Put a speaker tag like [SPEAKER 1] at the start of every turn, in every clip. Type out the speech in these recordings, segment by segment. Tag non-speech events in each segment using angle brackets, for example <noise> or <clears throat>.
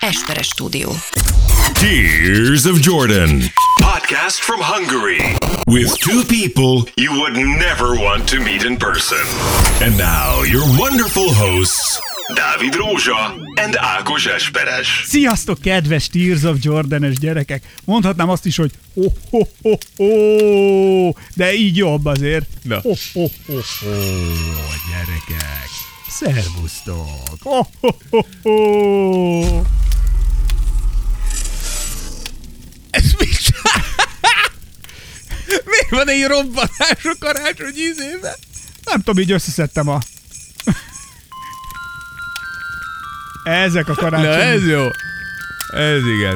[SPEAKER 1] Esperes stúdió.
[SPEAKER 2] Tears of Jordan
[SPEAKER 3] Podcast from Hungary
[SPEAKER 2] with two people,
[SPEAKER 3] you would never want to meet in person.
[SPEAKER 2] and now your wonderful hosts.
[SPEAKER 3] Dávid Rózsa and Ákos Esperes.
[SPEAKER 4] Sziasztok, kedves Tears of Jordanes gyerekek! Mondhatnám azt is, hogy ho ho ho ho de így jobb azért.
[SPEAKER 5] Na.
[SPEAKER 4] Ho ho ho ho gyerekek! Szervusztok! Ho ho ho ho
[SPEAKER 5] Ez mi? <laughs> Miért van egy robbanás a karácsony ízében?
[SPEAKER 4] Nem tudom, így összeszedtem a... Ezek a
[SPEAKER 5] Na ez
[SPEAKER 4] karácsony.
[SPEAKER 5] jó. Ez igen.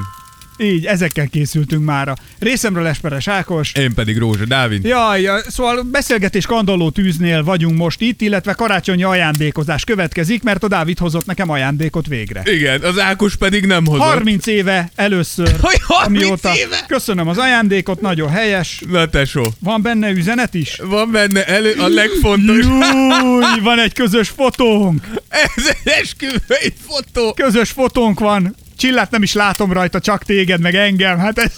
[SPEAKER 4] Így, ezekkel készültünk mára. Részemről Esperes Ákos.
[SPEAKER 5] Én pedig Rózsa Dávid.
[SPEAKER 4] Jaj, ja, szóval beszélgetés kandalló tűznél vagyunk most itt, illetve karácsonyi ajándékozás következik, mert a Dávid hozott nekem ajándékot végre.
[SPEAKER 5] Igen, az Ákos pedig nem hozott.
[SPEAKER 4] 30 éve először,
[SPEAKER 5] Hogy 30
[SPEAKER 4] amióta
[SPEAKER 5] éve?
[SPEAKER 4] köszönöm az ajándékot, nagyon helyes.
[SPEAKER 5] Na tesó.
[SPEAKER 4] Van benne üzenet is?
[SPEAKER 5] Van benne elő a legfontos.
[SPEAKER 4] Júj, van egy közös fotónk!
[SPEAKER 5] <laughs> ez egy esküvői fotó.
[SPEAKER 4] Közös fotónk van! Csillát nem is látom rajta, csak téged, meg engem. Hát ez...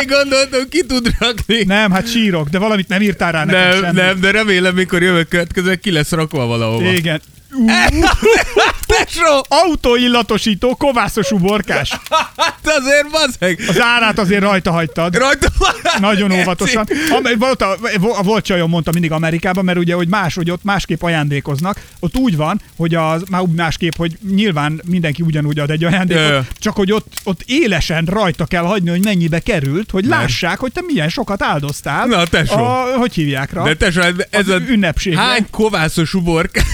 [SPEAKER 5] Egy gondoltam, ki tud rakni.
[SPEAKER 4] Nem, hát sírok, de valamit nem írtál rá nekem
[SPEAKER 5] nem,
[SPEAKER 4] semmit.
[SPEAKER 5] nem, de remélem, mikor jövök következően ki lesz rakva valahova.
[SPEAKER 4] Igen. Ú,
[SPEAKER 5] <laughs> Tesó!
[SPEAKER 4] Autóillatosító, kovászos uborkás.
[SPEAKER 5] Hát azért bazeg!
[SPEAKER 4] Az árát azért rajta hagytad.
[SPEAKER 5] Rajta van!
[SPEAKER 4] Nagyon óvatosan. Amely, volt, a, vo- volt csajom mondta mindig Amerikában, mert ugye, hogy más, hogy ott másképp ajándékoznak. Ott úgy van, hogy az, már úgy másképp, hogy nyilván mindenki ugyanúgy ad egy ajándékot,
[SPEAKER 5] Jaj.
[SPEAKER 4] csak hogy ott, ott élesen rajta kell hagyni, hogy mennyibe került, hogy lássák, hogy te milyen sokat áldoztál.
[SPEAKER 5] Na, tesó.
[SPEAKER 4] A, hogy hívják rá?
[SPEAKER 5] De tesó, ez- ez
[SPEAKER 4] Az
[SPEAKER 5] a...
[SPEAKER 4] ünnepségre.
[SPEAKER 5] Hány kovászos uborkás?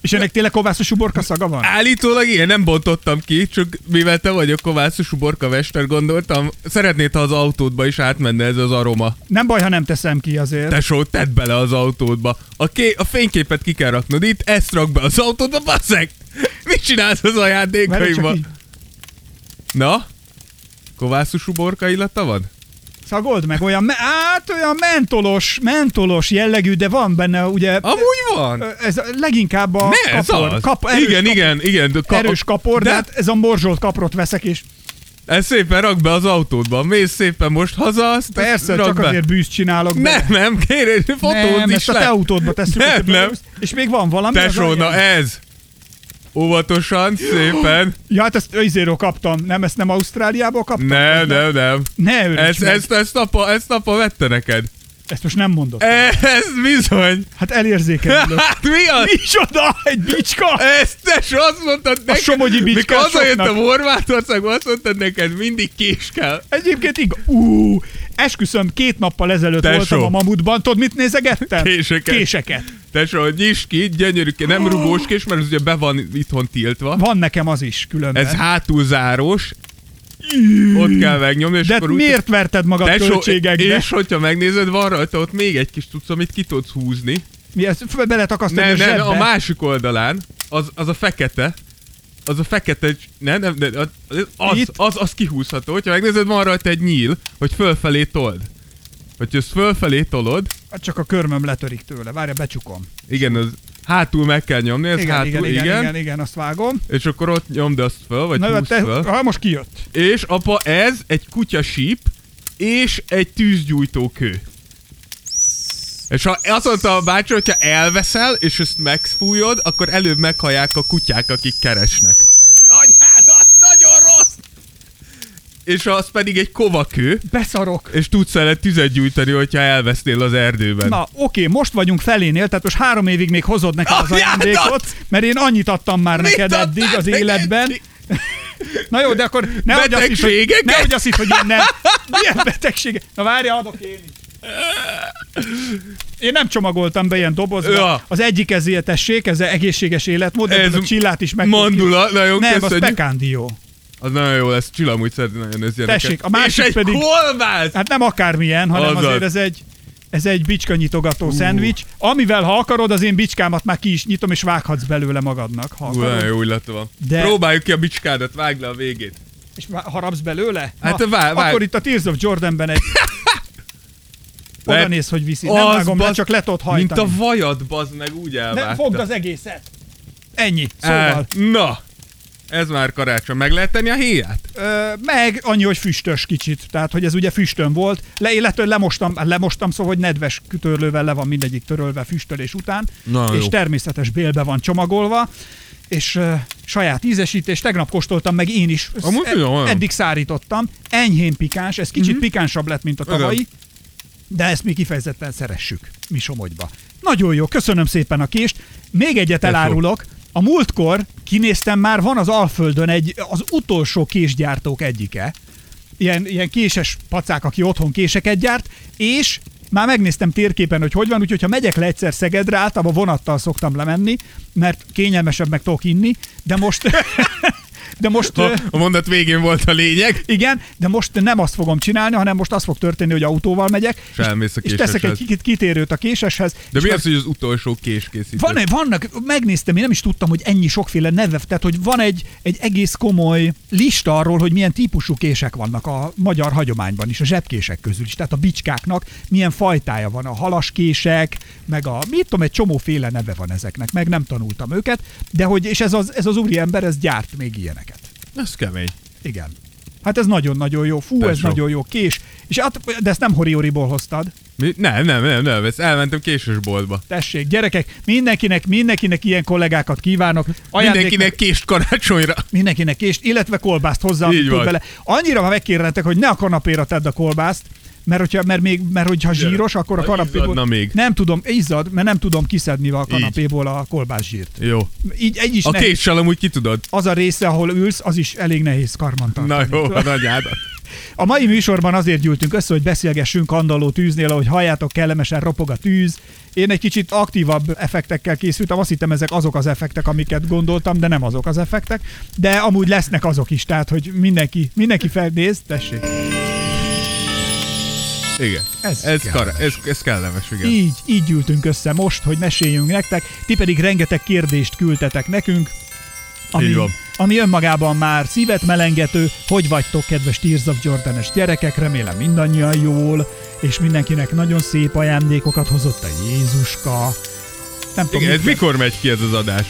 [SPEAKER 4] És ennek tényleg kovászos uborka szaga van?
[SPEAKER 5] <laughs> Állítólag ilyen nem bontottam ki, csak mivel te vagy a kovászos uborka vester, gondoltam, szeretnéd, ha az autódba is átmenne ez az aroma.
[SPEAKER 4] Nem baj, ha nem teszem ki azért.
[SPEAKER 5] Tesó, tedd bele az autódba. A, ké- a fényképet ki kell raknod itt, ezt rak be az autódba, basszeg! Mit csinálsz az
[SPEAKER 4] Várj, csak
[SPEAKER 5] ajándékaimmal?
[SPEAKER 4] így
[SPEAKER 5] Na? Kovászos uborka illata van?
[SPEAKER 4] Szagold meg, olyan, me- hát olyan mentolos, mentolos jellegű, de van benne ugye...
[SPEAKER 5] Amúgy van!
[SPEAKER 4] Ö, Ez a- leginkább a
[SPEAKER 5] Ne, ez
[SPEAKER 4] kapor,
[SPEAKER 5] az.
[SPEAKER 4] kap, erős,
[SPEAKER 5] igen,
[SPEAKER 4] kap,
[SPEAKER 5] igen, igen, de kap-
[SPEAKER 4] erős kapor, de hát ez a morzsolt kaprot veszek, és
[SPEAKER 5] Ezt szépen rak be az autódba, mész szépen most haza, azt
[SPEAKER 4] persze,
[SPEAKER 5] rak
[SPEAKER 4] csak
[SPEAKER 5] be.
[SPEAKER 4] azért bűzt csinálok.
[SPEAKER 5] Nem,
[SPEAKER 4] bele.
[SPEAKER 5] nem, kérem, fotózd
[SPEAKER 4] nem
[SPEAKER 5] is
[SPEAKER 4] ezt a
[SPEAKER 5] le.
[SPEAKER 4] te autódba tesszük.
[SPEAKER 5] Nem,
[SPEAKER 4] hogy te
[SPEAKER 5] nem.
[SPEAKER 4] beülsz, És még van valami? az
[SPEAKER 5] Tesó,
[SPEAKER 4] alján?
[SPEAKER 5] na e- ez! Óvatosan, szépen.
[SPEAKER 4] Ja, hát ezt őzéről kaptam, nem, ezt nem Ausztráliából kaptam?
[SPEAKER 5] Nem, nem, nem.
[SPEAKER 4] Ne örülj
[SPEAKER 5] Ezt,
[SPEAKER 4] meg.
[SPEAKER 5] ezt, ezt, apa, ezt apa vette neked.
[SPEAKER 4] Ezt most nem mondod.
[SPEAKER 5] E- Ez bizony.
[SPEAKER 4] Hát
[SPEAKER 5] <laughs>
[SPEAKER 4] elérzékelődök.
[SPEAKER 5] Hát mi az?
[SPEAKER 4] Micsoda, egy bicska?
[SPEAKER 5] Ezt tesó, azt mondtad neked.
[SPEAKER 4] somogyi
[SPEAKER 5] Mikor
[SPEAKER 4] bicskásoknak.
[SPEAKER 5] hazajöttem Horvátországba, azt mondtad neked, mindig kés kell.
[SPEAKER 4] Egyébként igaz. Ú, esküszöm, két nappal ezelőtt
[SPEAKER 5] Tesó.
[SPEAKER 4] voltam a mamutban, tudod, mit nézegettem?
[SPEAKER 5] Késeket.
[SPEAKER 4] Késeket.
[SPEAKER 5] Tesó, nyisd ki, gyönyörű, ké- nem rugós kés, mert ez ugye be van itthon tiltva.
[SPEAKER 4] Van nekem az is különben.
[SPEAKER 5] Ez hátulzárós. Ott kell megnyomni, és
[SPEAKER 4] De
[SPEAKER 5] akkor úgy
[SPEAKER 4] miért verted magad
[SPEAKER 5] Tesó,
[SPEAKER 4] költségekbe?
[SPEAKER 5] És hogyha megnézed, van rajta ott még egy kis cucc, amit ki tudsz húzni.
[SPEAKER 4] Mi ezt f- beletakasztani
[SPEAKER 5] Nem,
[SPEAKER 4] a
[SPEAKER 5] nem,
[SPEAKER 4] zsebbe?
[SPEAKER 5] a másik oldalán, az, az a fekete, az a fekete, nem, nem, nem az, az,
[SPEAKER 4] Itt?
[SPEAKER 5] az, az kihúzható. Hogyha megnézed, van rajta egy nyíl, hogy fölfelé told. Hogyha ezt fölfelé tolod,
[SPEAKER 4] Hát Csak a körmöm letörik tőle. Várja, becsukom.
[SPEAKER 5] igen, az hátul meg kell nyomni, ez
[SPEAKER 4] Igen,
[SPEAKER 5] hátul,
[SPEAKER 4] igen, igen, igen, igen, igen, azt vágom.
[SPEAKER 5] és akkor ott nyomd azt föl, vagy
[SPEAKER 4] Na,
[SPEAKER 5] húzd
[SPEAKER 4] te,
[SPEAKER 5] föl.
[SPEAKER 4] ha most kijött.
[SPEAKER 5] És apa, ez egy kutya síp és egy tűzgyújtó kő. És ha azt mondta a bácsi, hogyha elveszel, és ezt megfújod, akkor előbb meghallják a kutyák, akik keresnek. Anyád, az nagyon rossz! És az pedig egy kovakő,
[SPEAKER 4] Beszarok.
[SPEAKER 5] és tudsz vele tüzet gyújtani, hogyha elvesztél az erdőben.
[SPEAKER 4] Na, oké, most vagyunk felénél, tehát most három évig még hozod nekem az
[SPEAKER 5] Anyádat!
[SPEAKER 4] ajándékot, mert én annyit adtam már
[SPEAKER 5] Ah, Mit
[SPEAKER 4] neked eddig
[SPEAKER 5] adtál
[SPEAKER 4] az
[SPEAKER 5] neked?
[SPEAKER 4] életben. Na jó, de akkor ne hogy azt hisz, hogy,
[SPEAKER 5] Betegségeket?
[SPEAKER 4] ne hogy, azt hisz, hogy én nem. Milyen betegség? Na várja, adok én is. Én nem csomagoltam be ilyen dobozba.
[SPEAKER 5] Ja.
[SPEAKER 4] Az egyik ez tessék, ez egészséges életmód, ez
[SPEAKER 5] Ez
[SPEAKER 4] a csillát is meg.
[SPEAKER 5] Mandula, nagyon
[SPEAKER 4] Nem, az
[SPEAKER 5] köszönjük.
[SPEAKER 4] pekándió.
[SPEAKER 5] az nagyon jó lesz, csillam úgy szed, nagyon ez ilyeneket.
[SPEAKER 4] Tessék, a másik
[SPEAKER 5] és egy
[SPEAKER 4] pedig-
[SPEAKER 5] kolbász!
[SPEAKER 4] Hát nem akármilyen, hanem
[SPEAKER 5] Azaz.
[SPEAKER 4] azért ez egy, ez egy bicska nyitogató uh. szendvics, amivel ha akarod, az én bicskámat már ki is nyitom, és vághatsz belőle magadnak, ha
[SPEAKER 5] Ú,
[SPEAKER 4] akarod.
[SPEAKER 5] nagyon jó illata van.
[SPEAKER 4] De-
[SPEAKER 5] De... Próbáljuk ki a bicskádat, vágd le a végét.
[SPEAKER 4] És vá- harapsz belőle?
[SPEAKER 5] Hát te várj, várj.
[SPEAKER 4] Akkor itt a Tears of Jordanben
[SPEAKER 5] <laughs>
[SPEAKER 4] egy... Oda
[SPEAKER 5] Lehet-
[SPEAKER 4] néz, hogy viszi. Nem
[SPEAKER 5] Az
[SPEAKER 4] vágom le,
[SPEAKER 5] bazd-
[SPEAKER 4] csak le tudod
[SPEAKER 5] Mint
[SPEAKER 4] hajtani.
[SPEAKER 5] a vajad, bazd meg, úgy elvágta.
[SPEAKER 4] ne, fogd az egészet. Ennyi. Szóval,
[SPEAKER 5] Á, Na, Ez már karácsony. Meg lehet tenni a héját?
[SPEAKER 4] Ö, meg annyi, hogy füstös kicsit. Tehát, hogy ez ugye füstön volt. Le, illetve lemostam, hát lemostam, szóval, hogy nedves kütörlővel le van mindegyik törölve füstölés után.
[SPEAKER 5] Na,
[SPEAKER 4] és
[SPEAKER 5] jó.
[SPEAKER 4] természetes bélbe van csomagolva. És ö, saját ízesítés, tegnap kóstoltam meg én is. Ezt
[SPEAKER 5] Amúgy jó, olyan. Mhm.
[SPEAKER 4] eddig szárítottam. Enyhén pikáns, ez kicsit uh-huh. pikánsabb lett, mint a
[SPEAKER 5] Igen.
[SPEAKER 4] tavalyi. De ezt mi kifejezetten szeressük, mi Somogyba. Nagyon jó, köszönöm szépen a kést. Még egyet elárulok. A múltkor kinéztem már, van az Alföldön egy, az utolsó késgyártók egyike. Ilyen, ilyen késes pacák, aki otthon késeket gyárt, és már megnéztem térképen, hogy hogy van, úgyhogy ha megyek le egyszer Szegedre, általában vonattal szoktam lemenni, mert kényelmesebb meg tudok inni, de most... <laughs> De most...
[SPEAKER 5] Ha a mondat végén volt a lényeg.
[SPEAKER 4] Igen, de most nem azt fogom csinálni, hanem most az fog történni, hogy autóval megyek,
[SPEAKER 5] És elmész a
[SPEAKER 4] és teszek egy
[SPEAKER 5] késeshez.
[SPEAKER 4] kicsit kitérőt a késeshez.
[SPEAKER 5] De
[SPEAKER 4] és
[SPEAKER 5] mi
[SPEAKER 4] meg-
[SPEAKER 5] az, hogy az utolsó kés készítő?
[SPEAKER 4] van, vannak, megnéztem, én nem is tudtam, hogy ennyi sokféle neve, tehát hogy van egy, egy egész komoly lista arról, hogy milyen típusú kések vannak a magyar hagyományban is, a zsebkések közül is, tehát a bicskáknak milyen fajtája van, a halaskések, meg a, mit tudom, egy csomóféle neve van ezeknek, meg nem tanultam őket, de hogy, és ez az, ez az úriember, ez gyárt még ilyeneket.
[SPEAKER 5] Ez kemény.
[SPEAKER 4] Igen. Hát ez nagyon-nagyon jó. Fú,
[SPEAKER 5] De
[SPEAKER 4] ez
[SPEAKER 5] sok.
[SPEAKER 4] nagyon jó kés. És hát, de ezt nem Horioriból hoztad.
[SPEAKER 5] Mi? Nem, nem, nem, nem, ezt elmentem késősboltba.
[SPEAKER 4] Tessék, gyerekek, mindenkinek, mindenkinek ilyen kollégákat kívánok. Ajándéknak-
[SPEAKER 5] Mindenkinek kést karácsonyra.
[SPEAKER 4] mindenkinek kést, illetve kolbászt hozzá,
[SPEAKER 5] Így
[SPEAKER 4] amit tud
[SPEAKER 5] van.
[SPEAKER 4] bele. Annyira már megkérhetek, hogy ne a kanapéra tedd a kolbászt, mert hogyha, mert még, mert hogyha zsíros, akkor a
[SPEAKER 5] Na,
[SPEAKER 4] kanapéból...
[SPEAKER 5] izzadna még.
[SPEAKER 4] Nem tudom, izzad, mert nem tudom kiszedni a kanapéból a kolbászsírt.
[SPEAKER 5] Jó.
[SPEAKER 4] Így egy is
[SPEAKER 5] A
[SPEAKER 4] nehéz.
[SPEAKER 5] késsel amúgy ki tudod.
[SPEAKER 4] Az a része, ahol ülsz, az is elég nehéz karmantartani.
[SPEAKER 5] Na jó, a nagy ádat.
[SPEAKER 4] A mai műsorban azért gyűltünk össze, hogy beszélgessünk andaló tűznél, ahogy halljátok, kellemesen ropog a tűz. Én egy kicsit aktívabb effektekkel készültem, azt hittem ezek azok az effektek, amiket gondoltam, de nem azok az effektek. De amúgy lesznek azok is, tehát hogy mindenki, mindenki felnéz, tessék.
[SPEAKER 5] Igen.
[SPEAKER 4] Ez
[SPEAKER 5] Ez, ez,
[SPEAKER 4] kellemes.
[SPEAKER 5] kara, ez, ez kellemes, igen.
[SPEAKER 4] Így, így gyűltünk össze most, hogy meséljünk nektek, ti pedig rengeteg kérdést küldtetek nekünk, ami,
[SPEAKER 5] Így van.
[SPEAKER 4] ami önmagában már szívet melengető, hogy vagytok, kedves Tears of Jordanes gyerekek, remélem mindannyian jól, és mindenkinek nagyon szép ajándékokat hozott a Jézuska. Nem tudom,
[SPEAKER 5] Igen, ez
[SPEAKER 4] mit-
[SPEAKER 5] mikor megy ki ez az adás?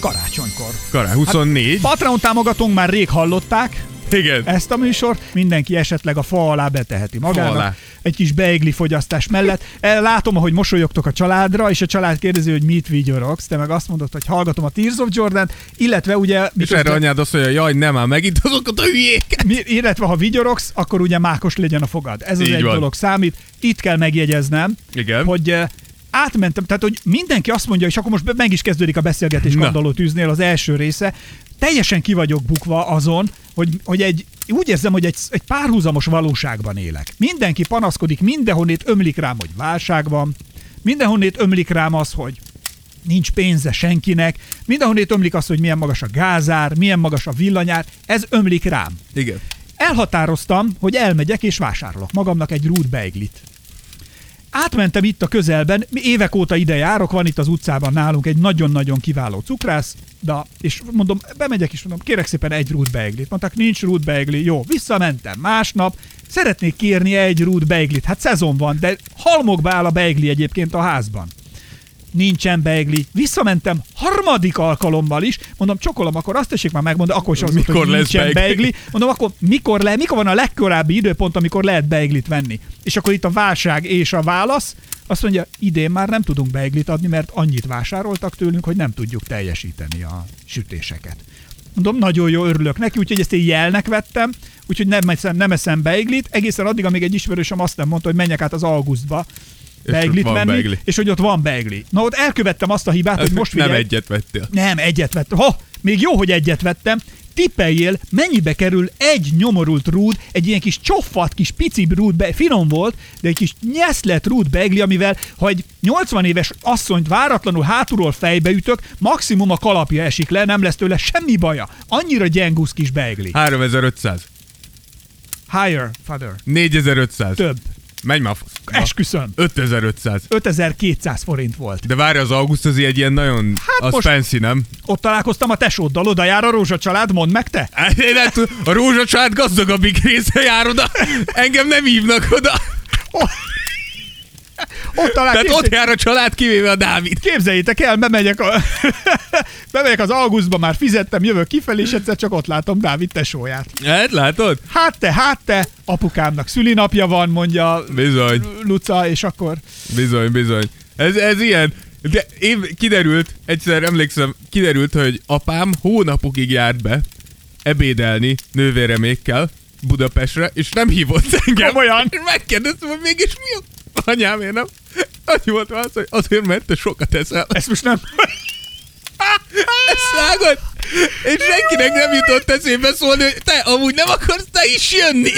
[SPEAKER 4] karácsonykor.
[SPEAKER 5] Kará, 24?
[SPEAKER 4] Patreon támogatónk már rég hallották,
[SPEAKER 5] Igen.
[SPEAKER 4] ezt a műsort. Mindenki esetleg a fa alá beteheti magának.
[SPEAKER 5] Fa alá.
[SPEAKER 4] Egy kis beigli fogyasztás mellett. El- Látom, ahogy mosolyogtok a családra, és a család kérdezi, hogy mit vigyorogsz. Te meg azt mondod, hogy hallgatom a Tears of jordan illetve ugye...
[SPEAKER 5] És erre anyád azt mondja, jaj, nem már megint azokat a hülyéket.
[SPEAKER 4] <laughs> mi, illetve ha vigyorogsz, akkor ugye mákos legyen a fogad. Ez az
[SPEAKER 5] Így
[SPEAKER 4] egy
[SPEAKER 5] van.
[SPEAKER 4] dolog számít. Itt kell megjegyeznem,
[SPEAKER 5] Igen.
[SPEAKER 4] hogy eh, átmentem, tehát hogy mindenki azt mondja, és akkor most be- meg is kezdődik a beszélgetés
[SPEAKER 5] Na.
[SPEAKER 4] gondoló tűznél az első része. Teljesen ki vagyok bukva azon, hogy, hogy egy, úgy érzem, hogy egy, egy párhuzamos valóságban élek. Mindenki panaszkodik, mindenhonnét ömlik rám, hogy válság van, mindenhonnét ömlik rám az, hogy nincs pénze senkinek, mindenhonnét ömlik az, hogy milyen magas a gázár, milyen magas a villanyár, ez ömlik rám
[SPEAKER 5] Igen.
[SPEAKER 4] elhatároztam, hogy elmegyek és vásárolok magamnak egy rút beiglit. Átmentem itt a közelben, mi évek óta ide járok, van itt az utcában nálunk egy nagyon-nagyon kiváló cukrász, de, és mondom, bemegyek és mondom, kérek szépen egy rút beiglit. Mondták, nincs rút beigli, jó, visszamentem másnap, szeretnék kérni egy rút beiglit, hát szezon van, de halmokba áll a beigli egyébként a házban nincsen beigli. Visszamentem harmadik alkalommal is, mondom, csokolom, akkor azt tessék már megmondani, akkor is az,
[SPEAKER 5] Mikor
[SPEAKER 4] hogy
[SPEAKER 5] lesz
[SPEAKER 4] nincsen
[SPEAKER 5] beigli?
[SPEAKER 4] beigli. Mondom, akkor mikor, le, mikor van a legkorábbi időpont, amikor lehet beiglit venni? És akkor itt a válság és a válasz, azt mondja, idén már nem tudunk beiglit adni, mert annyit vásároltak tőlünk, hogy nem tudjuk teljesíteni a sütéseket. Mondom, nagyon jó, örülök neki, úgyhogy ezt én jelnek vettem, úgyhogy nem eszem, nem eszem beiglit, egészen addig, amíg egy ismerősöm azt nem mondta, hogy menjek át az augusztba,
[SPEAKER 5] ott
[SPEAKER 4] beiglit
[SPEAKER 5] van
[SPEAKER 4] venni,
[SPEAKER 5] beigli.
[SPEAKER 4] és hogy ott van beigli. Na ott elkövettem azt a hibát, hogy most
[SPEAKER 5] Hát nem
[SPEAKER 4] figyelj,
[SPEAKER 5] egyet vettél.
[SPEAKER 4] nem, egyet vettem. Ha, még jó, hogy egyet vettem. Tippeljél, mennyibe kerül egy nyomorult rúd, egy ilyen kis csoffat, kis pici rúd, be, finom volt, de egy kis nyeszlet rúd begli, amivel ha egy 80 éves asszonyt váratlanul hátulról fejbe ütök, maximum a kalapja esik le, nem lesz tőle semmi baja. Annyira gyengusz kis
[SPEAKER 5] Hát-
[SPEAKER 4] beigli.
[SPEAKER 5] 3500.
[SPEAKER 4] Higher, father.
[SPEAKER 5] 4500.
[SPEAKER 4] Több.
[SPEAKER 5] Menj már. fasz.
[SPEAKER 4] Esküszöm.
[SPEAKER 5] 5500.
[SPEAKER 4] 5200 forint volt.
[SPEAKER 5] De várj, az augusztusi egy ilyen nagyon...
[SPEAKER 4] Hát
[SPEAKER 5] az
[SPEAKER 4] most-
[SPEAKER 5] fancy, nem?
[SPEAKER 4] Ott találkoztam a tesóddal, oda jár a rózsa család, mondd meg te?
[SPEAKER 5] Hát Én nem tudom, a rózsacsád
[SPEAKER 4] Hát
[SPEAKER 5] gazdagabbik része jár oda. Engem nem hívnak oda.
[SPEAKER 4] Ott talán
[SPEAKER 5] Tehát
[SPEAKER 4] képzeljétek,
[SPEAKER 5] ott jár a család, kivéve a Dávid.
[SPEAKER 4] képzeljétek el, bemegyek, a, <laughs> bemegyek az augusztba, már fizettem, jövök kifelé, és egyszer csak ott látom Dávid tesóját.
[SPEAKER 5] Hát látod?
[SPEAKER 4] Hát te, hát te, apukámnak szülinapja van, mondja
[SPEAKER 5] Bizony,
[SPEAKER 4] Luca, és akkor
[SPEAKER 5] bizony, bizony. Ez, ez ilyen. De én kiderült, egyszer emlékszem, kiderült, hogy apám hónapokig járt be ebédelni nővéremékkel Budapestre, és nem hívott engem.
[SPEAKER 4] Komolyan?
[SPEAKER 5] És megkérdeztem, hogy mégis mi a anyám, én nem. Annyi volt a válasz, hogy azért, mert te sokat eszel. <laughs>
[SPEAKER 4] ezt most nem... <laughs>
[SPEAKER 5] Ezt vágod? És senkinek nem jutott eszébe szólni, hogy te amúgy nem akarsz te is jönni.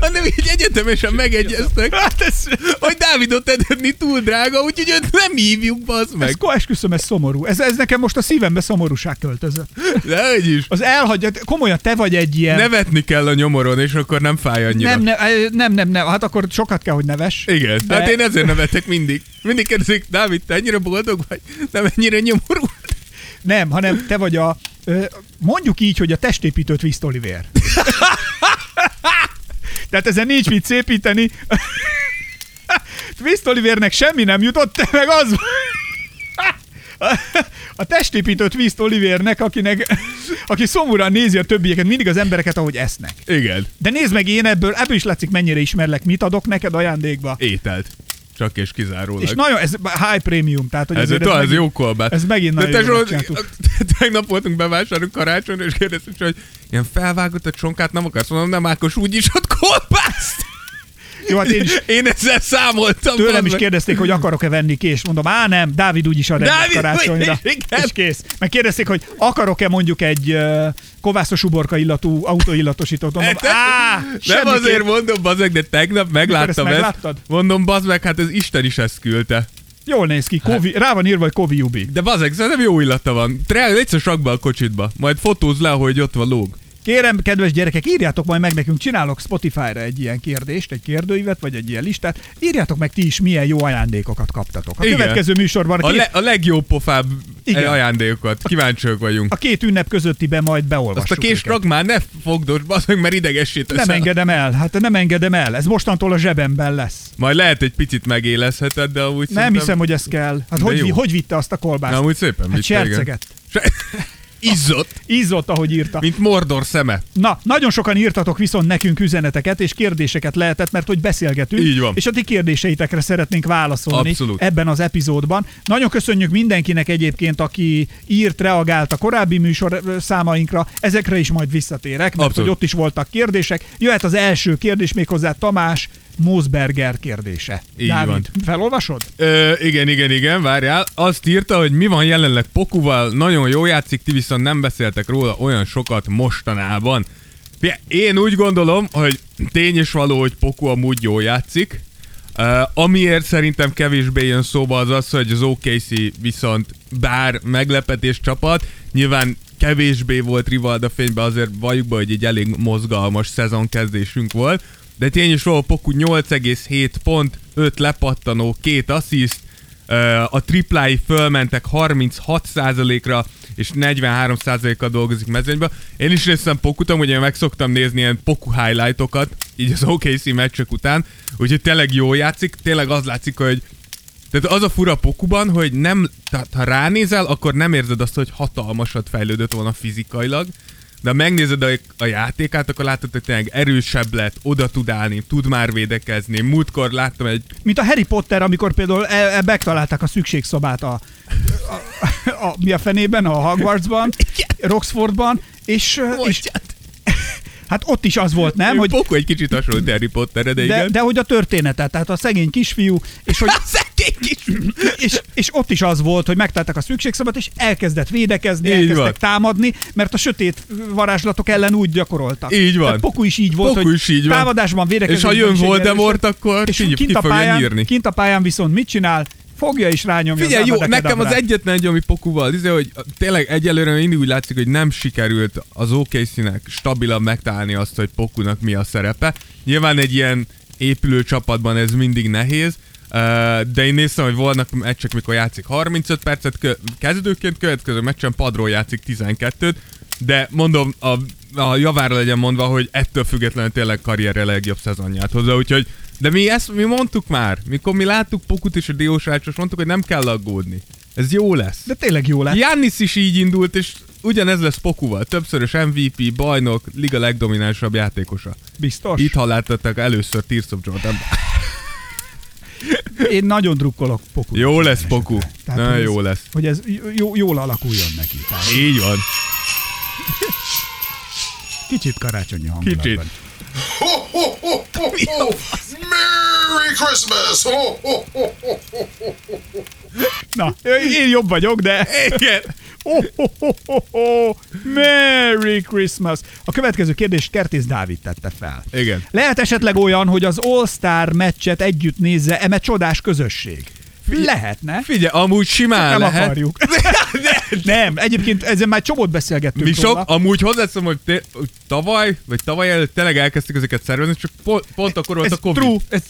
[SPEAKER 5] Hanem így egyetemesen megegyeztek,
[SPEAKER 4] Hát ez,
[SPEAKER 5] hogy Dávidot edetni túl drága, úgyhogy őt nem hívjuk, bazd
[SPEAKER 4] ez
[SPEAKER 5] meg.
[SPEAKER 4] ko- esküszöm, ez szomorú. Ez, ez nekem most a szívembe szomorúság költözött.
[SPEAKER 5] De hogy is.
[SPEAKER 4] Az elhagyja, komolyan te vagy egy ilyen...
[SPEAKER 5] Nevetni kell a nyomoron, és akkor nem fáj annyira.
[SPEAKER 4] nem, nem, eh, nem, nem, nem, hát akkor sokat kell, hogy neves.
[SPEAKER 5] Igen,
[SPEAKER 4] De-
[SPEAKER 5] de... hát én ezért nevetek mindig. Mindig kérdezik, Dávid, te ennyire boldog vagy? Nem ennyire nyomorú?
[SPEAKER 4] Nem, hanem te vagy a, ö, mondjuk így, hogy a testépítőt Viszt Olivér. <laughs> Tehát ezen nincs mit szépíteni. <laughs> Viszt Olivérnek semmi nem jutott, te meg az <laughs> vagy. A testépítőt Viszt Olivérnek, akinek, <laughs> aki szomorúan nézi a többieket, mindig az embereket, ahogy esznek.
[SPEAKER 5] Igen,
[SPEAKER 4] De nézd meg, én ebből, ebből is látszik, mennyire ismerlek, mit adok neked ajándékba.
[SPEAKER 5] ételt. Csak és kizárólag.
[SPEAKER 4] És nagyon, ez high premium, tehát hogy
[SPEAKER 5] Ez,
[SPEAKER 4] azért
[SPEAKER 5] ez, ez, ez
[SPEAKER 4] megint-
[SPEAKER 5] jó kolbát.
[SPEAKER 4] ez megint
[SPEAKER 5] De
[SPEAKER 4] nagyon
[SPEAKER 5] te
[SPEAKER 4] jól
[SPEAKER 5] Zsolt,
[SPEAKER 4] megcsináltuk.
[SPEAKER 5] <laughs> tegnap voltunk bevásárolni karácsonyra, és kérdeztük, hogy ilyen felvágott a csonkát nem akarsz mondom, nem Ákos úgyis ott kolbászt.
[SPEAKER 4] Jó, hát én is
[SPEAKER 5] én ezzel számoltam.
[SPEAKER 4] Tőlem
[SPEAKER 5] bazd
[SPEAKER 4] is
[SPEAKER 5] meg.
[SPEAKER 4] kérdezték, hogy akarok-e venni ki, és mondom, á nem, Dávid úgyis ad egyet
[SPEAKER 5] Dávid,
[SPEAKER 4] karácsonyra.
[SPEAKER 5] <laughs> igen.
[SPEAKER 4] És kész. Meg kérdezték, hogy akarok-e mondjuk egy uh, kovászos uborka illatú autóillatosítót. Mondom,
[SPEAKER 5] Hát,
[SPEAKER 4] á,
[SPEAKER 5] Nem azért mondom, bazeg, de tegnap megláttam
[SPEAKER 4] Mikor ezt
[SPEAKER 5] ezt.
[SPEAKER 4] megláttad?
[SPEAKER 5] Mondom, bazd meg, hát ez Isten is ezt küldte.
[SPEAKER 4] Jól néz ki,
[SPEAKER 5] Hát.
[SPEAKER 4] Kovi, rá van írva, hogy Kovi Jubi.
[SPEAKER 5] De bazeg, szerintem jó illata van. Tre, egyszer sakba a kocsitba, majd fotóz le, hogy ott van lóg.
[SPEAKER 4] Kérem, kedves gyerekek, írjátok majd meg nekünk, csinálok Spotify-ra egy ilyen kérdést, egy kérdőívet, vagy egy ilyen listát. Írjátok meg ti is, milyen jó ajándékokat kaptatok. A
[SPEAKER 5] Igen.
[SPEAKER 4] következő műsorban
[SPEAKER 5] A,
[SPEAKER 4] két,
[SPEAKER 5] le, a legjobb pofább eh,
[SPEAKER 4] Igen.
[SPEAKER 5] ajándékokat. Kíváncsiak vagyunk.
[SPEAKER 4] a két ünnep közöttibe majd beolvassuk.
[SPEAKER 5] Azt a kés
[SPEAKER 4] őket.
[SPEAKER 5] ragmár ne fogdos, bazd meg, mert idegessé
[SPEAKER 4] Nem
[SPEAKER 5] teszel.
[SPEAKER 4] engedem el, hát nem engedem el. Ez mostantól a zsebemben lesz.
[SPEAKER 5] Majd lehet egy picit megélezheted, de amúgy
[SPEAKER 4] Nem hiszem, hogy ez kell. Hát hogy,
[SPEAKER 5] jó.
[SPEAKER 4] vi- hogy vitte azt a kolbászt?
[SPEAKER 5] Na, amúgy szépen
[SPEAKER 4] hát
[SPEAKER 5] vitte, igen.
[SPEAKER 4] serceget.
[SPEAKER 5] Se... <laughs> Izzott,
[SPEAKER 4] Izzott, ahogy írta.
[SPEAKER 5] mint Mordor szeme.
[SPEAKER 4] Na, nagyon sokan írtatok viszont nekünk üzeneteket és kérdéseket lehetett, mert hogy beszélgetünk.
[SPEAKER 5] Így van.
[SPEAKER 4] És a ti kérdéseitekre szeretnénk válaszolni
[SPEAKER 5] Abszolút.
[SPEAKER 4] ebben az epizódban. Nagyon köszönjük mindenkinek egyébként, aki írt, reagált a korábbi műsor ö, számainkra. Ezekre is majd visszatérek, mert
[SPEAKER 5] Abszolút.
[SPEAKER 4] hogy ott is voltak kérdések. Jöhet az első kérdés, méghozzá Tamás Mosberger kérdése.
[SPEAKER 5] Így
[SPEAKER 4] Dávid,
[SPEAKER 5] van.
[SPEAKER 4] felolvasod?
[SPEAKER 5] Ö, igen, igen, igen, várjál. Azt írta, hogy mi van jelenleg Pokuval, nagyon jó játszik, ti viszont nem beszéltek róla olyan sokat mostanában. Fie- Én úgy gondolom, hogy tény és való, hogy Poku amúgy jól játszik. Ö, amiért szerintem kevésbé jön szóba az az, hogy az OKC viszont bár meglepetés csapat, nyilván kevésbé volt Rivalda fénybe, azért valljuk be, hogy egy elég mozgalmas szezonkezdésünk volt, de tény is való, Poku 8,7 pont, 5 lepattanó, 2 assziszt, Ö, a triplái fölmentek 36%-ra, és 43%-kal dolgozik mezőnyben. Én is részem pokutam, ugye meg szoktam nézni ilyen poku highlightokat, így az OKC meccsek után, úgyhogy tényleg jól játszik, tényleg az látszik, hogy tehát az a fura pokuban, hogy nem, tehát ha ránézel, akkor nem érzed azt, hogy hatalmasat fejlődött volna fizikailag, de ha megnézed a, a játékát, akkor látod, hogy tényleg erősebb lett, oda tud állni, tud már védekezni. Múltkor láttam egy
[SPEAKER 4] Mint a Harry Potter, amikor például e- e- megtalálták a szükségszobát a, a, a, a, mi a fenében, a Hogwartsban, Roxfordban, és, ö, és hát ott is az volt, nem? Hogy,
[SPEAKER 5] Poku egy kicsit hasonlít Harry Potterre, de,
[SPEAKER 4] de,
[SPEAKER 5] igen.
[SPEAKER 4] de hogy a történetet, tehát a szegény kisfiú, és,
[SPEAKER 5] <laughs>
[SPEAKER 4] hogy,
[SPEAKER 5] Szegény kis...
[SPEAKER 4] és, és ott is az volt, hogy megtalálták a szükségszobát, és elkezdett védekezni,
[SPEAKER 5] Így
[SPEAKER 4] elkezdtek
[SPEAKER 5] van.
[SPEAKER 4] támadni, mert a sötét varázslatok ellen úgy gyakoroltak.
[SPEAKER 5] Így van.
[SPEAKER 4] Tehát Poku is így volt,
[SPEAKER 5] Poku
[SPEAKER 4] hogy
[SPEAKER 5] is így van.
[SPEAKER 4] támadásban,
[SPEAKER 5] És ha
[SPEAKER 4] védekezésben
[SPEAKER 5] jön
[SPEAKER 4] is egy erősebb-
[SPEAKER 5] Voldemort, akkor
[SPEAKER 4] és
[SPEAKER 5] így
[SPEAKER 4] kint
[SPEAKER 5] ki
[SPEAKER 4] a,
[SPEAKER 5] fogja
[SPEAKER 4] pályán,
[SPEAKER 5] nyírni.
[SPEAKER 4] kint a pályán viszont mit csinál? Fogja is rányomja
[SPEAKER 5] Figyelj,
[SPEAKER 4] az
[SPEAKER 5] jó,
[SPEAKER 4] elmedeket
[SPEAKER 5] nekem az
[SPEAKER 4] abrá.
[SPEAKER 5] egyetlen egy, ami pokuval, izé, hogy tényleg egyelőre még mindig úgy látszik, hogy nem sikerült az OKC-nek stabilan megtalálni azt, hogy pokunak mi a szerepe. Nyilván egy ilyen épülő csapatban ez mindig nehéz, ö, de én néztem, hogy vannak meccsek, mikor játszik 35 percet kö- kezdőként, következő meccsen padról játszik 12-t, de mondom, a, a javára legyen mondva, hogy ettől függetlenül tényleg karrierre legjobb szezonját hozzá, úgyhogy De mi ezt mi mondtuk már, mikor mi láttuk Pokut és a Diósrácsos, mondtuk, hogy nem kell aggódni. Ez jó lesz.
[SPEAKER 4] De tényleg jó lett.
[SPEAKER 5] Jannis is így indult, és ugyanez lesz Pokuval. Többszörös MVP, bajnok, liga legdominánsabb játékosa.
[SPEAKER 4] Biztos.
[SPEAKER 5] Itt hallottak először Tears of Jordan.
[SPEAKER 4] <laughs> Én nagyon drukkolok Poku.
[SPEAKER 5] Jó lesz Poku.
[SPEAKER 4] Tehát,
[SPEAKER 5] Nagyon
[SPEAKER 4] hogy ez-
[SPEAKER 5] jó lesz.
[SPEAKER 4] Hogy ez j- jó, jól alakuljon neki. Tehát
[SPEAKER 5] Így van.
[SPEAKER 4] kicsit karácsonyi hangulatban.
[SPEAKER 5] Kicsit.
[SPEAKER 1] Ho, ho, ho, ho, ho. Merry Christmas! Ho, ho, ho, ho.
[SPEAKER 4] Na, én jobb vagyok, de...
[SPEAKER 5] Igen.
[SPEAKER 4] Oh, oh, oh, oh, oh. Merry Christmas! A következő kérdést Kertész Dávid tette fel.
[SPEAKER 5] Igen.
[SPEAKER 4] Lehet esetleg olyan, hogy az All-Star meccset együtt nézze eme csodás közösség? Lehetne.
[SPEAKER 5] Figyelj, amúgy simán
[SPEAKER 4] Nem
[SPEAKER 5] lehet. <laughs>
[SPEAKER 4] akarjuk. Nem, egyébként ezen már csomót beszélgettünk
[SPEAKER 5] Mi sok,
[SPEAKER 4] róla.
[SPEAKER 5] amúgy hozzáteszem, hogy té- hogy tavaly, vagy tavaly előtt tényleg elkezdtük ezeket szervezni, csak pont, pont akkor volt
[SPEAKER 4] Ez
[SPEAKER 5] a Covid.
[SPEAKER 4] true. Ez,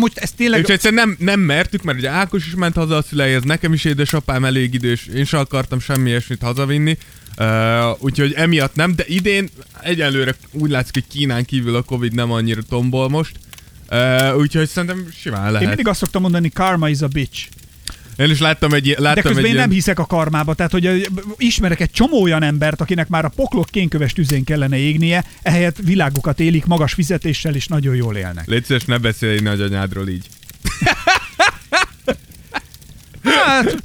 [SPEAKER 4] most ez tényleg...
[SPEAKER 5] És egyszerűen nem, nem mertük, mert ugye Ákos is ment haza a szüleihez, nekem is édesapám elég idős, én sem akartam semmi ilyesmit hazavinni, uh, úgyhogy emiatt nem, de idén egyelőre úgy látszik, hogy Kínán kívül a Covid nem annyira tombol most, uh, úgyhogy szerintem simán
[SPEAKER 4] Én
[SPEAKER 5] lehet. Én,
[SPEAKER 4] mindig azt szoktam mondani, karma is a bitch.
[SPEAKER 5] én is láttam egy, ilyen-
[SPEAKER 4] De
[SPEAKER 5] láttam
[SPEAKER 4] közben
[SPEAKER 5] Hát egy
[SPEAKER 4] én
[SPEAKER 5] ilyen...
[SPEAKER 4] nem hiszek a karmába, tehát hogy ö, ismerek egy csomó olyan embert, akinek már a poklok kénköves tüzén kellene égnie, ehelyett világukat élik magas fizetéssel, és nagyon jól élnek.
[SPEAKER 5] Légy szíves, ne beszélj nagyanyádról így.
[SPEAKER 4] Hát,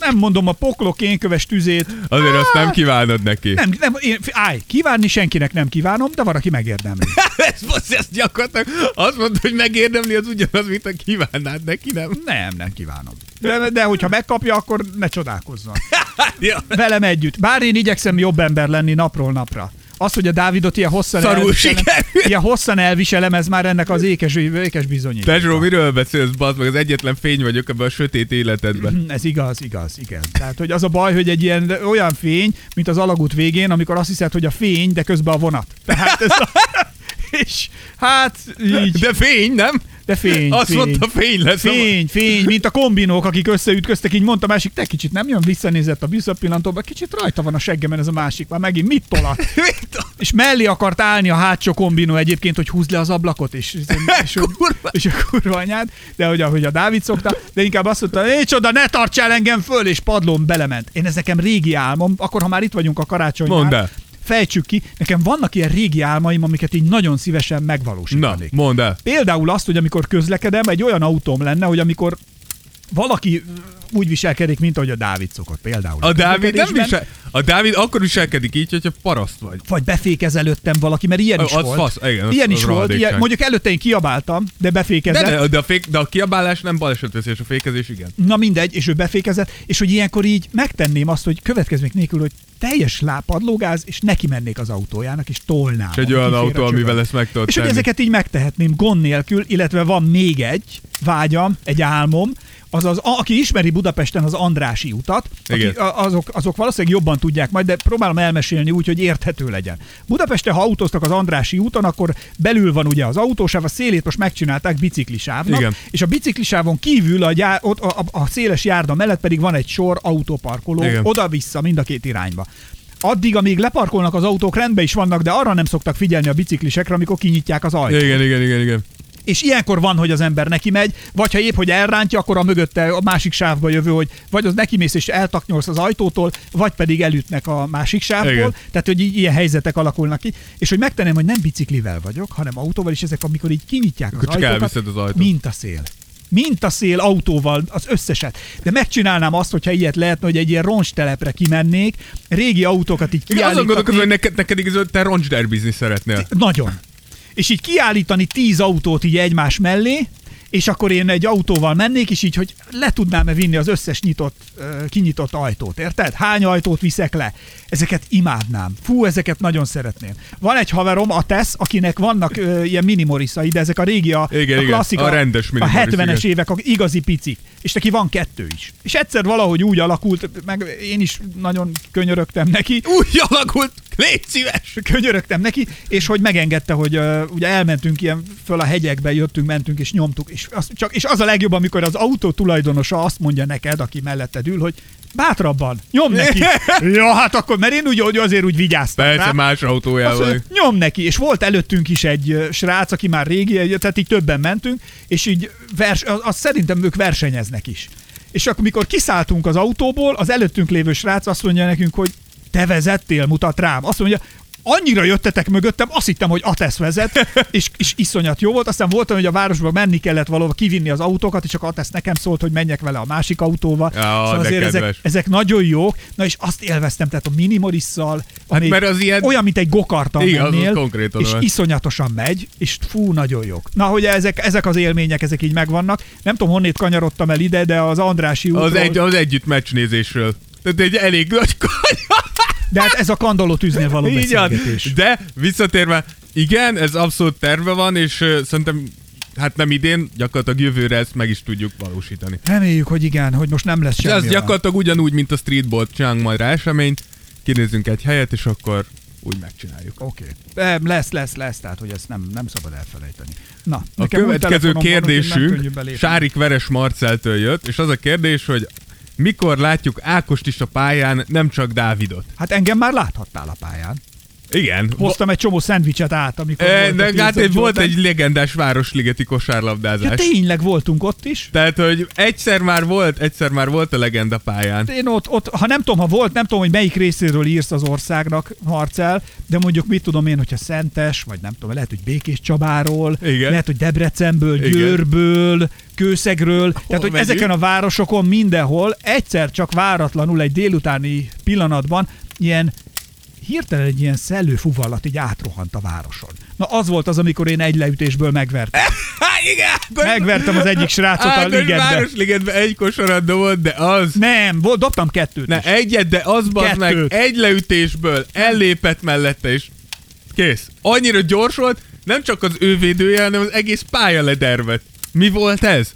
[SPEAKER 4] nem mondom a poklok kénköves tüzét,
[SPEAKER 5] Azért azt nem kívánod neki.
[SPEAKER 4] Ah! nem, nem, én, állj, kívánni senkinek nem kívánom, de van, aki megérdemli.
[SPEAKER 5] ez most ez gyakorlatilag azt mondta, hogy megérdemli, az ugyanaz, mint a kívánnád neki, nem?
[SPEAKER 4] Nem, nem kívánom. De, de hogyha megkapja, akkor ne csodálkozzon.
[SPEAKER 5] Ja.
[SPEAKER 4] Velem együtt. Bár én igyekszem jobb ember lenni napról napra. Az, hogy a Dávidot ilyen hosszan,
[SPEAKER 5] Szarul
[SPEAKER 4] elviselem,
[SPEAKER 5] sikerült.
[SPEAKER 4] ilyen hosszan elviselem, ez már ennek az ékes, ékes bizonyít.
[SPEAKER 5] Pezsó, miről beszélsz, bazd meg? Az egyetlen fény vagyok ebben a sötét életedben.
[SPEAKER 4] Mm, Ez igaz, igaz, igen. Tehát, hogy az a baj, hogy egy ilyen olyan fény, mint az alagút végén, amikor azt hiszed, hogy a fény, de közben a vonat. Tehát ez a... <laughs> És hát így, de,
[SPEAKER 5] De fény, nem?
[SPEAKER 4] de fény,
[SPEAKER 5] <laughs> Azt
[SPEAKER 4] fény.
[SPEAKER 5] mondta, fény lesz.
[SPEAKER 4] Fény, fény, mint a kombinók, akik összeütköztek, így mondta a másik, te kicsit nem jön, visszanézett a visszapillantóba, kicsit rajta van a seggemen ez a másik, már megint mit tolat?
[SPEAKER 5] <laughs>
[SPEAKER 4] És mellé akart állni a hátsó kombinó egyébként, hogy húzd le az ablakot, és,
[SPEAKER 5] <laughs>
[SPEAKER 4] és, és,
[SPEAKER 5] Kurva.
[SPEAKER 4] és a kurva anyád, de hogy ahogy a Dávid szokta, de inkább azt mondta, nincs oda, ne tarts el engem föl, és padlón belement. Én ez nekem régi álmom, akkor ha már itt vagyunk a karácsony
[SPEAKER 5] Mondd el.
[SPEAKER 4] fejtsük ki, nekem vannak ilyen régi álmaim, amiket így nagyon szívesen
[SPEAKER 5] Na,
[SPEAKER 4] megvalósítanék.
[SPEAKER 5] mondd el.
[SPEAKER 4] Például azt, hogy amikor közlekedem, egy olyan autóm lenne, hogy amikor valaki úgy viselkedik, mint ahogy a Dávid szokott például.
[SPEAKER 5] A Dávid nem
[SPEAKER 4] közlekedésben,
[SPEAKER 5] visel... A Dávid akkor viselkedik így, hogyha paraszt vagy.
[SPEAKER 4] Vagy befékez előttem valaki, mert ilyen
[SPEAKER 5] Ö,
[SPEAKER 4] is
[SPEAKER 5] az
[SPEAKER 4] volt.
[SPEAKER 5] fasz, igen, az-
[SPEAKER 4] ilyen
[SPEAKER 5] az
[SPEAKER 4] is volt.
[SPEAKER 5] rohadékság.
[SPEAKER 4] Ilyen, mondjuk előtte én kiabáltam, de
[SPEAKER 5] De,
[SPEAKER 4] befékezett.
[SPEAKER 5] de, de, a, fék, de a kiabálás nem balesetveszélyes, a fékezés igen.
[SPEAKER 4] Na mindegy, és ő befékezett, és hogy ilyenkor így megtenném azt, hogy következmény nélkül, hogy teljes lápadlógáz, és neki mennék az autójának, és tolnám.
[SPEAKER 5] És egy
[SPEAKER 4] Kifér
[SPEAKER 5] olyan
[SPEAKER 4] a
[SPEAKER 5] autó,
[SPEAKER 4] csövön.
[SPEAKER 5] amivel ezt meg tudod
[SPEAKER 4] És hogy
[SPEAKER 5] tenni.
[SPEAKER 4] ezeket így megtehetném gond nélkül, illetve van még egy vágyam, egy álmom, azaz, a- aki ismeri Budapesten az Andrási utat, aki,
[SPEAKER 5] Igen.
[SPEAKER 4] a- azok, azok valószínűleg jobban tudják majd, de próbálom elmesélni úgy, hogy érthető legyen. Budapesten, ha autóztak az Andrási úton, akkor belül van ugye az autósáv, a szélét most megcsinálták biciklisávnak,
[SPEAKER 5] Igen.
[SPEAKER 4] és a biciklisávon kívül a, gyár, ott, a, a, a széles járda mellett pedig van egy sor autóparkoló,
[SPEAKER 5] Igen.
[SPEAKER 4] oda-vissza, mind a két irányba. Addig, amíg leparkolnak az autók, rendben is vannak, de arra nem szoktak figyelni a biciklisekre, amikor kinyitják az ajtót.
[SPEAKER 5] Igen, igen, igen, igen.
[SPEAKER 4] És ilyenkor van, hogy az ember neki megy, vagy ha épp, hogy elrántja, akkor a mögötte a másik sávba jövő, hogy vagy az neki mész és eltaknyolsz az ajtótól, vagy pedig elütnek a másik sávból.
[SPEAKER 5] Igen.
[SPEAKER 4] Tehát, hogy így, ilyen helyzetek alakulnak ki. És hogy megtenem, hogy nem biciklivel vagyok, hanem autóval, és ezek, amikor így kinyitják
[SPEAKER 5] Akkor
[SPEAKER 4] az
[SPEAKER 5] csak
[SPEAKER 4] ajtókat,
[SPEAKER 5] elviszed az ajtót.
[SPEAKER 4] mint a szél. Mint a szél autóval az összeset. De megcsinálnám azt, hogyha ilyet lehetne, hogy egy ilyen roncstelepre kimennék, régi autókat így
[SPEAKER 5] Igen, azon
[SPEAKER 4] kiállítatnék.
[SPEAKER 5] gondolkozom, hogy neked, neked igazán te roncsder biznisz szeretnél.
[SPEAKER 4] Nagyon. És így kiállítani tíz autót így egymás mellé, és akkor én egy autóval mennék, és így, hogy le tudnám-e vinni az összes nyitott, ö, kinyitott ajtót, érted? Hány ajtót viszek le? Ezeket imádnám. Fú, ezeket nagyon szeretném. Van egy haverom, a Tesz, akinek vannak ö, ilyen minimoriszai, de ezek a régi, a,
[SPEAKER 5] Igen,
[SPEAKER 4] a
[SPEAKER 5] igen,
[SPEAKER 4] klasszik,
[SPEAKER 5] a rendes
[SPEAKER 4] a
[SPEAKER 5] minimorisz,
[SPEAKER 4] 70-es
[SPEAKER 5] igen.
[SPEAKER 4] évek, a igazi picik. És neki van kettő is. És egyszer valahogy úgy alakult, meg én is nagyon könyörögtem neki,
[SPEAKER 5] Úgy alakult, légy szíves!
[SPEAKER 4] könyörögtem neki, és hogy megengedte, hogy uh, ugye elmentünk ilyen föl a hegyekbe, jöttünk, mentünk és nyomtuk. És az, csak, és az a legjobb, amikor az autó tulajdonosa azt mondja neked, aki melletted ül, hogy Bátrabban. Nyom neki. ja, hát akkor, mert én úgy, hogy azért úgy vigyáztam
[SPEAKER 5] Persze
[SPEAKER 4] rá.
[SPEAKER 5] más
[SPEAKER 4] Azt
[SPEAKER 5] autójával.
[SPEAKER 4] mondja, nyom neki, és volt előttünk is egy ö, srác, aki már régi, egy- tehát így többen mentünk, és így vers, az, az szerintem ők versenyeznek is. És akkor, mikor kiszálltunk az autóból, az előttünk lévő srác azt mondja nekünk, hogy te vezettél, mutat rám. Azt mondja, annyira jöttetek mögöttem, azt hittem, hogy Atesz vezet, és, és iszonyat jó volt. Aztán voltam, hogy a városba menni kellett valahova kivinni az autókat, és akkor Atesz nekem szólt, hogy menjek vele a másik autóval. Szóval
[SPEAKER 5] Ja, de
[SPEAKER 4] azért ezek,
[SPEAKER 5] kedves.
[SPEAKER 4] ezek, nagyon jók. Na és azt élveztem, tehát a minimalisszal, ami
[SPEAKER 5] mert az ilyen-
[SPEAKER 4] olyan, mint egy gokart
[SPEAKER 5] Igen,
[SPEAKER 4] Igen,
[SPEAKER 5] az
[SPEAKER 4] mennél,
[SPEAKER 5] ott konkrétan
[SPEAKER 4] és
[SPEAKER 5] olyan.
[SPEAKER 4] iszonyatosan megy, és fú, nagyon jók. Na, hogy ezek, ezek az élmények, ezek így megvannak. Nem tudom, honnét kanyarodtam el ide, de az Andrási útról,
[SPEAKER 5] Az, egy, az együtt meccsnézésről. Tehát egy elég nagy kanyar.
[SPEAKER 4] de hát ez a kandalló tűznél való
[SPEAKER 5] Így van.
[SPEAKER 4] beszélgetés.
[SPEAKER 5] De visszatérve, igen, ez abszolút terve van, és ö, szerintem hát nem idén, gyakorlatilag jövőre ezt meg is tudjuk valósítani.
[SPEAKER 4] Reméljük, hogy igen, hogy most nem lesz
[SPEAKER 5] És
[SPEAKER 4] semmi.
[SPEAKER 5] az
[SPEAKER 4] olyan.
[SPEAKER 5] gyakorlatilag ugyanúgy, mint a streetball, csinálunk majd rá eseményt, kinézzünk egy helyet, és akkor úgy megcsináljuk.
[SPEAKER 4] Oké. Okay. Lesz, lesz, lesz, tehát hogy ezt nem, nem szabad elfelejteni. Na,
[SPEAKER 5] A
[SPEAKER 4] nekem új
[SPEAKER 5] következő
[SPEAKER 4] telefonom van, úgyhogy nem könnyű
[SPEAKER 5] kérdésünk
[SPEAKER 4] belépni.
[SPEAKER 5] Sárik Veres Marceltől jött, és az a kérdés, hogy mikor látjuk Ákost is a pályán, nem csak Dávidot?
[SPEAKER 4] Hát engem már láthattál a pályán.
[SPEAKER 5] Igen.
[SPEAKER 4] Hoztam egy csomó szendvicset át, amikor
[SPEAKER 5] E,
[SPEAKER 4] volt a
[SPEAKER 5] de hát
[SPEAKER 4] Pilsen
[SPEAKER 5] egy, volt
[SPEAKER 4] Jordan.
[SPEAKER 5] egy legendás városligeti kosárlabdázás.
[SPEAKER 4] Ja, tényleg voltunk ott is.
[SPEAKER 5] Tehát, hogy egyszer már volt, egyszer már volt a legenda pályán.
[SPEAKER 4] én ott, ott, ha nem tudom, ha volt, nem tudom, hogy melyik részéről írsz az országnak, Marcel, de mondjuk mit tudom én, hogyha Szentes, vagy nem tudom, lehet, hogy Békés Csabáról,
[SPEAKER 5] Igen.
[SPEAKER 4] lehet, hogy Debrecenből,
[SPEAKER 5] Igen.
[SPEAKER 4] Győrből, Kőszegről, tehát, hogy
[SPEAKER 5] megyünk?
[SPEAKER 4] ezeken a városokon mindenhol egyszer csak váratlanul egy délutáni pillanatban ilyen hirtelen egy ilyen szellőfuvallat így átrohant a városon. Na az volt az, amikor én egy leütésből megvertem.
[SPEAKER 5] Há, igen! hát akkor-
[SPEAKER 4] Megvertem az egyik srácot a
[SPEAKER 5] Ákos
[SPEAKER 4] ligetbe.
[SPEAKER 5] Városligetben egy kosarat dobott, de az...
[SPEAKER 4] Nem, bo- dobtam kettőt
[SPEAKER 5] Ne,
[SPEAKER 4] is.
[SPEAKER 5] egyet, de az bazd meg
[SPEAKER 4] Kettőt.
[SPEAKER 5] egy leütésből ellépett mellette, és kész. Annyira gyors volt, nem csak az ő védője, hanem az egész pálya ledervet. Mi volt ez?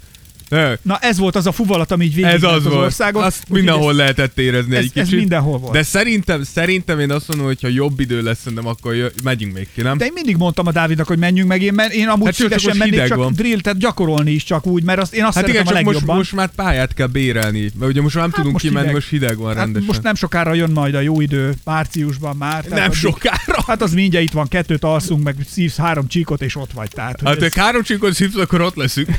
[SPEAKER 5] Ne,
[SPEAKER 4] Na ez volt az a fuvalat, ami így végig
[SPEAKER 5] ez az
[SPEAKER 4] az
[SPEAKER 5] volt.
[SPEAKER 4] országot.
[SPEAKER 5] Azt
[SPEAKER 4] Úgyhogy
[SPEAKER 5] mindenhol
[SPEAKER 4] ez-
[SPEAKER 5] lehetett érezni
[SPEAKER 4] ez-
[SPEAKER 5] egy
[SPEAKER 4] ez
[SPEAKER 5] kicsit.
[SPEAKER 4] mindenhol volt.
[SPEAKER 5] De szerintem, szerintem én azt mondom, hogy ha jobb idő lesz, szerintem akkor jö, megyünk még ki, nem?
[SPEAKER 4] De én mindig mondtam a Dávidnak, hogy menjünk meg, én, men- én amúgy
[SPEAKER 5] Hát
[SPEAKER 4] hát
[SPEAKER 5] jó, csak
[SPEAKER 4] szívesen
[SPEAKER 5] most
[SPEAKER 4] mennék,
[SPEAKER 5] hideg
[SPEAKER 4] csak
[SPEAKER 5] van.
[SPEAKER 4] drill, tehát gyakorolni is csak úgy, mert azt, én azt
[SPEAKER 5] Hát igen,
[SPEAKER 4] szeretem
[SPEAKER 5] csak
[SPEAKER 4] a
[SPEAKER 5] most,
[SPEAKER 4] legjobban.
[SPEAKER 5] most már pályát kell bérelni, mert ugye most már
[SPEAKER 4] Hát
[SPEAKER 5] nem tudunk
[SPEAKER 4] most
[SPEAKER 5] kimenni,
[SPEAKER 4] hideg.
[SPEAKER 5] most hideg van rendesen.
[SPEAKER 4] hát most nem sokára jön majd a jó idő, márciusban már. tehát
[SPEAKER 5] nem
[SPEAKER 4] addig-
[SPEAKER 5] sokára.
[SPEAKER 4] Hát az mindjárt itt van, kettőt alszunk, meg szívsz három csíkot, és ott vagy. Tehát, hogy
[SPEAKER 5] Hát
[SPEAKER 4] ez,
[SPEAKER 5] ők három csíkot szívsz, akkor ott leszünk.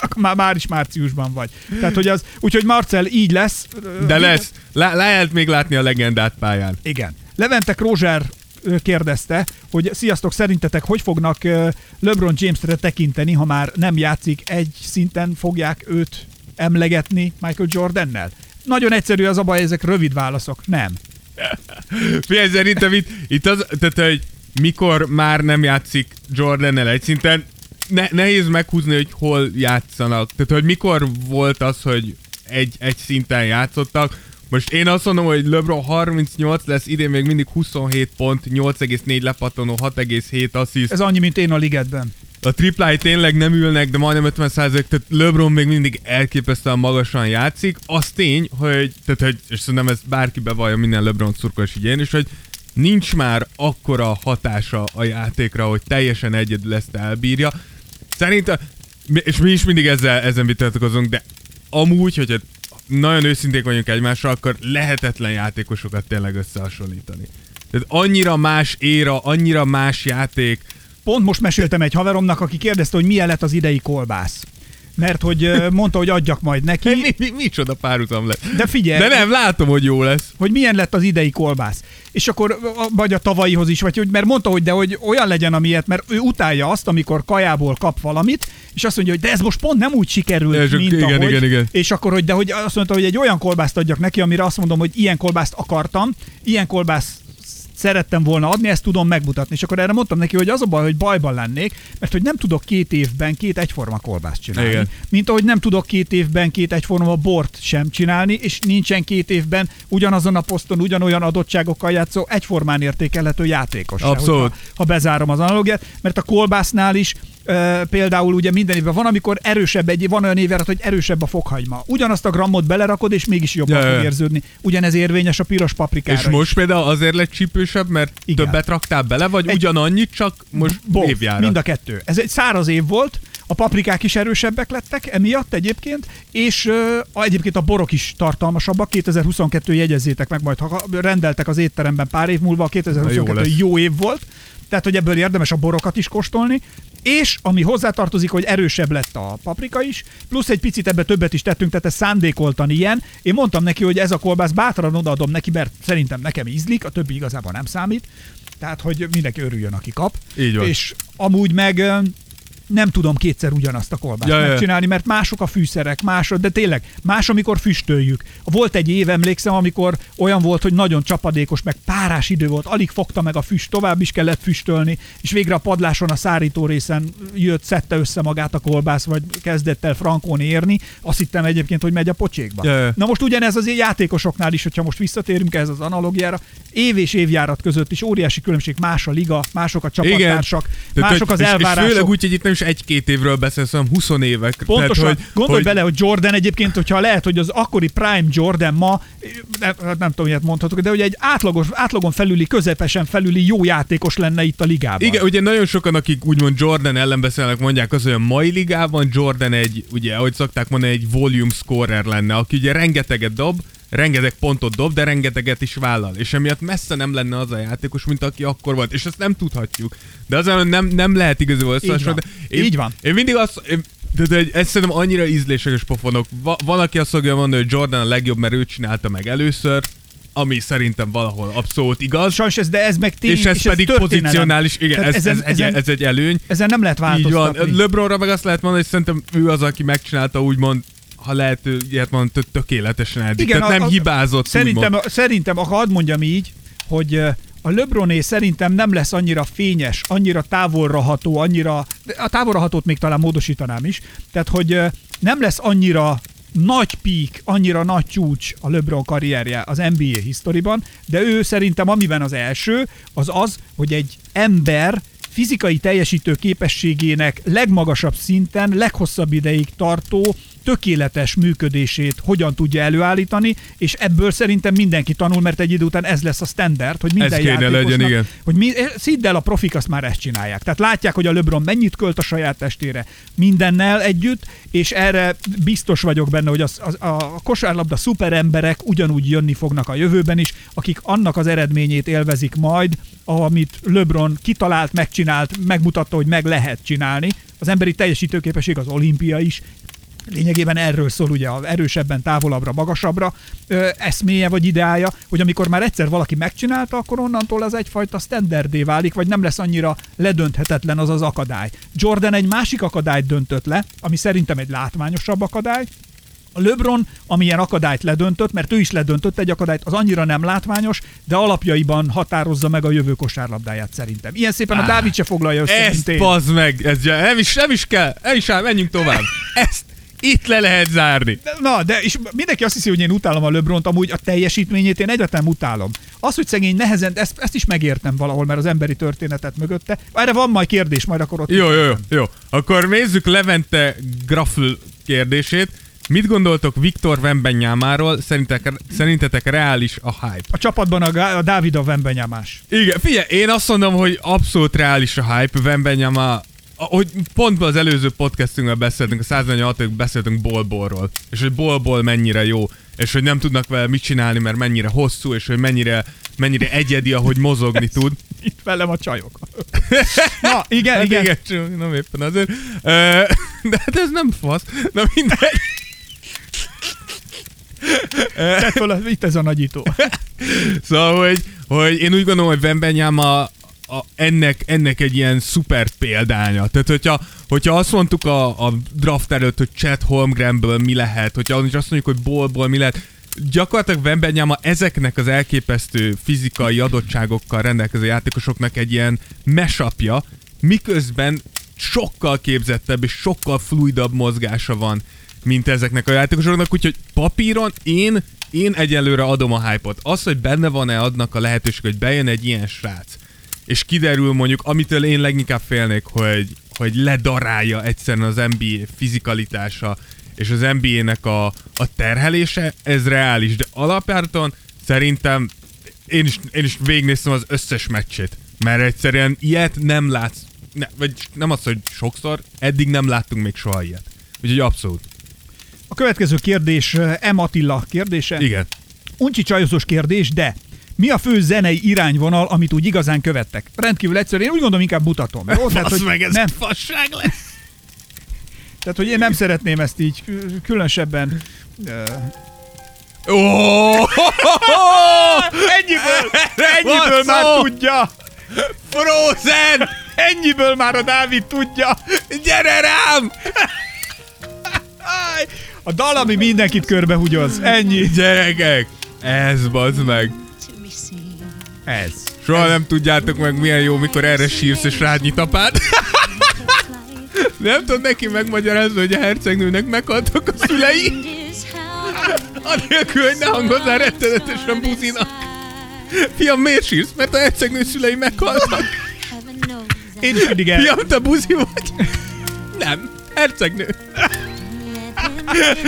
[SPEAKER 4] ak- <laughs> már, már is márciusban vagy. Tehát, hogy az, úgyhogy Marcel így lesz. Ö,
[SPEAKER 5] De lesz. Le- lehet még látni a legendát pályán.
[SPEAKER 4] Igen. Levente Rózsár ö, kérdezte, hogy sziasztok, szerintetek hogy fognak ö, LeBron Jamesre tekinteni, ha már nem játszik, egy szinten fogják őt emlegetni Michael Jordannel? Nagyon egyszerű az a baj, ezek rövid válaszok. Nem.
[SPEAKER 5] Figyelj, szerintem itt, itt az, tehát, hogy mikor már nem játszik Jordan-el egy szinten, ne, nehéz meghúzni, hogy hol játszanak. Tehát, hogy mikor volt az, hogy egy, egy szinten játszottak. Most én azt mondom, hogy LeBron 38 lesz, idén még mindig 27 pont, 8,4 lepattanó, 6,7 assziszt.
[SPEAKER 4] Ez annyi, mint én a ligetben.
[SPEAKER 5] A triplái tényleg nem ülnek, de majdnem 50 tehát LeBron még mindig elképesztően magasan játszik. Az tény, hogy, tehát, hogy és szerintem ez bárki bevallja minden LeBron szurkolás így én is, hogy nincs már akkora hatása a játékra, hogy teljesen egyedül ezt elbírja. Szerintem, mi- és mi is mindig ezzel, ezen vitatkozunk, de amúgy, hogyha nagyon őszinték vagyunk egymással, akkor lehetetlen játékosokat tényleg összehasonlítani. Tehát annyira más éra, annyira más játék,
[SPEAKER 4] Pont most meséltem egy haveromnak, aki kérdezte, hogy milyen lett az idei kolbász. Mert hogy ö, mondta, hogy adjak majd
[SPEAKER 5] Mi,
[SPEAKER 4] neki.
[SPEAKER 5] mi, micsoda párhuzam lesz.
[SPEAKER 4] De figyelj,
[SPEAKER 5] De nem, látom, hogy jó lesz.
[SPEAKER 4] hogy milyen lett az idei kolbász. És akkor, vagy a tavalyihoz is, vagy hogy, mert mondta, hogy de hogy olyan legyen, amilyet, mert ő utálja azt, amikor kajából kap valamit, és azt mondja, hogy de ez most pont nem úgy sikerült,
[SPEAKER 5] Ez
[SPEAKER 4] ez
[SPEAKER 5] csak-
[SPEAKER 4] mint
[SPEAKER 5] igen,
[SPEAKER 4] ahogy.
[SPEAKER 5] igen, igen.
[SPEAKER 4] És akkor, hogy de hogy azt mondta, hogy egy olyan kolbászt adjak neki, amire azt mondom, hogy ilyen kolbászt akartam, ilyen kolbászt szerettem volna adni, ezt tudom megmutatni. És akkor erre mondtam neki, hogy az a baj, hogy bajban lennék, mert hogy nem tudok két évben két egyforma kolbászt csinálni.
[SPEAKER 5] Igen.
[SPEAKER 4] Igen. Mint ahogy nem tudok két évben két egyforma bort sem csinálni, és nincsen két évben ugyanazon a poszton, ugyanolyan adottságokkal játszó, egyformán értékelhető játékos. se,
[SPEAKER 5] Abszolót.
[SPEAKER 4] hogyha- Ha bezárom az analógiát, mert a kolbásznál is e, például ugye minden évben van, amikor erősebb egy, van olyan évjárat, hogy erősebb a fokhagyma. Ugyanazt a grammot belerakod, és mégis jobban
[SPEAKER 5] Ja, ja.
[SPEAKER 4] fog érződni. Ugyanez érvényes a piros paprikára.
[SPEAKER 5] és
[SPEAKER 4] is.
[SPEAKER 5] most például azért lett csípősebb, mert Igen.
[SPEAKER 4] Igen.
[SPEAKER 5] többet raktál bele, vagy
[SPEAKER 4] Egy-
[SPEAKER 5] ugyanannyit, csak most
[SPEAKER 4] Both,
[SPEAKER 5] évjára.
[SPEAKER 4] Mind a kettő. Ez egy száraz év volt, A paprikák is erősebbek lettek emiatt egyébként, és ö, a, egyébként a borok is tartalmasabbak. 2022 jegyezzétek meg majd, ha rendeltek az étteremben pár év múlva, a
[SPEAKER 5] Na,
[SPEAKER 4] 2022
[SPEAKER 5] jó
[SPEAKER 4] jó,
[SPEAKER 5] lesz.
[SPEAKER 4] jó év volt. Tehát, hogy ebből érdemes a borokat is kóstolni, és ami hozzátartozik, hogy erősebb lett a paprika is, plusz egy picit ebbe többet is tettünk, tehát ez szándékoltan ilyen. Én mondtam neki, hogy ez a kolbász bátran odaadom neki, mert szerintem nekem ízlik, a többi igazából nem számít. Tehát, hogy mindenki örüljön, aki kap.
[SPEAKER 5] Így van.
[SPEAKER 4] És amúgy meg ö, nem tudom kétszer ugyanazt a kolbászt
[SPEAKER 5] Ja, ja.
[SPEAKER 4] megcsinálni, mert mások a fűszerek, más, de tényleg, más, amikor füstöljük. Volt egy év, emlékszem, amikor olyan volt, hogy nagyon csapadékos, meg párás idő volt, alig fogta meg a füst, tovább is kellett füstölni, és végre a padláson a szárító részen jött, szedte össze magát a kolbász, vagy kezdett el frankón érni. Azt hittem egyébként, hogy megy a pocsékba.
[SPEAKER 5] Ja, ja.
[SPEAKER 4] Na most ugyanez az játékosoknál is, hogyha most visszatérünk ehhez az analogiára, év és évjárat között is óriási különbség, más a liga, mások a csapattársak,
[SPEAKER 5] Tehát,
[SPEAKER 4] mások
[SPEAKER 5] hogy-
[SPEAKER 4] az
[SPEAKER 5] és- És főleg
[SPEAKER 4] elvárások.
[SPEAKER 5] úgy, hogy itt nem is egy-két évről beszélsz, hanem 20 évek.
[SPEAKER 4] Pontosan,
[SPEAKER 5] Tehát,
[SPEAKER 4] hogy, gondolj hogy... bele, hogy Jordan egyébként, hogyha lehet, hogy az akkori Prime Jordan ma, hát nem, nem tudom, ilyet mondhatok, de hogy egy átlagos, átlagon felüli, közepesen felüli jó játékos lenne itt a ligában.
[SPEAKER 5] Igen, ugye nagyon sokan, akik úgymond Jordan ellen beszélnek, mondják az, hogy a mai ligában Jordan egy, ugye, ahogy szokták mondani, egy volume scorer lenne, aki ugye rengeteget dob, rengeteg pontot dob, de rengeteget is vállal. És emiatt messze nem lenne az a játékos, mint aki akkor volt. És ezt nem tudhatjuk. De az ellen nem, nem lehet igazából összehasonlítani.
[SPEAKER 4] van. Így van.
[SPEAKER 5] Én mindig azt... Én, de, de ez szerintem annyira ízlésekes pofonok. Va, van, aki azt fogja mondani, hogy Jordan a legjobb, mert ő csinálta meg először, ami szerintem valahol abszolút igaz.
[SPEAKER 4] Hát Sajnos ez, de ez meg tény,
[SPEAKER 5] és ez pedig
[SPEAKER 4] történelem.
[SPEAKER 5] pozicionális, igen,
[SPEAKER 4] Tehát
[SPEAKER 5] ez, ez, egy,
[SPEAKER 4] ezen,
[SPEAKER 5] ez egy előny.
[SPEAKER 4] ezen nem lehet
[SPEAKER 5] Így van.
[SPEAKER 4] változtatni.
[SPEAKER 5] LeBronra meg azt lehet mondani, hogy szerintem ő az, aki megcsinálta úgymond, ha lehet, ő ilyet mondani, tök- tökéletesen eddig. Igen, Tehát nem
[SPEAKER 4] a- a-
[SPEAKER 5] hibázott,
[SPEAKER 4] Szerintem,
[SPEAKER 5] úgymond.
[SPEAKER 4] a, szerintem ha hadd mondjam így, hogy ö, a Lebroné szerintem nem lesz annyira fényes, annyira távolra ható, annyira, de a távolra hatót még talán módosítanám is, tehát hogy ö, nem lesz annyira nagy pík, annyira nagy csúcs a LeBron karrierje az NBA historiban, de ő szerintem amiben az első, az az, hogy egy ember fizikai teljesítő képességének legmagasabb szinten, leghosszabb ideig tartó, tökéletes működését hogyan tudja előállítani, és ebből szerintem mindenki tanul, mert egy idő után ez lesz a standard, hogy minden
[SPEAKER 5] kéne legyen,
[SPEAKER 4] játékosnak-
[SPEAKER 5] igen.
[SPEAKER 4] hogy mi, eh, szidd el, a profik azt már ezt csinálják. Tehát látják, hogy a LeBron mennyit költ a saját testére mindennel együtt, és erre biztos vagyok benne, hogy az, az, a kosárlabda szuperemberek ugyanúgy jönni fognak a jövőben is, akik annak az eredményét élvezik majd, amit LeBron kitalált, megcsinált, megmutatta, hogy meg lehet csinálni. Az emberi teljesítőképesség az olimpia is, lényegében erről szól ugye, a erősebben, távolabbra, magasabbra ö, eszméje vagy ideája, hogy amikor már egyszer valaki megcsinálta, akkor onnantól az egyfajta standardé válik, vagy nem lesz annyira ledönthetetlen az az akadály. Jordan egy másik akadályt döntött le, ami szerintem egy látványosabb akadály, a LeBron, amilyen akadályt ledöntött, mert ő is ledöntött egy akadályt, az annyira nem látványos, de alapjaiban határozza meg a jövő kosárlabdáját szerintem. Ilyen szépen a Dávid se foglalja össze, mint
[SPEAKER 5] Ezt
[SPEAKER 4] én.
[SPEAKER 5] bazd meg! Ez, gy- nem, is, nem is kell! El is áll, menjünk tovább! Ezt itt le lehet zárni!
[SPEAKER 4] De- Na, de és mindenki azt hiszi, hogy én utálom a Lebront, amúgy a teljesítményét én egyáltalán nem utálom. Az, hogy szegény nehezen, ezt, ezt is megértem valahol, mert az emberi történetet mögötte. Erre van majd kérdés, majd akkor ott.
[SPEAKER 5] Jó, jó, jó, jó. Akkor nézzük Levente Grafl kérdését. Mit gondoltok Viktor Vembenyámáról? Szerintetek, szerintetek reális a hype?
[SPEAKER 4] A csapatban a, Gá- a Dávid a Vembenyámás.
[SPEAKER 5] Igen, figyelj, én azt mondom, hogy abszolút reális a hype, Vembenyama, ahogy pont az előző podcastünkben beszéltünk, a 146 beszéltünk Bolborról, és hogy Bolból mennyire jó, és hogy nem tudnak vele mit csinálni, mert mennyire hosszú, és hogy mennyire, mennyire egyedi, ahogy mozogni tud.
[SPEAKER 4] Itt velem a csajok. Na, igen,
[SPEAKER 5] Hát
[SPEAKER 4] igen.
[SPEAKER 5] igen. csak nem éppen azért. Ö, <laughs> de hát ez nem fasz. Na mindegy.
[SPEAKER 4] Tett föl a- Itt ez a nagyító.
[SPEAKER 5] Szóval, hogy, hogy én úgy gondolom, hogy Wembenyám a, a, ennek, ennek egy ilyen szuper példánya. Tehát, hogyha, hogyha azt mondtuk a, a draft előtt, hogy Chad Holmgrenből mi lehet, hogyha azt mondjuk, hogy Bolból mi lehet, gyakorlatilag Wembenyáma ezeknek az elképesztő fizikai adottságokkal rendelkező játékosoknak egy ilyen mesapja, miközben sokkal képzettebb és sokkal fluidabb mozgása van, mint ezeknek a játékosoknak, úgyhogy papíron én, én egyelőre adom a hype-ot. Az, hogy benne van-e adnak a lehetőség, hogy bejön egy ilyen srác, és kiderül mondjuk, amitől én leginkább félnék, hogy, hogy ledarálja egyszerűen az NBA fizikalitása, és az NBA-nek a, a terhelése, ez reális, de alapjáraton szerintem én is, én is végignéztem az összes meccsét, mert egyszerűen ilyet nem látsz ne, vagy nem az, hogy sokszor, eddig nem láttunk még soha ilyet. Úgyhogy abszolút.
[SPEAKER 4] A következő kérdés eh, M. Attila kérdése.
[SPEAKER 5] Igen.
[SPEAKER 4] Uncsi csajozós kérdés, de mi a fő zenei irányvonal, amit úgy igazán követtek? Rendkívül egyszerű, én úgy gondolom, inkább mutatom. Jó? Tehát, hogy nem,
[SPEAKER 5] fasság lesz.
[SPEAKER 4] tehát, hogy én nem szeretném ezt így kü- különösebben.
[SPEAKER 5] Ó!
[SPEAKER 4] Ennyiből,
[SPEAKER 5] <laughs> ennyiből már
[SPEAKER 4] tudja!
[SPEAKER 5] Frozen!
[SPEAKER 4] Ennyiből már a Dávid tudja!
[SPEAKER 5] Gyere rám!
[SPEAKER 4] A dal, ami mindenkit körbehugyoz. Ennyi.
[SPEAKER 5] Gyerekek! Ez bazd meg!
[SPEAKER 4] Ez.
[SPEAKER 5] Soha nem tudjátok meg milyen jó, mikor erre sírsz és rád nyit apád. <laughs> Nem tudod neki megmagyarázni, hogy a hercegnőnek meghaltak a szülei, anélkül, hogy <laughs> ne hangozzál rettenetesen buzina. Fiam, miért sírsz? Mert a hercegnő szülei meghaltak.
[SPEAKER 4] Én is mindig el...
[SPEAKER 5] Fiam, te buzi vagy? Nem, hercegnő.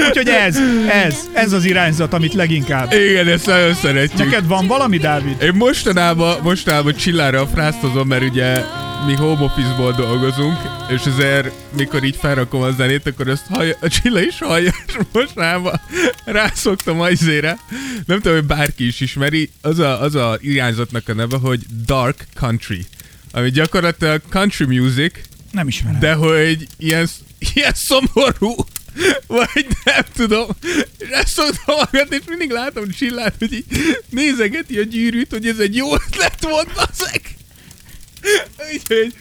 [SPEAKER 4] Úgyhogy ez, ez, ez az irányzat, amit leginkább.
[SPEAKER 5] Igen, ezt nagyon szeretjük.
[SPEAKER 4] Neked van valami, Dávid?
[SPEAKER 5] Én mostanában, mostanában csillára fráztozom, mert ugye mi home office-ból dolgozunk, és ezért mikor így felrakom a zenét, akkor ezt hallja, a Csilla is hallja, és mostanában rászoktam ajzére. Nem tudom, hogy bárki is ismeri, az a, az a irányzatnak a neve, hogy Dark Country, ami gyakorlatilag country music,
[SPEAKER 4] Nem ismerem.
[SPEAKER 5] de hogy ilyen, ilyen szomorú, vagy nem tudom, és ezt szoktam hallgatni, és mindig látom Csillát, hogy így nézegeti a gyűrűt, hogy ez egy jó ötlet volt, bazeg. Úgyhogy,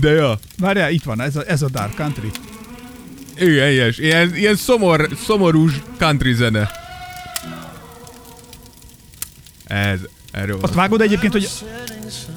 [SPEAKER 5] de ja,
[SPEAKER 4] Várjál, itt van, ez a, ez a Dark Country.
[SPEAKER 5] igen, ilyes, ilyen, ilyen szomor, szomorús country zene. Ez, erről
[SPEAKER 4] Azt
[SPEAKER 5] van.
[SPEAKER 4] vágod egyébként, hogy,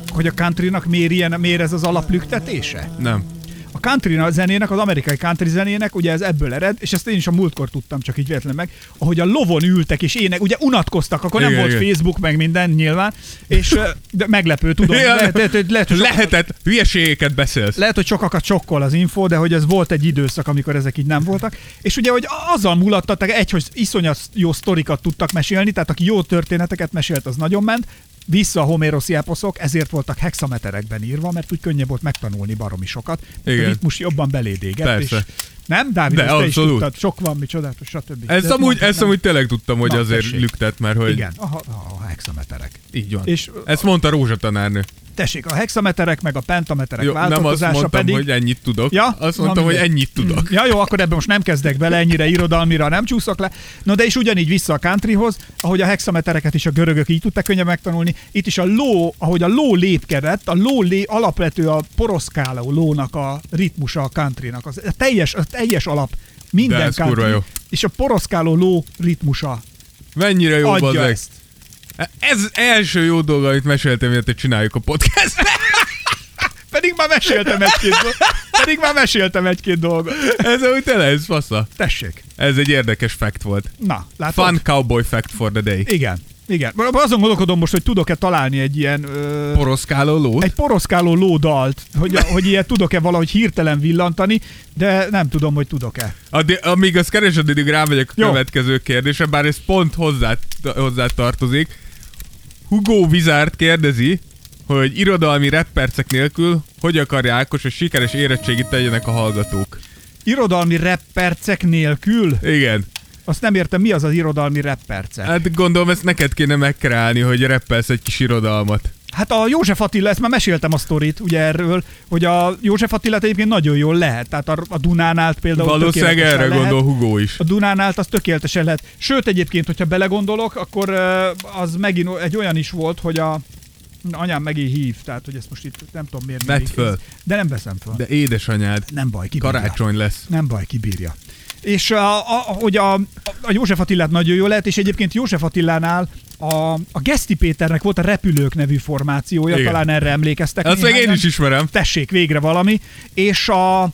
[SPEAKER 4] hogy a countrynak miért, ilyen, miért ez az alaplüktetése?
[SPEAKER 5] Nem.
[SPEAKER 4] A country zenének, az amerikai country zenének, ugye ez ebből ered, és ezt én is a múltkor tudtam, csak így véletlen meg, ahogy a lovon ültek és ének, ugye unatkoztak, akkor nem
[SPEAKER 5] Igen,
[SPEAKER 4] volt
[SPEAKER 5] igen.
[SPEAKER 4] Facebook, meg minden nyilván, és ö, de meglepő, tudom,
[SPEAKER 5] Igen.
[SPEAKER 4] lehet, lehet, hogy- lehet, hogy sokat-
[SPEAKER 5] Lehetett, hülyeségeket beszélsz.
[SPEAKER 4] lehet, hogy sokakat sokkol az info, de hogy ez volt egy időszak, amikor ezek így nem voltak. És ugye, hogy a- azzal mulattattak, egy, hogy iszonyat jó sztorikat tudtak mesélni, tehát aki jó történeteket mesélt, az nagyon ment. Vissza a homéroszi eposzok, ezért voltak hexameterekben írva, mert úgy könnyebb volt megtanulni baromi sokat. Mert
[SPEAKER 5] Igen.
[SPEAKER 4] a ritmus jobban beléd égett,
[SPEAKER 5] Persze.
[SPEAKER 4] És nem, Dávid,
[SPEAKER 5] De
[SPEAKER 4] ezt te is
[SPEAKER 5] abszolút.
[SPEAKER 4] tudtad, sok van, mi csodálatos, stb.
[SPEAKER 5] Ezt
[SPEAKER 4] De
[SPEAKER 5] amúgy,
[SPEAKER 4] mondtad,
[SPEAKER 5] ezt
[SPEAKER 4] nem?
[SPEAKER 5] amúgy tényleg tudtam, hogy
[SPEAKER 4] Na,
[SPEAKER 5] azért
[SPEAKER 4] tessék.
[SPEAKER 5] lüktet, mert hogy...
[SPEAKER 4] Igen, a, a, a hexameterek.
[SPEAKER 5] Így van.
[SPEAKER 4] És-
[SPEAKER 5] És, Ezt mondta Rózsa tanárnő.
[SPEAKER 4] Tessék, a hexameterek meg a pentameterek
[SPEAKER 5] Jó, nem azt
[SPEAKER 4] változtatása
[SPEAKER 5] mondtam,
[SPEAKER 4] pedig...
[SPEAKER 5] hogy ennyit tudok.
[SPEAKER 4] Ja?
[SPEAKER 5] Azt
[SPEAKER 4] Na,
[SPEAKER 5] mondtam, hogy
[SPEAKER 4] mindegy. Hmm.
[SPEAKER 5] ennyit tudok.
[SPEAKER 4] Ja jó, akkor ebben most nem kezdek bele, ennyire irodalmira nem csúszok le. No de is ugyanígy vissza a countryhoz, ahogy a hexametereket is a görögök így tudták könnyen megtanulni. Itt is a ló, ahogy a ló lépkedett, a ló lé, alapvető a poroszkáló lónak a ritmusa a countrynak. Az, a, teljes, a teljes alap minden
[SPEAKER 5] De ez
[SPEAKER 4] country.
[SPEAKER 5] kurva jó.
[SPEAKER 4] És a poroszkáló ló ritmusa
[SPEAKER 5] Mennyire jó
[SPEAKER 4] adja
[SPEAKER 5] bazeg.
[SPEAKER 4] ezt.
[SPEAKER 5] Ez első jó dolga, amit meséltem, miért csináljuk a podcastet.
[SPEAKER 4] <laughs> Pedig már meséltem egy-két dolgot. Pedig már meséltem egy-két dolgot.
[SPEAKER 5] Ez úgy tele, ez fasza.
[SPEAKER 4] Tessék.
[SPEAKER 5] Ez egy érdekes fact volt.
[SPEAKER 4] Na, látod?
[SPEAKER 5] Fun cowboy fact for the day.
[SPEAKER 4] Igen. Igen. Azon gondolkodom most, hogy tudok-e találni egy ilyen... Ö...
[SPEAKER 5] Poroszkáló ló.
[SPEAKER 4] egy poroszkáló lódalt, hogy, hogy ilyet tudok-e valahogy hirtelen villantani, de nem tudom, hogy tudok-e.
[SPEAKER 5] Addig, amíg azt keresed, addig rámegyek a
[SPEAKER 4] Jó.
[SPEAKER 5] következő kérdésre, bár ez pont hozzá, hozzá tartozik. Hugo Vizárt kérdezi, hogy irodalmi rappercek nélkül hogy akarja Ákos, hogy sikeres érettségit tegyenek a hallgatók?
[SPEAKER 4] Irodalmi rappercek nélkül?
[SPEAKER 5] Igen.
[SPEAKER 4] Azt nem értem, mi az az irodalmi rappercek?
[SPEAKER 5] Hát gondolom ezt neked kéne megkreálni, hogy rappelsz egy kis irodalmat.
[SPEAKER 4] Hát a József Attila, ezt már meséltem a sztorit, ugye erről, hogy a József Attilát egyébként nagyon jól lehet. Tehát a, a Dunán állt például
[SPEAKER 5] Valószínűleg
[SPEAKER 4] tökéletesen
[SPEAKER 5] erre
[SPEAKER 4] lehet.
[SPEAKER 5] gondol Hugo is.
[SPEAKER 4] A Dunán állt az tökéletesen lehet. Sőt, egyébként, hogyha belegondolok, akkor ö, az megint o- egy olyan is volt, hogy a anyám megint hív, tehát hogy ezt most itt nem tudom miért.
[SPEAKER 5] Vedd
[SPEAKER 4] mindig-
[SPEAKER 5] föl.
[SPEAKER 4] De nem veszem föl.
[SPEAKER 5] De édesanyád,
[SPEAKER 4] Nem baj, kibírja.
[SPEAKER 5] karácsony lesz.
[SPEAKER 4] Nem baj, kibírja. És a, a, hogy a, a József Attilát nagyon jól lehet, és egyébként József Attilánál a, a Geszti Péternek volt a Repülők nevű formációja, Igen.
[SPEAKER 5] Igen.
[SPEAKER 4] talán erre emlékeztek.
[SPEAKER 5] Azt meg én
[SPEAKER 4] néhányan.
[SPEAKER 5] is ismerem.
[SPEAKER 4] Tessék, végre valami. És a,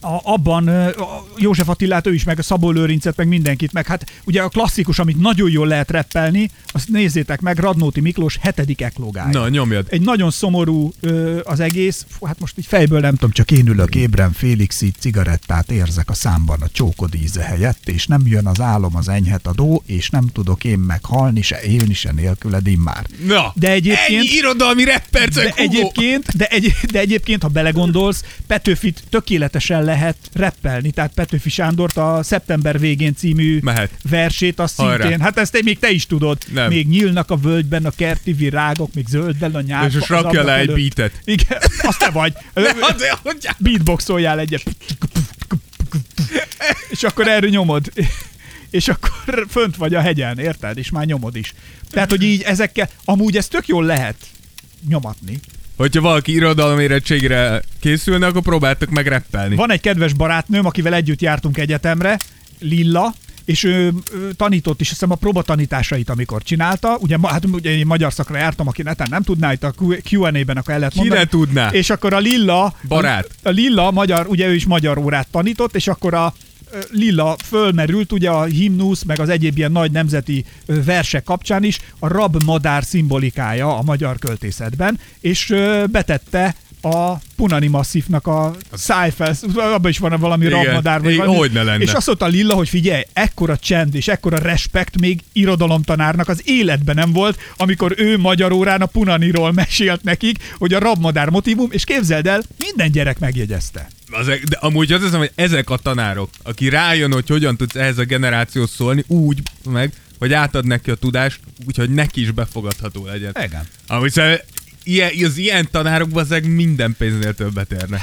[SPEAKER 4] a, abban ö, a József Attilát, ő is, meg a Szabó Lőrincet, meg mindenkit, meg hát ugye a klasszikus, amit nagyon jól lehet reppelni, azt nézzétek meg, Radnóti Miklós hetedik eklógája
[SPEAKER 5] Na, nyomjad.
[SPEAKER 4] egy nagyon szomorú ö, az egész, Fú, hát most így fejből nem tudom, csak én ülök ébren, Félix így cigarett, cigarettát érzek a számban a csókod íze helyett, és nem jön az álom az enyhet a dó, és nem tudok én meghalni, se élni, se nélküled immár.
[SPEAKER 5] Na,
[SPEAKER 4] de egyébként...
[SPEAKER 5] ennyi irodalmi
[SPEAKER 4] De
[SPEAKER 5] rappercek,
[SPEAKER 4] egyébként, de, egy, de egyébként, ha belegondolsz, Petőfit tökéletesen lehet reppelni. Tehát Petőfi Sándort a szeptember végén című
[SPEAKER 5] Mehet.
[SPEAKER 4] versét azt
[SPEAKER 5] Hajrá.
[SPEAKER 4] szintén. Hát ezt még te is tudod.
[SPEAKER 5] Nem.
[SPEAKER 4] Még nyílnak a völgyben a kerti virágok, még zöldben a nyár.
[SPEAKER 5] És most rakja le egy beatet.
[SPEAKER 4] Igen, azt te
[SPEAKER 5] <laughs>
[SPEAKER 4] vagy.
[SPEAKER 5] Azért, hogy
[SPEAKER 4] Beatboxoljál egyet. És akkor erre nyomod. És akkor fönt vagy a hegyen, érted? És már nyomod is. Tehát, hogy így ezekkel, amúgy ez tök jól lehet nyomatni.
[SPEAKER 5] Hogyha valaki irodalmi érettségre készülne, akkor próbáltak meg rappelni.
[SPEAKER 4] Van egy kedves barátnőm, akivel együtt jártunk egyetemre, Lilla, és ő, ő tanított is, azt hiszem a próbatanításait, amikor csinálta. Ugye, ma, hát ugye én magyar szakra jártam, aki neten nem tudná, itt a Q- Q&A-ben akkor el lehet
[SPEAKER 5] Ki ne
[SPEAKER 4] mondani.
[SPEAKER 5] tudná?
[SPEAKER 4] És akkor a Lilla...
[SPEAKER 5] Barát.
[SPEAKER 4] A, a Lilla, magyar, ugye ő is magyar órát tanított, és akkor a ö, Lilla fölmerült, ugye a himnusz, meg az egyéb ilyen nagy nemzeti ö, versek kapcsán is, a rabmadár szimbolikája a magyar költészetben, és ö, betette a Punani Masszívnak a szájfelsz, abban is van valami
[SPEAKER 5] Igen.
[SPEAKER 4] rabmadár, vagy
[SPEAKER 5] Igen,
[SPEAKER 4] valami.
[SPEAKER 5] hogyne lenne.
[SPEAKER 4] És azt mondta Lilla, hogy figyelj, ekkora csend és ekkora respekt még irodalomtanárnak az életben nem volt, amikor ő magyar órán a Punaniról mesélt nekik, hogy a rabmadár motivum, és képzeld el, minden gyerek megjegyezte.
[SPEAKER 5] Azek, e- de amúgy azt hiszem, hogy ezek a tanárok, aki rájön, hogy hogyan tudsz ehhez a generációhoz szólni, úgy meg, hogy átad neki a tudást, úgyhogy neki is befogadható legyen.
[SPEAKER 4] Igen.
[SPEAKER 5] Amúgy szerintem ilyen, az ilyen tanárok bazeg minden pénznél többet érnek.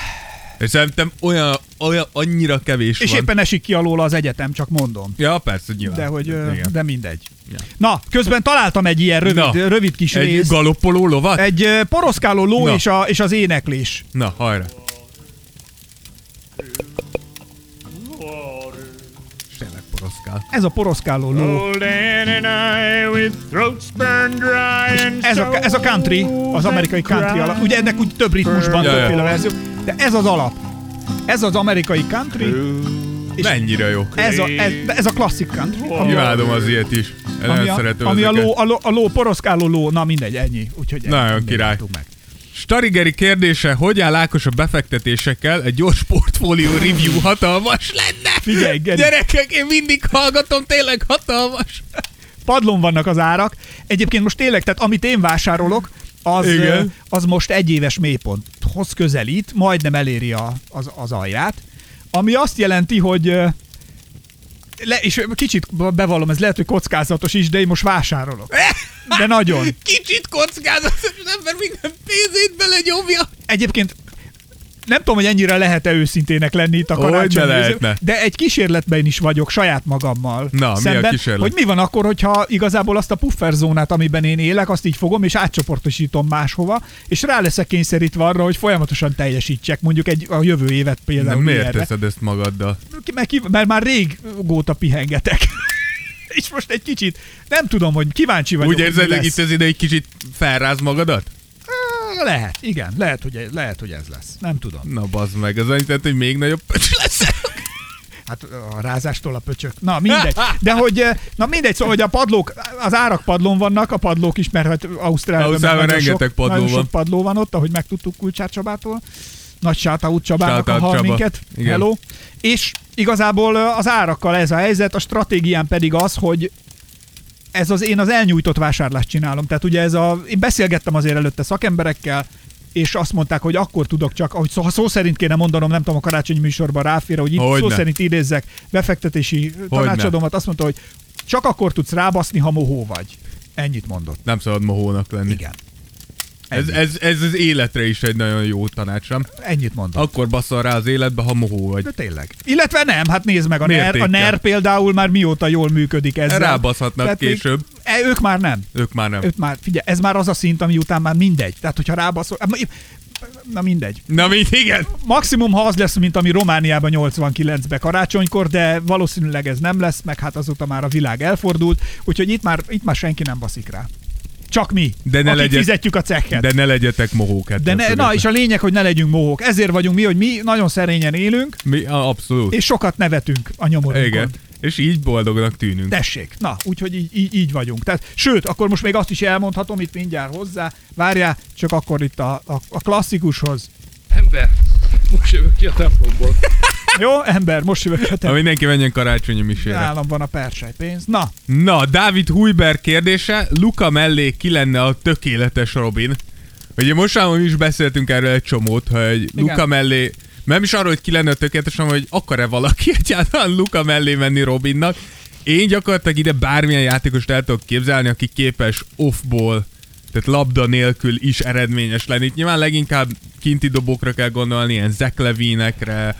[SPEAKER 5] És szerintem olyan, olyan annyira kevés
[SPEAKER 4] És
[SPEAKER 5] van.
[SPEAKER 4] éppen esik ki alól az egyetem, csak mondom.
[SPEAKER 5] Ja, persze, nyilván.
[SPEAKER 4] De hogy, ö,
[SPEAKER 5] Igen.
[SPEAKER 4] de mindegy. Na, közben találtam egy ilyen rövid,
[SPEAKER 5] Na,
[SPEAKER 4] rövid kis
[SPEAKER 5] Egy
[SPEAKER 4] részt.
[SPEAKER 5] galoppoló lovat?
[SPEAKER 4] Egy ö, poroszkáló ló
[SPEAKER 5] Na.
[SPEAKER 4] és, a, és az éneklés.
[SPEAKER 5] Na, hajrá. És Tényleg poroszkál.
[SPEAKER 4] Ez a poroszkáló ló. Ez a, ez a country, az amerikai country alap. Ugye ennek úgy több ritmusban
[SPEAKER 5] Ja, ja.
[SPEAKER 4] többféle verzió. De ez az alap. Ez az amerikai country, És-
[SPEAKER 5] Mennyire jó.
[SPEAKER 4] ez a, ez, de ez a klasszik country. Ami a,
[SPEAKER 5] Imádom az ilyet is. Én
[SPEAKER 4] ami
[SPEAKER 5] nagyon
[SPEAKER 4] a,
[SPEAKER 5] szeretem
[SPEAKER 4] ami a,
[SPEAKER 5] ezeket.
[SPEAKER 4] ló, a, ló, a ló, poroszkáló ló, na mindegy, ennyi. Úgyhogy ennyi,
[SPEAKER 5] Nagyon
[SPEAKER 4] mindegy,
[SPEAKER 5] király.
[SPEAKER 4] tudtuk Meg.
[SPEAKER 5] Starigeri kérdése, hogy áll Ákos a befektetésekkel? Egy gyors portfólió review hatalmas lenne!
[SPEAKER 4] Figyelj, Geri.
[SPEAKER 5] Gyerekek, én mindig hallgatom, tényleg hatalmas!
[SPEAKER 4] padlón vannak az árak. Egyébként most tényleg, tehát amit én vásárolok, az,
[SPEAKER 5] Igen.
[SPEAKER 4] ö, az most egy éves mélyponthoz közelít, majdnem eléri a, az, az alját, ami azt jelenti, hogy ö, le, és kicsit bevallom, ez lehet, hogy kockázatos is, de én most vásárolok. De nagyon.
[SPEAKER 5] Kicsit kockázatos, az ember minden pénzét belegyomja!
[SPEAKER 4] Egyébként nem tudom, hogy ennyire lehet-e őszintének lenni itt a
[SPEAKER 5] Hogy ne
[SPEAKER 4] karácsonyi
[SPEAKER 5] lehetne.
[SPEAKER 4] időszak, de egy kísérletben is vagyok saját magammal
[SPEAKER 5] Na, mi a
[SPEAKER 4] szemben,
[SPEAKER 5] kísérlet?
[SPEAKER 4] hogy mi van akkor, hogyha igazából azt a pufferzónát, amiben én élek, azt így fogom és átcsoportosítom máshova, és rá leszek kényszerítve arra, hogy folyamatosan teljesítsek mondjuk egy a jövő évet
[SPEAKER 5] De
[SPEAKER 4] például
[SPEAKER 5] miért
[SPEAKER 4] ilyenre.
[SPEAKER 5] teszed ezt magaddal?
[SPEAKER 4] Ki- mert, ki, mert már rég góta pihengetek. <laughs> és most egy kicsit, nem tudom, hogy kíváncsi vagyok.
[SPEAKER 5] Úgy
[SPEAKER 4] hogy mi
[SPEAKER 5] érzed, hogy
[SPEAKER 4] lesz.
[SPEAKER 5] itt az ide egy kicsit felráz magadat?
[SPEAKER 4] Á, Lehet, igen, lehet hogy, lehet, hogy ez lesz. Nem tudom.
[SPEAKER 5] Na bazd meg, az annyit tett, hogy még nagyobb pöcs lesz.
[SPEAKER 4] Hát a rázástól a pöcsök. Na mindegy. De hogy, eh, na mindegy, szóval, hogy a padlók, az árak padlón vannak, a padlók is, mert hát Ausztráliában,
[SPEAKER 5] Ausztráliában
[SPEAKER 4] nagyon sok-
[SPEAKER 5] rengeteg padló
[SPEAKER 4] nagyon
[SPEAKER 5] van.
[SPEAKER 4] Sok padló van ott, ahogy megtudtuk Kulcsár Csabától. Nagy shoutout Csabának, ha
[SPEAKER 5] Shoutout
[SPEAKER 4] hall
[SPEAKER 5] Csaba.
[SPEAKER 4] minket.
[SPEAKER 5] Igen.
[SPEAKER 4] Hello. És igazából eh, az árakkal ez a helyzet, a stratégián pedig az, hogy ez az én az elnyújtott vásárlást csinálom. Tehát ugye ez a, én beszélgettem azért előtte szakemberekkel, és azt mondták, hogy akkor tudok csak, ahogy szó, ha szó szerint kéne mondanom, nem tudom, a karácsonyi műsorban ráfér, hogy itt
[SPEAKER 5] Hogyne.
[SPEAKER 4] szó szerint idézzek befektetési tanácsadómat, azt mondta, hogy csak akkor tudsz rábaszni, ha mohó vagy. Ennyit mondott.
[SPEAKER 5] Nem szabad mohónak lenni.
[SPEAKER 4] Igen.
[SPEAKER 5] Ez, ez, ez, az életre is egy nagyon jó tanács, nem?
[SPEAKER 4] Ennyit mondott.
[SPEAKER 5] Akkor basszol rá az életbe, ha mohó vagy.
[SPEAKER 4] De tényleg. Illetve nem, hát nézd meg, a NER, a
[SPEAKER 5] Mértékkel.
[SPEAKER 4] NER például már mióta jól működik ezzel.
[SPEAKER 5] Rábaszhatnak
[SPEAKER 4] még-
[SPEAKER 5] később.
[SPEAKER 4] E, ők már nem.
[SPEAKER 5] Ők már nem.
[SPEAKER 4] Ők már, figyelj, ez már az a szint, ami után már mindegy. Tehát, hogyha rábaszol... hát, Na mindegy.
[SPEAKER 5] Na mint igen.
[SPEAKER 4] Maximum, ha az lesz, mint ami Romániában 89-ben karácsonykor, de valószínűleg ez nem lesz, meg hát azóta már a világ elfordult, úgyhogy itt már, itt már senki nem baszik rá. Csak mi,
[SPEAKER 5] De ne
[SPEAKER 4] akik
[SPEAKER 5] legyen-
[SPEAKER 4] fizetjük a cekket.
[SPEAKER 5] De ne legyetek mohók ettől
[SPEAKER 4] de ne, na,
[SPEAKER 5] függetlenül.
[SPEAKER 4] és a lényeg, hogy ne legyünk mohók. Ezért vagyunk mi, hogy mi nagyon szerényen élünk,
[SPEAKER 5] Mi, a, abszolút.
[SPEAKER 4] és sokat nevetünk a nyomorunkon.
[SPEAKER 5] Igen. És így boldognak tűnünk.
[SPEAKER 4] Tessék, na, úgyhogy így, így, így vagyunk. Tehát, sőt, akkor most még azt is elmondhatom itt mindjárt hozzá. Várjál, csak akkor itt a, a, a klasszikushoz.
[SPEAKER 6] Ember, most jövök ki a templomból.
[SPEAKER 4] <laughs> Jó, ember, most jövök a
[SPEAKER 5] Na,
[SPEAKER 4] te
[SPEAKER 5] mindenki menjen karácsonyi misére.
[SPEAKER 4] Nálam van a persely pénz. Na,
[SPEAKER 5] Na, Dávid Hújber kérdése, Luka mellé ki lenne a tökéletes Robin? Ugye mostanában mi is beszéltünk erről egy csomót, hogy Luka mellé, nem is arról, hogy ki lenne a tökéletes, hanem hogy akar-e valaki <laughs> egyáltalán Luka mellé menni Robinnak. Én gyakorlatilag ide bármilyen játékost el tudok képzelni, aki képes off-ból, tehát labda nélkül is eredményes lenni. Itt nyilván leginkább kinti dobokra kell gondolni, ilyen Zach Levinekre,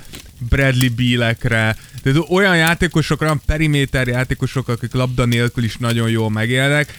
[SPEAKER 5] Bradley Bealekre, tehát olyan játékosok, olyan periméter játékosok, akik labda nélkül is nagyon jól megélnek,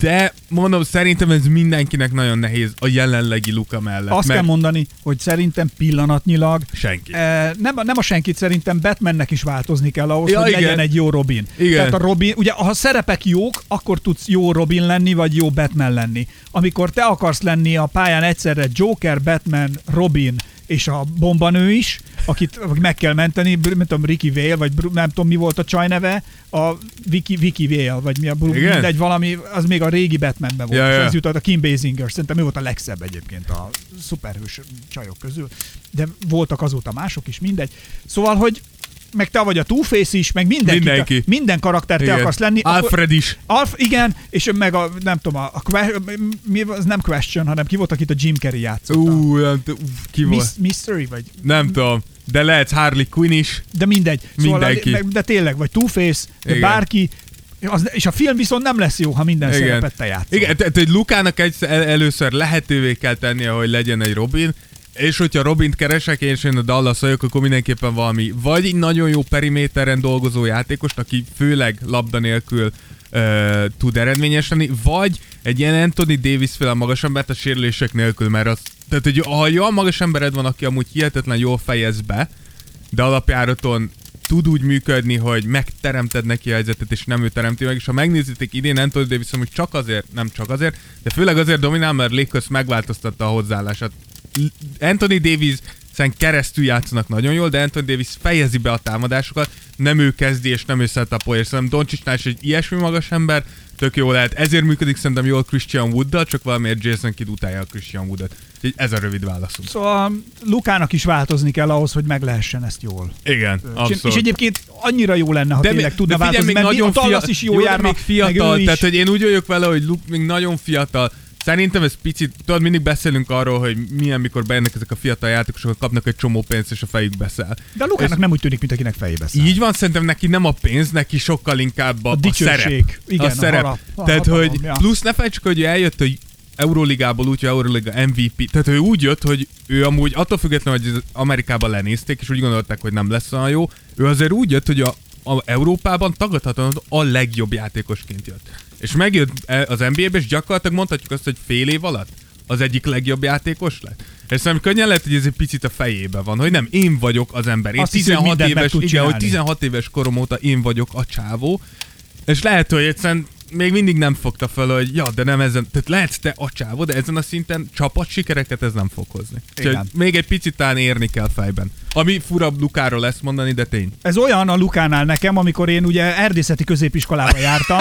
[SPEAKER 5] de mondom, szerintem ez mindenkinek nagyon nehéz a jelenlegi Luka mellett.
[SPEAKER 4] azt kell mondani, hogy szerintem pillanatnyilag
[SPEAKER 5] Senki.
[SPEAKER 4] E, nem, a- nem a senkit szerintem Batmannek is változni kell ahhoz,
[SPEAKER 5] Ja,
[SPEAKER 4] hogy
[SPEAKER 5] igen.
[SPEAKER 4] legyen egy jó Robin.
[SPEAKER 5] Igen.
[SPEAKER 4] Tehát a Robin, ugye ha a szerepek jók, akkor tudsz jó Robin lenni, vagy jó Batman lenni. Amikor te akarsz lenni a pályán egyszerre Joker, Batman, Robin és a bombanő is, akit meg kell menteni, br- nem tudom, Ricky Vale, vagy Bru- nem tudom, mi volt a csaj neve, a Vicky, Vicky Vale, vagy mi a Bru-
[SPEAKER 5] Igen?
[SPEAKER 4] mindegy, valami, az még a régi Batmanben volt,
[SPEAKER 5] Ja,
[SPEAKER 4] és
[SPEAKER 5] ja.
[SPEAKER 4] ez jutott a Kim Basinger, szerintem ő volt a legszebb egyébként a szuperhős csajok közül, de voltak azóta mások is, mindegy. Szóval, hogy meg te vagy a two is, meg mindenki,
[SPEAKER 5] Mindenki.
[SPEAKER 4] minden karakter Hát te
[SPEAKER 5] Igen.
[SPEAKER 4] akarsz lenni. Akkor,
[SPEAKER 5] Alfred is.
[SPEAKER 4] Alf, igen, és meg a, nem tudom, a, a que- mi, az nem question, hanem ki volt, akit a Jim Carrey játszott. a
[SPEAKER 5] Ú, nem t- ú, ki volt?
[SPEAKER 4] Mis- Mystery, vagy
[SPEAKER 5] Nem tudom, de lehet Harley Quinn is.
[SPEAKER 4] de mindegy. Szóval
[SPEAKER 5] Mindenki.
[SPEAKER 4] a- meg- De tényleg, vagy Two-Face, de
[SPEAKER 5] Igen.
[SPEAKER 4] bárki. Az, és a film viszont nem lesz jó, ha minden Igen. szerepet te játszol.
[SPEAKER 5] Igen, tehát hogy Lukának egy, el- először lehetővé kell tennie, hogy legyen egy Robin, és hogyha Robint keresek, és én a Dallas vagyok, akkor mindenképpen valami vagy egy nagyon jó periméteren dolgozó játékost, aki főleg labda nélkül ö, tud eredményes lenni, vagy egy ilyen Anthony Davis féle magas embert a sérülések nélkül, mert az, tehát hogy ha olyan magas embered van, aki amúgy hihetetlen jól fejez be, de alapjáraton tud úgy működni, hogy megteremted neki a helyzetet, és nem ő teremti meg, és ha megnézitek idén Anthony Davis, hogy csak azért, nem csak azért, de főleg azért dominál, mert Lakers megváltoztatta a hozzáállását. L- Anthony Davis szen keresztül játszanak nagyon jól, de Anthony Davis fejezi be a támadásokat, nem ő kezdi és nem ő setupolja, és szerintem Doncsicsnál is egy ilyesmi magas ember, tök jó lehet. Ezért működik szerintem jól Christian Wooddal, csak valamiért Jason Kidd utálja a Christian Woodot. Úgyhogy ez a rövid válaszunk.
[SPEAKER 4] Szóval Lukának is változni kell ahhoz, hogy meg lehessen ezt jól.
[SPEAKER 5] Igen,
[SPEAKER 4] És,
[SPEAKER 5] abszolút.
[SPEAKER 4] és egyébként annyira jó lenne, ha de
[SPEAKER 5] mi-
[SPEAKER 4] tényleg tudna
[SPEAKER 5] de figyelj,
[SPEAKER 4] változni, mert nagyon a Dallas
[SPEAKER 5] fia-
[SPEAKER 4] is jó,
[SPEAKER 5] de
[SPEAKER 4] járna,
[SPEAKER 5] még fiatal,
[SPEAKER 4] meg ő
[SPEAKER 5] tehát
[SPEAKER 4] is.
[SPEAKER 5] hogy én úgy vagyok vele, hogy Luke még nagyon fiatal. Szerintem ez picit, tudod, mindig beszélünk arról, hogy milyen, mikor bejönnek ezek a fiatal játékosok, kapnak egy csomó pénzt, és a fejük beszél.
[SPEAKER 4] De Lukának
[SPEAKER 5] ez-
[SPEAKER 4] nem úgy tűnik, mint akinek fejébe száll.
[SPEAKER 5] Így van, szerintem neki nem a pénz, neki sokkal inkább a,
[SPEAKER 4] A
[SPEAKER 5] a,
[SPEAKER 4] dicsőség.
[SPEAKER 5] szerep.
[SPEAKER 4] Igen,
[SPEAKER 5] a
[SPEAKER 4] a
[SPEAKER 5] szerep.
[SPEAKER 4] harap, a
[SPEAKER 5] tehát,
[SPEAKER 4] hatalom,
[SPEAKER 5] hogy
[SPEAKER 4] ja.
[SPEAKER 5] plusz ne felejtsük, hogy ő eljött, hogy Euroligából úgy, hogy Euroliga MVP. Tehát ő úgy jött, hogy ő amúgy attól függetlenül, hogy az Amerikában lenézték, és úgy gondolták, hogy nem lesz olyan jó. Ő azért úgy jött, hogy a, a Európában tagadhatóan a legjobb játékosként jött. És megjött e- az NBA-be, és gyakorlatilag mondhatjuk azt, hogy fél év alatt az egyik legjobb játékos lett. És szerintem könnyen lehet, hogy ez egy picit a fejébe van, hogy nem én vagyok az ember. Én
[SPEAKER 4] Azt hiszi, hogy
[SPEAKER 5] 16
[SPEAKER 4] mindent meg
[SPEAKER 5] éves,
[SPEAKER 4] tud
[SPEAKER 5] igen, hogy
[SPEAKER 4] csinálni.
[SPEAKER 5] 16 éves korom óta én vagyok a csávó, és lehet, hogy egyszerűen még mindig nem fogta fel, hogy ja, de nem ezen, tehát lehetsz te a csávó, de ezen a szinten csapat sikereket ez nem fog hozni. Úgyhogy
[SPEAKER 4] Igen.
[SPEAKER 5] még egy picit talán érni kell fejben. Ami furabb Lukáról lesz mondani, de tény.
[SPEAKER 4] Ez olyan a Lukánál nekem, amikor én ugye erdészeti középiskolába
[SPEAKER 5] <laughs>
[SPEAKER 4] jártam,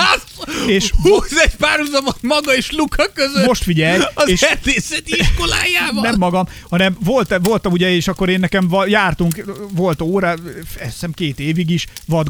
[SPEAKER 4] és
[SPEAKER 5] Húz egy párhuzamot maga és Luka között!
[SPEAKER 4] most figyelj,
[SPEAKER 5] az
[SPEAKER 4] és
[SPEAKER 5] erdészeti iskolájában!
[SPEAKER 4] nem magam, hanem volt, voltam ugye, és akkor én nekem va- jártunk, volt óra, azt hiszem két évig is,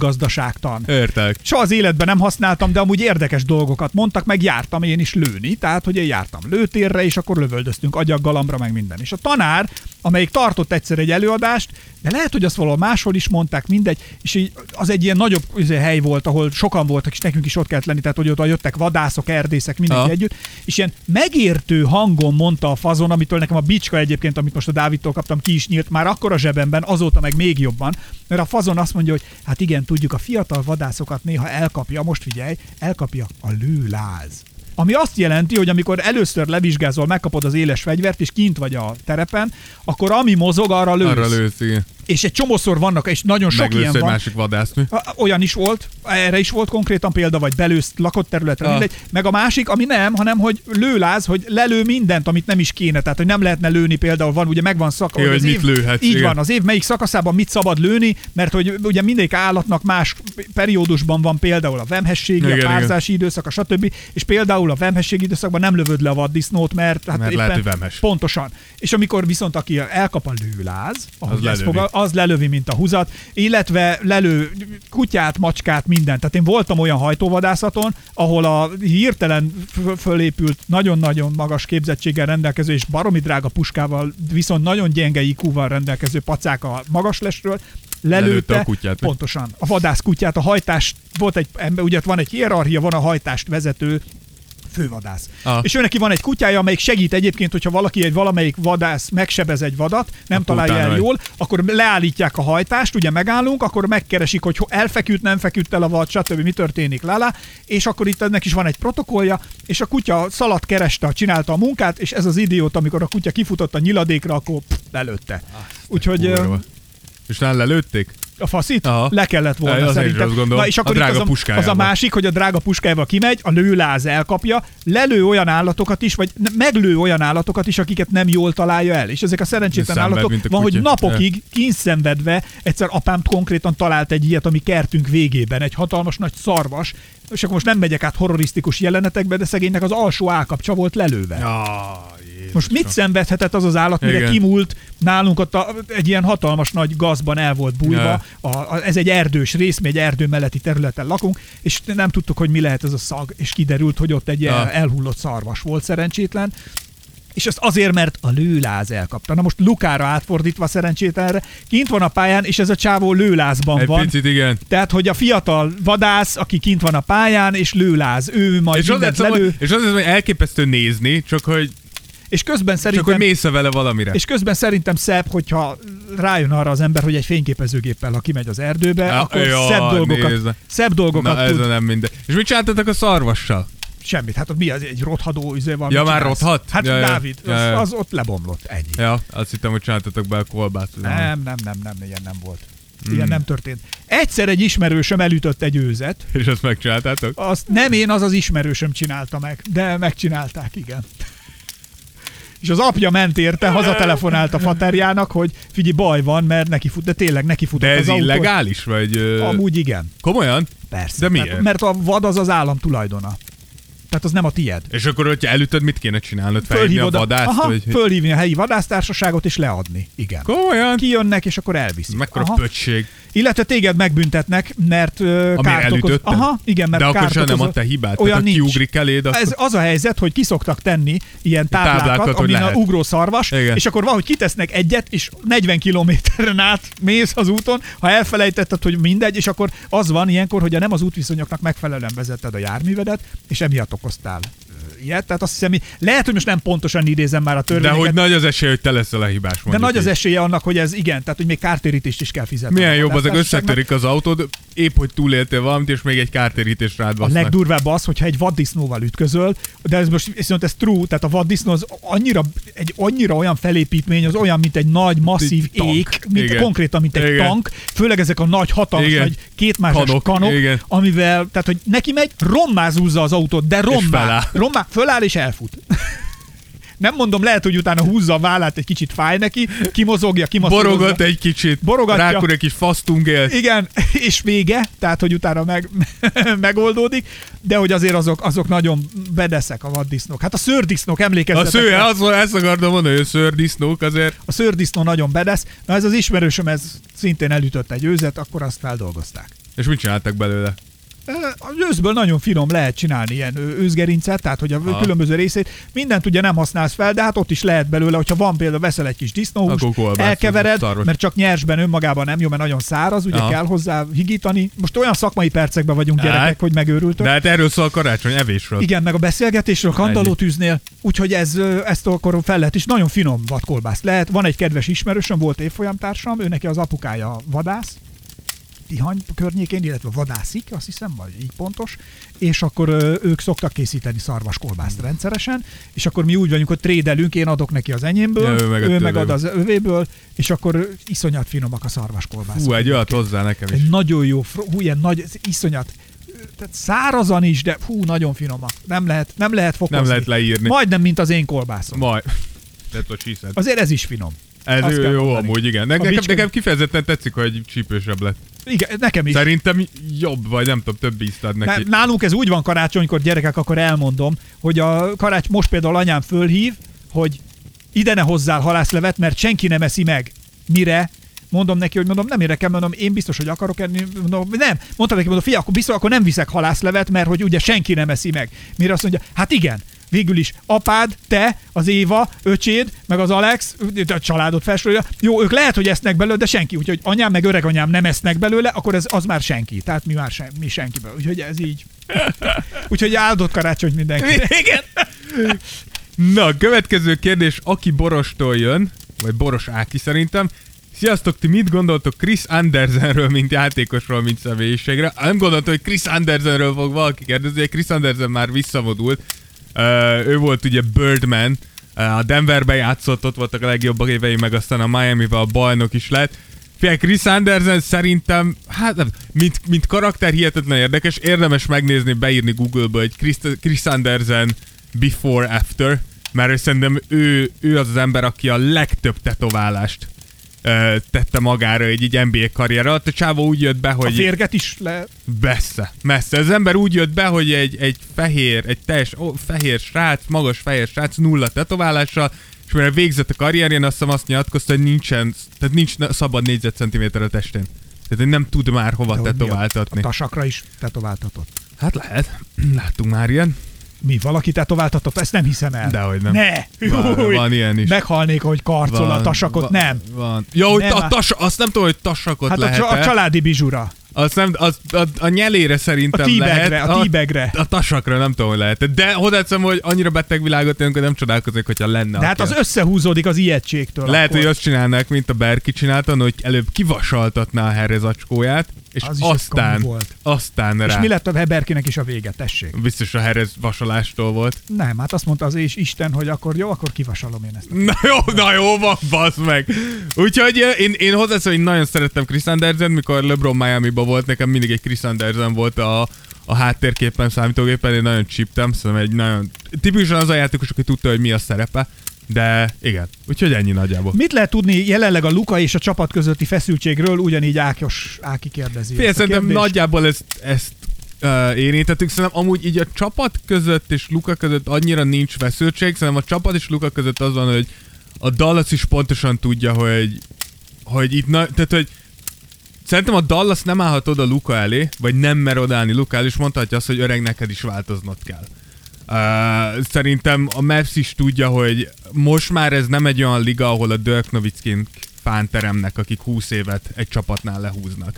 [SPEAKER 4] vadgazdaságtan.
[SPEAKER 5] Értek.
[SPEAKER 4] Soha az életben nem használtam, de amúgy érdekes dolgokat mondtak, meg jártam én is lőni, tehát hogy én jártam lőtérre, és akkor lövöldöztünk agyaggalambra, meg minden. És a tanár, amelyik tartott egyszer egy előadást, de lehet, hogy azt valahol máshol is mondták, mindegy, és így az egy ilyen nagyobb izé, hely volt, ahol sokan voltak, és nekünk is ott kellett lenni, tehát hogy ott jöttek vadászok, erdészek, mindenki
[SPEAKER 5] Aha.
[SPEAKER 4] együtt együtt, és ilyen megértő hangon mondta a fazon, amitől nekem a bicska egyébként, amit most a Dávidtól kaptam, ki is nyílt már akkor a zsebemben, azóta meg még jobban, mert a fazon azt mondja, hogy hát igen, tudjuk, a fiatal vadászokat néha elkapja, most figyelj, elkapja a lőláz. Ami azt jelenti, hogy amikor először levizsgázol, megkapod az éles fegyvert, és kint vagy a terepen, akkor ami mozog, arra lősz.
[SPEAKER 5] Arra lősz, igen.
[SPEAKER 4] És egy csomószor vannak, és nagyon sok
[SPEAKER 5] Meglősz egy
[SPEAKER 4] ilyen van.
[SPEAKER 5] másik vadásznő.
[SPEAKER 4] A- Olyan is volt, erre is volt konkrétan példa, vagy belősz lakott területre,
[SPEAKER 5] Ah.
[SPEAKER 4] ah. mindegy. Meg a másik, ami nem, hanem hogy lőláz, hogy lelő mindent, amit nem is kéne. Tehát, hogy nem lehetne lőni például, van, ugye megvan szaka,
[SPEAKER 5] Jó,
[SPEAKER 4] az
[SPEAKER 5] hogy mit
[SPEAKER 4] év,
[SPEAKER 5] lőhetsz,
[SPEAKER 4] Így
[SPEAKER 5] igen.
[SPEAKER 4] van, az év melyik szakaszában mit szabad lőni, mert hogy ugye mindegyik állatnak más periódusban van például a vemhességi,
[SPEAKER 5] Igen,
[SPEAKER 4] a
[SPEAKER 5] igen.
[SPEAKER 4] párzási időszaka, stb. És például a vemhességi időszakban nem lövöd le a vaddisznót, mert hát
[SPEAKER 5] Mert
[SPEAKER 4] éppen
[SPEAKER 5] lehet, hogy vemhes.
[SPEAKER 4] Pontosan. És amikor viszont aki elkap a lőláz, ahogy,
[SPEAKER 5] Az
[SPEAKER 4] ezt
[SPEAKER 5] lelövi.
[SPEAKER 4] fogal, az lelövi, mint a húzat, illetve lelő kutyát, macskát, mindent. Tehát én voltam olyan hajtóvadászaton, ahol a hirtelen f- fölépült, nagyon-nagyon magas képzettséggel rendelkező és baromi drága puskával, viszont nagyon gyenge IQ-val rendelkező pacák a magas lesről, lelőtte,
[SPEAKER 5] Lelőtte a kutyát.
[SPEAKER 4] Pontosan. A vadászkutyát, a hajtást, volt egy ember, ugye ott van egy hierarchia, van a hajtást vezető fővadász.
[SPEAKER 5] Aha.
[SPEAKER 4] És ő neki van egy kutyája, amelyik segít egyébként, hogyha valaki egy valamelyik vadász megsebez egy vadat, nem
[SPEAKER 5] Akkor
[SPEAKER 4] találja
[SPEAKER 5] utána
[SPEAKER 4] el
[SPEAKER 5] megy.
[SPEAKER 4] jól, akkor leállítják a hajtást, ugye megállunk, akkor megkeresik, hogy ho- elfeküdt, nem feküdt el a vad, stb. mi történik, lala, és akkor itt ennek is van egy protokollja, és a kutya szaladt kereste, csinálta a munkát, és ez az idiót, amikor a kutya kifutott a nyiladékra, akkor pff, lelőtte. Úgyhogy... ö,
[SPEAKER 5] Ah, Kurva. És talán lelőtték?
[SPEAKER 4] a faszit?
[SPEAKER 5] Aha.
[SPEAKER 4] Le kellett volna
[SPEAKER 5] Ja, azért
[SPEAKER 4] szerintem.
[SPEAKER 5] azt gondolom.
[SPEAKER 4] Na, és akkor
[SPEAKER 5] A
[SPEAKER 4] itt
[SPEAKER 5] drága
[SPEAKER 4] az, a, az a
[SPEAKER 5] puskájával.
[SPEAKER 4] másik, hogy a drága puskával kimegy, a lőláz elkapja, lelő olyan állatokat is, vagy ne- meglő olyan állatokat is, akiket nem jól találja el. És ezek a szerencsétlen
[SPEAKER 5] Szenved,
[SPEAKER 4] állatok
[SPEAKER 5] mint a
[SPEAKER 4] van, hogy
[SPEAKER 5] kutya.
[SPEAKER 4] napokig kínszenvedve, egyszer apám konkrétan talált egy ilyet, ami kertünk végében, egy hatalmas nagy szarvas, és akkor most nem megyek át horrorisztikus jelenetekbe, de szegénynek az alsó állkapcsa volt lelőve. Most mit szenvedhetett az az állat, mire
[SPEAKER 5] Igen.
[SPEAKER 4] kimúlt nálunk ott a, egy ilyen hatalmas nagy gazban el volt bújva.
[SPEAKER 5] Ja.
[SPEAKER 4] A, a, ez egy erdős rész, mi egy erdő melletti területen lakunk, és nem tudtuk, hogy mi lehet ez a szag, és kiderült, hogy ott egy el,
[SPEAKER 5] Ja.
[SPEAKER 4] elhullott szarvas volt szerencsétlen. És ezt azért, mert a lőláz elkapta. Na most Lukára átfordítva szerencsétlenre, kint van a pályán, és ez a csávó lőlázban
[SPEAKER 5] Egy
[SPEAKER 4] van.
[SPEAKER 5] picit igen.
[SPEAKER 4] Tehát, hogy a fiatal vadász, aki kint van a pályán, és lőláz, ő majd és
[SPEAKER 5] És az
[SPEAKER 4] mindent
[SPEAKER 5] lesz,
[SPEAKER 4] lelő,
[SPEAKER 5] hogy, és az lesz, hogy elképesztő nézni, csak hogy,
[SPEAKER 4] és közben
[SPEAKER 5] csak
[SPEAKER 4] szerintem...
[SPEAKER 5] hogy mész vele valamire.
[SPEAKER 4] És közben szerintem szebb, hogyha rájön arra az ember, hogy egy fényképezőgéppel, ha kimegy az erdőbe,
[SPEAKER 5] Á,
[SPEAKER 4] akkor
[SPEAKER 5] jaj,
[SPEAKER 4] szebb dolgokat,
[SPEAKER 5] nézd.
[SPEAKER 4] szebb dolgokat
[SPEAKER 5] Na, ez
[SPEAKER 4] tud.
[SPEAKER 5] a nem minden. És mit csináltatok a szarvassal?
[SPEAKER 4] Semmit. Hát ott mi az, egy rothadó üzé van.
[SPEAKER 5] Ja,
[SPEAKER 4] mit
[SPEAKER 5] már
[SPEAKER 4] csinálsz?
[SPEAKER 5] rothadt?
[SPEAKER 4] Hát
[SPEAKER 5] Ja, ja.
[SPEAKER 4] Dávid,
[SPEAKER 5] Ja, ja.
[SPEAKER 4] Az, az ott lebomlott, ennyi.
[SPEAKER 5] Ja, azt hittem, hogy csináltatok be a kolbát.
[SPEAKER 4] Nem, nem, nem, nem, ilyen nem volt.
[SPEAKER 5] Mm.
[SPEAKER 4] Ilyen nem történt. Egyszer egy ismerősöm elütött egy őzet,
[SPEAKER 5] <laughs> És azt megcsináltátok?
[SPEAKER 4] azt nem én, az az ismerősöm csinálta meg, de megcsinálták, igen. És az apja ment érte, hazatelefonált a faterjának, hogy figyelj, baj van, mert neki fut, de tényleg neki futott
[SPEAKER 5] De ez
[SPEAKER 4] az autó.
[SPEAKER 5] illegális, vagy... ö,
[SPEAKER 4] Amúgy igen.
[SPEAKER 5] Komolyan?
[SPEAKER 4] Persze.
[SPEAKER 5] De
[SPEAKER 4] Mert,
[SPEAKER 5] miért?
[SPEAKER 4] mert a vad az az állam tulajdona. Tehát az nem a tied.
[SPEAKER 5] És akkor, hogyha elütöd, mit kéne csinálnod? Felhívni a vadászt?
[SPEAKER 4] aha,
[SPEAKER 5] vagy...
[SPEAKER 4] fölhívni a helyi vadásztársaságot és leadni. Igen.
[SPEAKER 5] Komolyan?
[SPEAKER 4] Kijönnek, és akkor elviszik.
[SPEAKER 5] Mekkora
[SPEAKER 4] Aha.
[SPEAKER 5] pöcség.
[SPEAKER 4] Illetve téged megbüntetnek, mert uh,
[SPEAKER 5] Amire
[SPEAKER 4] kárt okoz...
[SPEAKER 5] elütöttem?
[SPEAKER 4] Aha, igen, mert
[SPEAKER 5] De akkor
[SPEAKER 4] kárt
[SPEAKER 5] sem nem
[SPEAKER 4] okozott.
[SPEAKER 5] a te hibád.
[SPEAKER 4] Olyan
[SPEAKER 5] Olyan Tehát, ha
[SPEAKER 4] nincs.
[SPEAKER 5] kiugrik eléd, akkor...
[SPEAKER 4] Ez az a helyzet, hogy kiszoktak tenni ilyen táblákat,
[SPEAKER 5] táblákat, hogy
[SPEAKER 4] táblákat amin a
[SPEAKER 5] lehet.
[SPEAKER 4] ugró szarvas,
[SPEAKER 5] Igen.
[SPEAKER 4] és akkor valahogy kitesznek egyet, és 40 kilométeren át mész az úton, ha elfelejtetted, hogy mindegy, és akkor az van ilyenkor, hogy nem az útviszonyoknak megfelelően vezetted a járművedet, és emiatt okoztál ilyet. Tehát azt hiszem, lehet, hogy most nem pontosan idézem már a
[SPEAKER 5] De
[SPEAKER 4] törvényeket,
[SPEAKER 5] hogy nagy az esély, hogy te leszel a hibás,
[SPEAKER 4] de
[SPEAKER 5] mondjuk
[SPEAKER 4] nagy az
[SPEAKER 5] így.
[SPEAKER 4] esélye annak, hogy ez igen, tehát hogy még kártérítést is kell fizetni.
[SPEAKER 5] Milyen
[SPEAKER 4] a
[SPEAKER 5] jobb azok,
[SPEAKER 4] vadásztársaságnak.
[SPEAKER 5] összetörik az autód, épp hogy túléltél valamit, és még egy kártérítés rád
[SPEAKER 4] A
[SPEAKER 5] basznak.
[SPEAKER 4] legdurvább az, hogyha egy vaddisznóval ütközöl, de ez most viszont ez true, tehát a vaddisznó az annyira, egy annyira olyan felépítmény, az olyan, mint egy nagy, masszív
[SPEAKER 5] Egy tank.
[SPEAKER 4] ék, mint
[SPEAKER 5] Igen.
[SPEAKER 4] konkrétan, mint egy
[SPEAKER 5] Igen.
[SPEAKER 4] tank, főleg ezek a nagy, hatalmas,
[SPEAKER 5] Igen.
[SPEAKER 4] nagy kétmásos kanok,
[SPEAKER 5] Kanok.
[SPEAKER 4] kanok
[SPEAKER 5] Igen.
[SPEAKER 4] amivel, tehát hogy neki megy, rommá zúzza az autót, de rommá,
[SPEAKER 5] feláll.
[SPEAKER 4] rommá, föláll és elfut. <laughs> Nem mondom, lehet, hogy utána húzza a vállát, egy kicsit fáj neki, kimozogja, kimaszírozza.
[SPEAKER 5] Borogat egy kicsit,
[SPEAKER 4] Borogatja.
[SPEAKER 5] rákul egy kis fasztungél.
[SPEAKER 4] Igen, <laughs> és vége, tehát hogy utána meg, <laughs> megoldódik, de hogy azért azok, azok nagyon bedeszek a vaddisznók. Hát a szőrdisznók
[SPEAKER 5] A
[SPEAKER 4] emlékezzetek.
[SPEAKER 5] sző, hát.
[SPEAKER 4] rá.
[SPEAKER 5] azt, azt akartam mondani, hogy a szőrdisznók azért.
[SPEAKER 4] a szőrdisznó nagyon bedesz. Na ez az ismerősöm, ez szintén elütött egy őzet, akkor azt feldolgozták.
[SPEAKER 5] És mit csináltak belőle?
[SPEAKER 4] Ö, A őszből nagyon finom lehet csinálni ilyen ö, őzgerincet, tehát hogy a
[SPEAKER 5] Aha.
[SPEAKER 4] különböző részét mindent ugye nem használsz fel, de hát ott is lehet belőle, hogyha van például veszel egy kis
[SPEAKER 5] Akkor
[SPEAKER 4] disznóhúst,
[SPEAKER 5] kolbász,
[SPEAKER 4] elkevered,
[SPEAKER 5] szarvas.
[SPEAKER 4] mert csak nyersben önmagában nem jó, mert nagyon száraz, ugye
[SPEAKER 5] Aha.
[SPEAKER 4] kell hozzá higítani. Most olyan szakmai percekben vagyunk
[SPEAKER 5] Hát.
[SPEAKER 4] gyerekek, hogy megőrültök.
[SPEAKER 5] De hát erről szól a karácsony, evésről.
[SPEAKER 4] Igen, meg a beszélgetésről, kandallótűznél, úgyhogy ez, ö, ezt akkor fel lehet, és nagyon finom vadkolbász lehet. Van egy kedves ismerősöm, volt évfolyamtársam, ő neki az apukája vadász, Tihany környékén, illetve vadászik, azt hiszem, vagy így pontos, és akkor ö, ők szoktak készíteni szarvaskolbászt rendszeresen, és akkor mi úgy vagyunk, hogy trédelünk, én adok neki az enyémből,
[SPEAKER 5] Ja, ő meg a
[SPEAKER 4] ő meg ad
[SPEAKER 5] tőléből.
[SPEAKER 4] azövéből, és akkor ö, iszonyat finomak a szarvaskolbászok.
[SPEAKER 5] Hú, egy olyat hozzá nekem is.
[SPEAKER 4] Egy nagyon jó, fro- hú, ilyen nagy, ez iszonyat. Tehát szárazan is, de hú, nagyon finomak. Nem lehet, nem lehet fokozni.
[SPEAKER 5] lehet leírni.
[SPEAKER 4] Majdnem, mint az én kolbászom.
[SPEAKER 5] Majd. <laughs> Tehát a csíszed.
[SPEAKER 4] Azért ez is finom.
[SPEAKER 5] Ez
[SPEAKER 4] azt kell
[SPEAKER 5] jó, jó
[SPEAKER 4] mondani.
[SPEAKER 5] amúgy, igen.
[SPEAKER 4] A
[SPEAKER 5] Ne, nekem,
[SPEAKER 4] bicska-
[SPEAKER 5] nekem kifejezetten tetszik, hogy csípősebb lett.
[SPEAKER 4] Igen, nekem is.
[SPEAKER 5] Szerintem jobb, vagy nem tudom, több ízt ad
[SPEAKER 4] Na,
[SPEAKER 5] neki.
[SPEAKER 4] nálunk ez úgy van karácsonykor, gyerekek, akkor elmondom, hogy a karács most például anyám fölhív, hogy ide ne hozzál halászlevet, mert senki nem eszi meg. Mire? Mondom neki, hogy mondom, nem érdekel, mondom, én biztos, hogy akarok enni. Mondom, nem. Mondtam neki, mondom, fia, akkor biztos, akkor nem viszek halászlevet, mert hogy ugye senki nem eszi meg. Mire azt mondja, hát igen, végül is apád, te, az Éva, öcséd, meg az Alex, a családot felsorolja. Jó, ők lehet, hogy esznek belőle, de senki. Úgyhogy anyám meg öreganyám nem esznek belőle, akkor ez az már senki. Tehát mi már sen, mi senkiből. Úgyhogy ez így. <laughs> Úgyhogy áldott karácsony mindenki.
[SPEAKER 5] Igen. Na, következő kérdés, aki borostól jön, vagy boros Áki szerintem. Sziasztok, ti mit gondoltok Chris Andersenről, mint játékosról, mint személyiségre? Nem gondoltam, hogy Chris Andersenről fog valaki kérdezni, de Chris Andersen már visszavadult. Uh, ő volt ugye Birdman, uh, a Denverben játszott, ott voltak a legjobbak évei, meg aztán a Miami-val bajnok is lett. Fél Chris Andersen szerintem, hát nem, mint, mint karakter hihetetlen érdekes, érdemes megnézni, beírni Google-ba egy Chris, Chris Andersen before after, mert szerintem ő, ő az az ember, aki a legtöbb tetoválást ö, tette magára egy, egy NBA karrier alatt. A csávó úgy jött be,
[SPEAKER 4] A
[SPEAKER 5] hogy...
[SPEAKER 4] férget is le...
[SPEAKER 5] Messze, messze. Az ember úgy jött be, hogy egy, egy fehér, egy teljes ó, fehér srác, magas fehér srác, nulla tetoválással, és mire végzett a karrierjén, azt hiszem azt nyilatkozta, hogy nincsen, tehát nincs ne- szabad négyzetcentiméter a testén. Tehát hogy nem tud már hova
[SPEAKER 4] Dehogy mi a-
[SPEAKER 5] tetováltatni.
[SPEAKER 4] A tasakra is tetováltatott.
[SPEAKER 5] Hát lehet, <clears throat> láttunk már ilyen.
[SPEAKER 4] Mi, valaki tetováltatott? Ezt nem hiszem el.
[SPEAKER 5] Dehogy nem.
[SPEAKER 4] Ne!
[SPEAKER 5] Van-
[SPEAKER 4] Júj!
[SPEAKER 5] van ilyen is.
[SPEAKER 4] Meghalnék, ahogy karcol Szóval a tasakot.
[SPEAKER 5] van,
[SPEAKER 4] nem.
[SPEAKER 5] Van. Ja, hogy
[SPEAKER 4] Nem,
[SPEAKER 5] a
[SPEAKER 4] hát-
[SPEAKER 5] tas, azt nem tudom, hogy tasakot
[SPEAKER 4] Hát a,
[SPEAKER 5] lehet
[SPEAKER 4] csa- a családi bizsura.
[SPEAKER 5] Azt nem, az, a, a nyelére szerintem
[SPEAKER 4] A tíbegre,
[SPEAKER 5] lehet.
[SPEAKER 4] a tíbegre.
[SPEAKER 5] A, a tasakra nem tudom, hogy lehet. De hozzáteszem, hogy annyira beteg világot élünk, hogy nem csodálkozok, hogyha lenne.
[SPEAKER 4] De hát az
[SPEAKER 5] aki-
[SPEAKER 4] összehúzódik az ijegységtől.
[SPEAKER 5] lehet,
[SPEAKER 4] akkor.
[SPEAKER 5] hogy azt csinálnák, mint a Berki csinálta, hogy előbb kivasaltatná a herre zacskóját, és
[SPEAKER 4] Az is egy
[SPEAKER 5] aztán,
[SPEAKER 4] kamu volt.
[SPEAKER 5] aztán
[SPEAKER 4] És
[SPEAKER 5] rá.
[SPEAKER 4] mi lett a Heberkinek is a vége, tessék?
[SPEAKER 5] Biztos a herez vasalástól volt.
[SPEAKER 4] Nem, hát azt mondta az és Isten, hogy akkor jó, akkor kivasalom én ezt.
[SPEAKER 5] Na jó, na jó, van, basz meg. Úgyhogy eh, én, én hozzáteszem, hogy nagyon szerettem Chris Andersen, mikor LeBron Miami-ba volt, nekem mindig egy Chris Andersen volt a, a háttérképen, számítógépen, én nagyon csíptem, szerintem egy nagyon... Tipikusan az a játékos, aki tudta, hogy mi a szerepe, de igen, úgyhogy ennyi nagyjából.
[SPEAKER 4] Mit lehet tudni jelenleg a Luka és a csapat közötti feszültségről, ugyanígy Ákos, Áki kérdezi.
[SPEAKER 5] Fél,
[SPEAKER 4] ezt a
[SPEAKER 5] szerintem
[SPEAKER 4] kérdést.
[SPEAKER 5] nagyjából ezt, ezt uh, érintettük. Szerintem amúgy így a csapat között és Luka között annyira nincs feszültség. Szerintem a csapat és Luka között az van, hogy a Dallas is pontosan tudja, hogy, hogy itt, na, tehát hogy Szerintem a Dallas nem állhat oda Luka elé, vagy nem mer odállni Luka elé, és mondhatja azt, hogy öreg, neked is változnod kell. Uh, szerintem a Mavs is tudja, hogy most már ez nem egy olyan liga, ahol a Dirk Nowitzkin fánteremnek, akik 20 évet egy csapatnál lehúznak.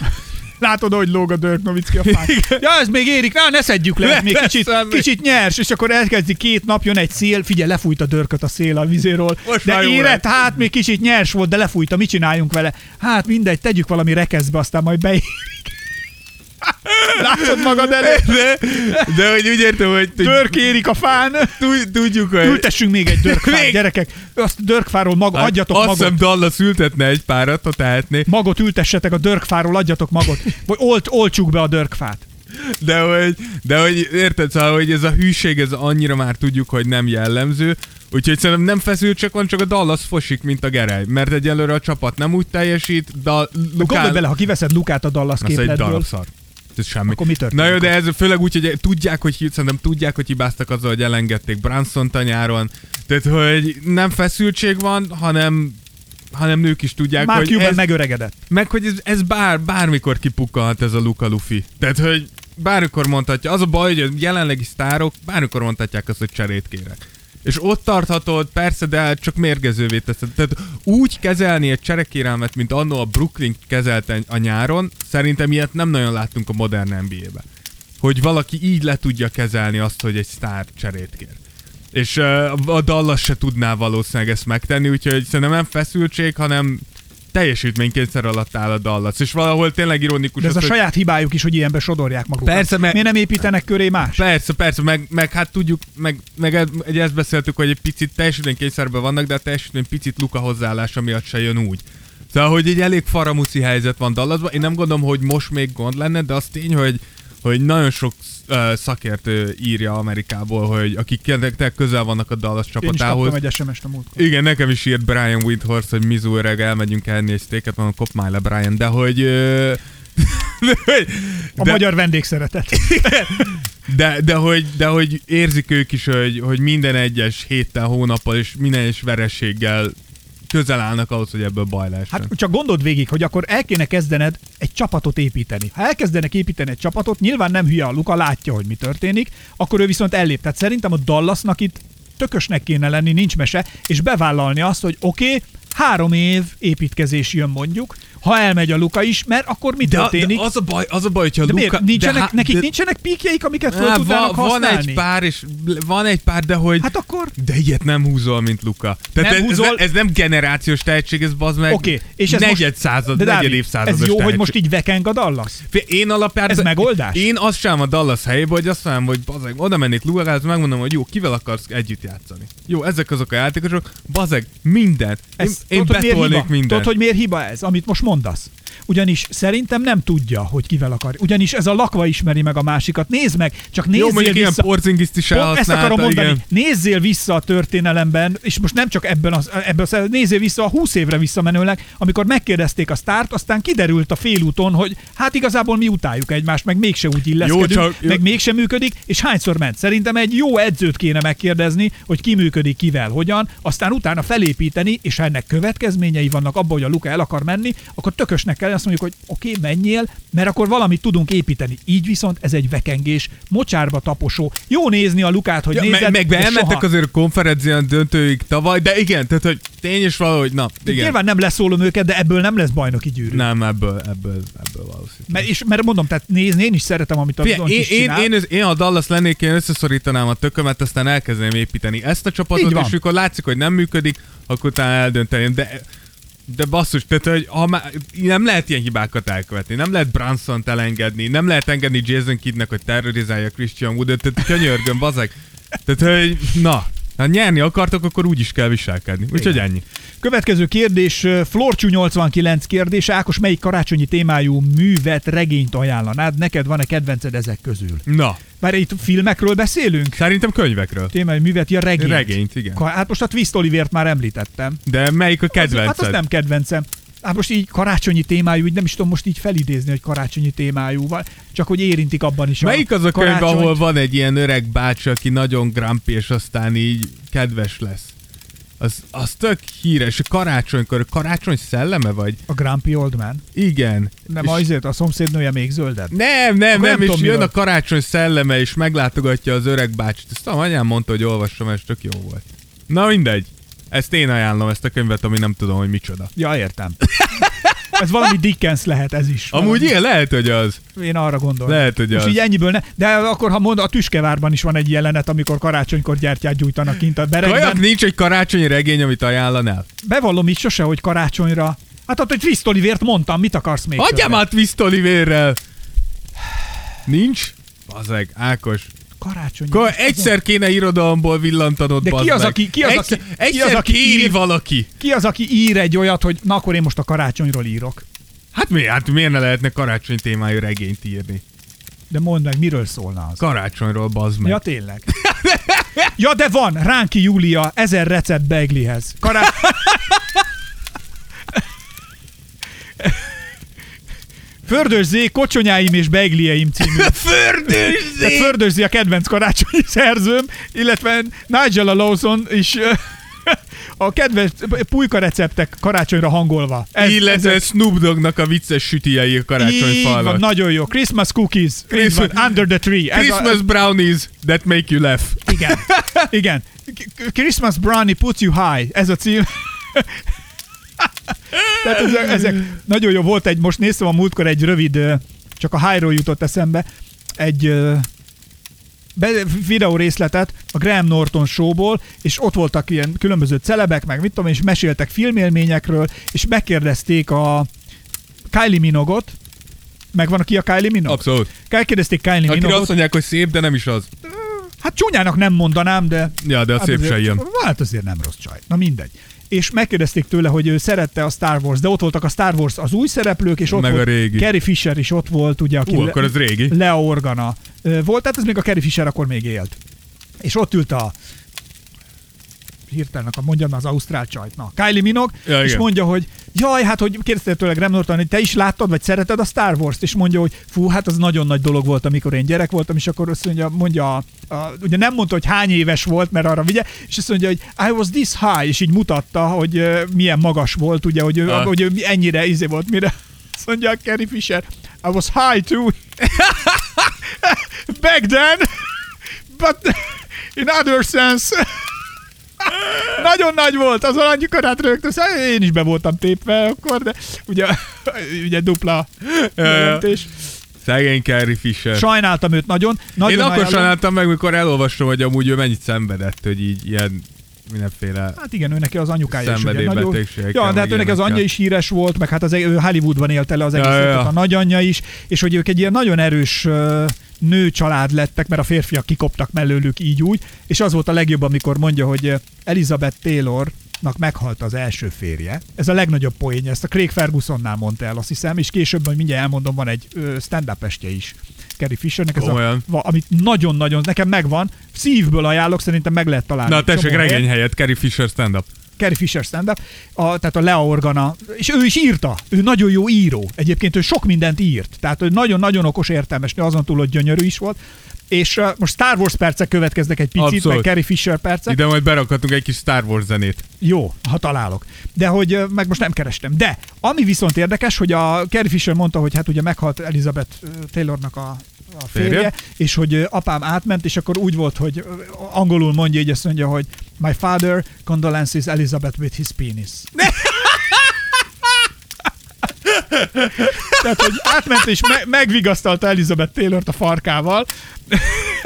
[SPEAKER 4] Látod, hogy lóg a Dirk Nowitzki a fán. ja, ez még érik, na, ne szedjük le, ez
[SPEAKER 5] Ne,
[SPEAKER 4] még
[SPEAKER 5] ne
[SPEAKER 4] kicsit,
[SPEAKER 5] szedjük.
[SPEAKER 4] kicsit nyers, és akkor elkezdi két nap, jön egy szél, figyelj, lefújt a Dörköt a szél a vizéről.
[SPEAKER 5] Most
[SPEAKER 4] de
[SPEAKER 5] már jó
[SPEAKER 4] érett,
[SPEAKER 5] lett.
[SPEAKER 4] hát még kicsit nyers volt, de lefújta, mit csináljunk vele? Hát mindegy, tegyük valami rekeszbe, aztán majd beír. Látod magad elé?
[SPEAKER 5] De, de hogy úgy értem, hogy hogy
[SPEAKER 4] Dörk érik a fán.
[SPEAKER 5] tu- tudjuk, hogy...
[SPEAKER 4] Ültessünk még egy dörkfát,
[SPEAKER 5] Még.
[SPEAKER 4] gyerekek. Azt a dörkfáról maga,
[SPEAKER 5] Hát
[SPEAKER 4] adjatok
[SPEAKER 5] Azt
[SPEAKER 4] magot.
[SPEAKER 5] hiszem Dallas ültetne egy párat, ha tehetné,
[SPEAKER 4] Magot ültessetek a dörkfáról, adjatok magot. Vagy olt, oltsuk be a dörkfát.
[SPEAKER 5] de hogy, de hogy érted, szóval, hogy ez a hűség, ez annyira már tudjuk, hogy nem jellemző, úgyhogy szerintem nem feszült, csak van, csak a Dallas fosik, mint a gerej, mert egyelőre a csapat nem úgy teljesít, de
[SPEAKER 4] Gondolj bele,
[SPEAKER 5] Lukán...
[SPEAKER 4] ha kiveszed Lukát a Dallas
[SPEAKER 5] Az egy
[SPEAKER 4] képletből.
[SPEAKER 5] darab szar. Ez semmi.
[SPEAKER 4] Akkor mi történik?
[SPEAKER 5] Na jó, de ez főleg úgy, hogy tudják, hogy hi- szerintem tudják, hogy hibáztak azzal, hogy elengedték Branson tanyáron. Tehát, hogy nem feszültség van, hanem hanem ők is tudják,
[SPEAKER 4] Mark
[SPEAKER 5] hogy
[SPEAKER 4] Cuban
[SPEAKER 5] ez,
[SPEAKER 4] megöregedett.
[SPEAKER 5] Meg hogy ez, ez bár, bármikor kipukkanhat ez a Luka Luffy. Tehát, hogy bármikor mondhatja, az a baj, hogy a jelenlegi sztárok bármikor mondhatják azt, hogy cserét kérek. És ott tarthatod, persze, de csak mérgezővé teszed. Tehát úgy kezelni egy cserekérelmet, mint annó a Brooklyn kezelte a nyáron, szerintem ilyet nem nagyon láttunk a modern NBA-be. Hogy valaki így le tudja kezelni azt, hogy egy sztár cserét kér. És ö, a Dallas se tudná valószínűleg ezt megtenni, úgyhogy szerintem nem feszültség, hanem teljesítménykényszer alatt áll a Dallas. És valahol tényleg ironikus
[SPEAKER 4] De ez
[SPEAKER 5] az,
[SPEAKER 4] a
[SPEAKER 5] hogy-
[SPEAKER 4] saját hibájuk is, hogy ilyenbe sodorják magukat.
[SPEAKER 5] Persze, mert-
[SPEAKER 4] Miért nem építenek köré más?
[SPEAKER 5] Persze, persze, meg, meg hát tudjuk, meg, meg ez- egy ezt beszéltük, hogy egy picit teljesítménykényszerben vannak, de a teljesítmény picit luka hozzáállása miatt se jön úgy. Szóval, hogy egy elég faramuszi helyzet van Dallasban. Én nem gondolom, hogy most még gond lenne, de az tény, hogy, hogy nagyon sok uh, szakértő írja Amerikából, hogy akik tényleg közel vannak a Dallas
[SPEAKER 4] Én is
[SPEAKER 5] csapatához.
[SPEAKER 4] kaptam egy SMS-t a múltkor.
[SPEAKER 5] Igen, nekem is írt Brian Windhorst, hogy Mizu öreg, elmegyünk enni egy steaket, mondom, kop már le Brian, de hogy... ö, <laughs> De, hogy-
[SPEAKER 4] A
[SPEAKER 5] de,
[SPEAKER 4] magyar vendégszeretet.
[SPEAKER 5] de, de, hogy, de hogy érzik ők is, hogy, hogy minden egyes héttel, hónappal és minden egyes vereséggel közel állnak ahhoz, hogy ebből baj lehessen.
[SPEAKER 4] Hát
[SPEAKER 5] Hát,
[SPEAKER 4] csak gondold végig, hogy akkor el kéne kezdened egy csapatot építeni. Ha elkezdenek építeni egy csapatot, nyilván nem hülye a Luka, látja, hogy mi történik, akkor ő viszont ellép. Tehát szerintem a Dallasnak itt tökösnek kéne lenni, nincs mese, és bevállalni azt, hogy oké, okay, három év építkezés jön mondjuk, ha elmegy a Luka is, mert akkor mi
[SPEAKER 5] de,
[SPEAKER 4] történik?
[SPEAKER 5] de az a baj, az a baj, hogyha
[SPEAKER 4] De
[SPEAKER 5] Luka...
[SPEAKER 4] miért? Nincsenek,
[SPEAKER 5] de, há-
[SPEAKER 4] nekik
[SPEAKER 5] de,
[SPEAKER 4] nincsenek píkjeik, amiket fel
[SPEAKER 5] Á,
[SPEAKER 4] tudnának
[SPEAKER 5] van, van
[SPEAKER 4] használni?
[SPEAKER 5] egy pár, és van egy pár, de hogy...
[SPEAKER 4] Hát akkor...
[SPEAKER 5] De ilyet nem húzol, mint Luka. Tehát
[SPEAKER 4] Nem
[SPEAKER 5] ez,
[SPEAKER 4] húzol.
[SPEAKER 5] Ez, ne- ez nem generációs tehetség, ez bazd meg
[SPEAKER 4] Oké, és ez
[SPEAKER 5] negyed
[SPEAKER 4] most,
[SPEAKER 5] század,
[SPEAKER 4] de
[SPEAKER 5] negyed
[SPEAKER 4] Dávid,
[SPEAKER 5] évszázados
[SPEAKER 4] Ez jó, hogy
[SPEAKER 5] tehetség.
[SPEAKER 4] most így vekeng a Dallas?
[SPEAKER 5] Fé- Én alapján...
[SPEAKER 4] Ez megoldás?
[SPEAKER 5] Én azt sem a Dallas helyébe, hogy azt mondom, hogy bazeg, oda mennék Lukához, megmondom, hogy jó, kivel akarsz együtt játszani. Jó, ezek azok a játékosok, bazeg, mindent. Én,
[SPEAKER 4] Ez,
[SPEAKER 5] én
[SPEAKER 4] tudod, hogy miért
[SPEAKER 5] betolnék
[SPEAKER 4] hiba?
[SPEAKER 5] mindent.
[SPEAKER 4] Tudod, hogy miért hiba ez, amit most mondasz? Ugyanis szerintem nem tudja, hogy kivel akar. Ugyanis ez a lakva ismeri meg a másikat. Nézd meg, csak nézzél
[SPEAKER 5] jó, mondjuk ilyen
[SPEAKER 4] vissza.
[SPEAKER 5] porzingiszt is
[SPEAKER 4] Pont ezt
[SPEAKER 5] elhasználta,
[SPEAKER 4] akarom mondani.
[SPEAKER 5] igen.
[SPEAKER 4] Nézzél vissza a történelemben, és most nem csak ebben az, ebben az nézzél vissza a 20 évre visszamenőleg, amikor megkérdezték a sztárt, aztán kiderült a félúton, hogy hát igazából mi utáljuk egymást, meg mégse úgy illeszkedünk,
[SPEAKER 5] csak-
[SPEAKER 4] meg mégsem működik, és hányszor ment. Szerintem egy jó edzőt kéne megkérdezni, hogy ki működik kivel, hogyan, aztán utána felépíteni, és ha ennek következményei vannak abban, hogy a Luka el akar menni, akkor tökösnek kell azt mondjuk, hogy oké, okay, menjél, mert akkor valamit tudunk építeni. Így viszont ez egy vekengés, mocsárba taposó. Jó nézni a Lukát, hogy
[SPEAKER 5] Ja,
[SPEAKER 4] nézed,
[SPEAKER 5] meg, meg
[SPEAKER 4] de
[SPEAKER 5] elmentek
[SPEAKER 4] soha.
[SPEAKER 5] azért a konferencián döntőig tavaly, de igen, tehát hogy tény is valahogy, na, igen.
[SPEAKER 4] Nyilván nem leszólom őket, de ebből nem lesz bajnoki gyűrű.
[SPEAKER 5] Nem, ebből, ebből, ebből valószínű.
[SPEAKER 4] Mert, és, mert mondom, tehát nézni, én is szeretem, amit a
[SPEAKER 5] Figyelj,
[SPEAKER 4] Doncic
[SPEAKER 5] én, én,
[SPEAKER 4] csinál.
[SPEAKER 5] én, én, én, ha Dallas lennék, én összeszorítanám a tökömet, aztán elkezdeném építeni ezt a
[SPEAKER 4] Így
[SPEAKER 5] csapatot,
[SPEAKER 4] van.
[SPEAKER 5] és mikor látszik, hogy nem működik, akkor utána eldönteném. De, de basszus, tehát, hogy ha már, nem lehet ilyen hibákat elkövetni, nem lehet Brunson-t elengedni, nem lehet engedni Jason Kidnek, hogy terrorizálja Christian Woodot, tehát könyörgöm, bazeg. Tehát, hogy na, ha nyerni akartok, akkor úgy is kell viselkedni. Úgyhogy ennyi.
[SPEAKER 4] Következő kérdés, Florcsú 89 kérdés. Ákos, melyik karácsonyi témájú művet, regényt ajánlanád? Neked van-e kedvenced ezek közül?
[SPEAKER 5] Na,
[SPEAKER 4] Már itt filmekről beszélünk?
[SPEAKER 5] szerintem könyvekről.
[SPEAKER 4] Témájú művet, ja regényt.
[SPEAKER 5] Regényt, igen.
[SPEAKER 4] Ka- Hát most a Twist Olivért már említettem.
[SPEAKER 5] De melyik a kedvenced?
[SPEAKER 4] Hát az nem kedvencem. Hát most így karácsonyi témájú, így nem is tudom most így felidézni, hogy karácsonyi témájú van, csak hogy érintik abban is.
[SPEAKER 5] Melyik az a könyv,
[SPEAKER 4] karácsonyt.
[SPEAKER 5] ahol van egy ilyen öreg bácsi, aki nagyon grumpy, és aztán így kedves lesz? Az, az tök híres. A Karácsonykor, a karácsony szelleme vagy?
[SPEAKER 4] A Grumpy Old Man.
[SPEAKER 5] Igen.
[SPEAKER 4] Nem,
[SPEAKER 5] és...
[SPEAKER 4] és... azért a szomszédnője még zöldebb.
[SPEAKER 5] Nem, nem,
[SPEAKER 4] Akkor nem
[SPEAKER 5] nem, és
[SPEAKER 4] tudom,
[SPEAKER 5] jön
[SPEAKER 4] miről.
[SPEAKER 5] a karácsony szelleme, és meglátogatja az öreg bácsit. Ezt a anyám mondta, hogy olvassam, és tök jó volt. Na mindegy. Ezt én ajánlom, ezt a könyvet, ami nem tudom, hogy micsoda.
[SPEAKER 4] Ja,
[SPEAKER 5] <laughs>
[SPEAKER 4] értem. Ez valami Dickens lehet ez is.
[SPEAKER 5] Amúgy ilyen lehet, hogy az.
[SPEAKER 4] Én arra gondolom.
[SPEAKER 5] Lehet, hogy
[SPEAKER 4] Most
[SPEAKER 5] az.
[SPEAKER 4] így ennyiből ne. De akkor, ha mond, a Tüskevárban is van egy jelenet, amikor karácsonykor gyertyát gyújtanak kint a
[SPEAKER 5] Kajak
[SPEAKER 4] berekben.
[SPEAKER 5] nincs egy karácsonyi regény, amit ajánlanál.
[SPEAKER 4] Bevallom itt sose, hogy karácsonyra. Hát ott egy Twist Olivért mondtam, mit akarsz még?
[SPEAKER 5] Hagyjam
[SPEAKER 4] tőle?
[SPEAKER 5] már Twist Oliverrel! Nincs? Bazeg, Ákos.
[SPEAKER 4] Karácsony.
[SPEAKER 5] Akkor egyszer kéne irodalomból villantanod,
[SPEAKER 4] De ki
[SPEAKER 5] bazd
[SPEAKER 4] az,
[SPEAKER 5] meg.
[SPEAKER 4] aki- ki az, aki-
[SPEAKER 5] egyszer,
[SPEAKER 4] ki az,
[SPEAKER 5] egyszer
[SPEAKER 4] aki
[SPEAKER 5] kéri
[SPEAKER 4] ír?
[SPEAKER 5] valaki.
[SPEAKER 4] Ki az, aki ír egy olyat, hogy na akkor én most a karácsonyról írok.
[SPEAKER 5] Hát mi, hát miért ne lehetne karácsony témájú regényt írni?
[SPEAKER 4] De mondd meg, miről szólna az?
[SPEAKER 5] Karácsonyról, bazd meg.
[SPEAKER 4] Ja, tényleg. <laughs> Ja, de van, Ránki Júlia, ezer recept Beglihez. Kará... <laughs> Fördös Z, kocsonyáim és beglieim című.
[SPEAKER 5] Fördőzzé!
[SPEAKER 4] Tehát Fördös Z a kedvenc karácsonyi szerzőm, illetve Nigel Lawson is ö, <laughs> a kedvenc pulyka receptek karácsonyra hangolva. Ez,
[SPEAKER 5] Illetve
[SPEAKER 4] ez-
[SPEAKER 5] Snoop Doggnak a vicces sütiei a karácsony
[SPEAKER 4] így van,
[SPEAKER 5] falnak.
[SPEAKER 4] nagyon jó. Christmas cookies, Christmas,
[SPEAKER 5] Christmas-
[SPEAKER 4] van, under the tree. Ez a,
[SPEAKER 5] Christmas brownies that make you laugh.
[SPEAKER 4] Igen. Igen. K- Christmas Brownie Puts You High. Ez a cím. <laughs> Tehát ezek, ezek nagyon jó volt egy, most néztem a múltkor egy rövid, ö, csak a high jutott eszembe, egy ö, be- videó részletet a Graham Norton showból, és ott voltak ilyen különböző celebek, meg mit tudom, én, és meséltek filmélményekről, és megkérdezték a Kylie Minogot, megvan aki a Kylie Minog?
[SPEAKER 5] Abszolút.
[SPEAKER 4] Megkérdezték Kylie
[SPEAKER 5] Akire
[SPEAKER 4] Minogot,
[SPEAKER 5] Hát, azt mondják, hogy szép, de nem is az.
[SPEAKER 4] Hát csúnyának nem mondanám, de...
[SPEAKER 5] Ja, de a
[SPEAKER 4] hát
[SPEAKER 5] szép
[SPEAKER 4] azért-
[SPEAKER 5] se ilyen.
[SPEAKER 4] Hát azért nem rossz csaj. Na mindegy. És megkérdezték tőle, hogy ő szerette a Star Wars, de ott voltak a Star Wars az új szereplők, és ott
[SPEAKER 5] Meg a
[SPEAKER 4] volt
[SPEAKER 5] régi.
[SPEAKER 4] Carrie Fisher is ott volt, ugye, aki
[SPEAKER 5] Ú, akkor az régi.
[SPEAKER 4] Lea Organa Hát ö, volt, tehát ez még a Carrie Fisher akkor még élt. És ott ült a hirtelen akkor mondjam az ausztrál csajt, na, Kylie Minogue,
[SPEAKER 5] Ja,
[SPEAKER 4] ja, és
[SPEAKER 5] igen.
[SPEAKER 4] mondja, hogy jaj, hát hogy kérdezte tőle Graham Norton, hogy te is láttad, vagy szereted a Star Wars-t, és mondja, hogy fú, hát az nagyon nagy dolog volt, amikor én gyerek voltam, és akkor azt mondja, mondja a, a, ugye nem mondta, hogy hány éves volt, mert arra vigye, és azt mondja, hogy I was this high, és így mutatta, hogy ö, milyen magas volt, ugye, hogy, ő,
[SPEAKER 5] Ah.
[SPEAKER 4] hogy ő ennyire izé volt, mire azt mondja a Carrie Fisher, I was high too. <laughs> Back then, but <laughs> in other sense. <laughs> Nagyon nagy volt, azon annyi karát rögtön, szóval én is be voltam tépve akkor, de ugye, <laughs> ugye dupla jelentés.
[SPEAKER 5] Szegény Carrie Fisher.
[SPEAKER 4] Sajnáltam őt nagyon. nagyon
[SPEAKER 5] Én akkor
[SPEAKER 4] ajánlom.
[SPEAKER 5] sajnáltam meg, mikor elolvastam, hogy amúgy ő mennyit szenvedett, hogy így ilyen mindenféle...
[SPEAKER 4] Hát igen, ő neki az anyukája is ugye nagyon...
[SPEAKER 5] Szenvedélybetegségekkel,
[SPEAKER 4] Ja, de hát
[SPEAKER 5] meg
[SPEAKER 4] ő neki az anyja
[SPEAKER 5] ilyenekkel.
[SPEAKER 4] is híres volt, meg hát az, ő Hollywoodban élte le az egész
[SPEAKER 5] ja,
[SPEAKER 4] ja,
[SPEAKER 5] ja.
[SPEAKER 4] a nagyanyja is, és hogy ők egy ilyen nagyon erős ö, nő család lettek, mert a férfiak kikoptak mellőlük így úgy, és az volt a legjobb, amikor mondja, hogy ö, Elizabeth Taylor meghalt az első férje. Ez a legnagyobb poénja, ezt a Craig Fergusonnál mondta el, azt hiszem, és később, hogy mindjárt elmondom, van egy ö, stand-up estje is. Carrie Fishernek ez
[SPEAKER 5] Komolyan.
[SPEAKER 4] a, va- amit nagyon-nagyon, nekem megvan, szívből ajánlok, szerintem meg lehet találni.
[SPEAKER 5] Na
[SPEAKER 4] egy
[SPEAKER 5] tessék,
[SPEAKER 4] csomó helyen.
[SPEAKER 5] regény helyett Carrie Fisher stand-up.
[SPEAKER 4] Carrie Fisher stand a, tehát a Lea Organa, és ő is írta, ő nagyon jó író, egyébként ő sok mindent írt, tehát ő nagyon-nagyon okos értelmes, nő, azon túl, hogy gyönyörű is volt, és uh, most Star Wars percek következnek egy picit,
[SPEAKER 5] Abszolút.
[SPEAKER 4] Abszolút. meg Carrie Fisher percek,
[SPEAKER 5] Ide majd berakhatunk egy kis Star Wars zenét.
[SPEAKER 4] jó, ha találok. De hogy ö, meg most nem kerestem. De ami viszont érdekes, hogy a Carrie Fisher mondta, hogy hát ugye meghalt Elizabeth ö, Taylornak a a férje,
[SPEAKER 5] Férje.
[SPEAKER 4] férje, és hogy ö, apám átment, és akkor úgy volt, hogy ö, angolul mondja, így azt mondja, hogy My father condolences Elizabeth with his penis. Tehát, hogy átment és me- megvigasztalta Elizabeth Taylort a farkával. <laughs>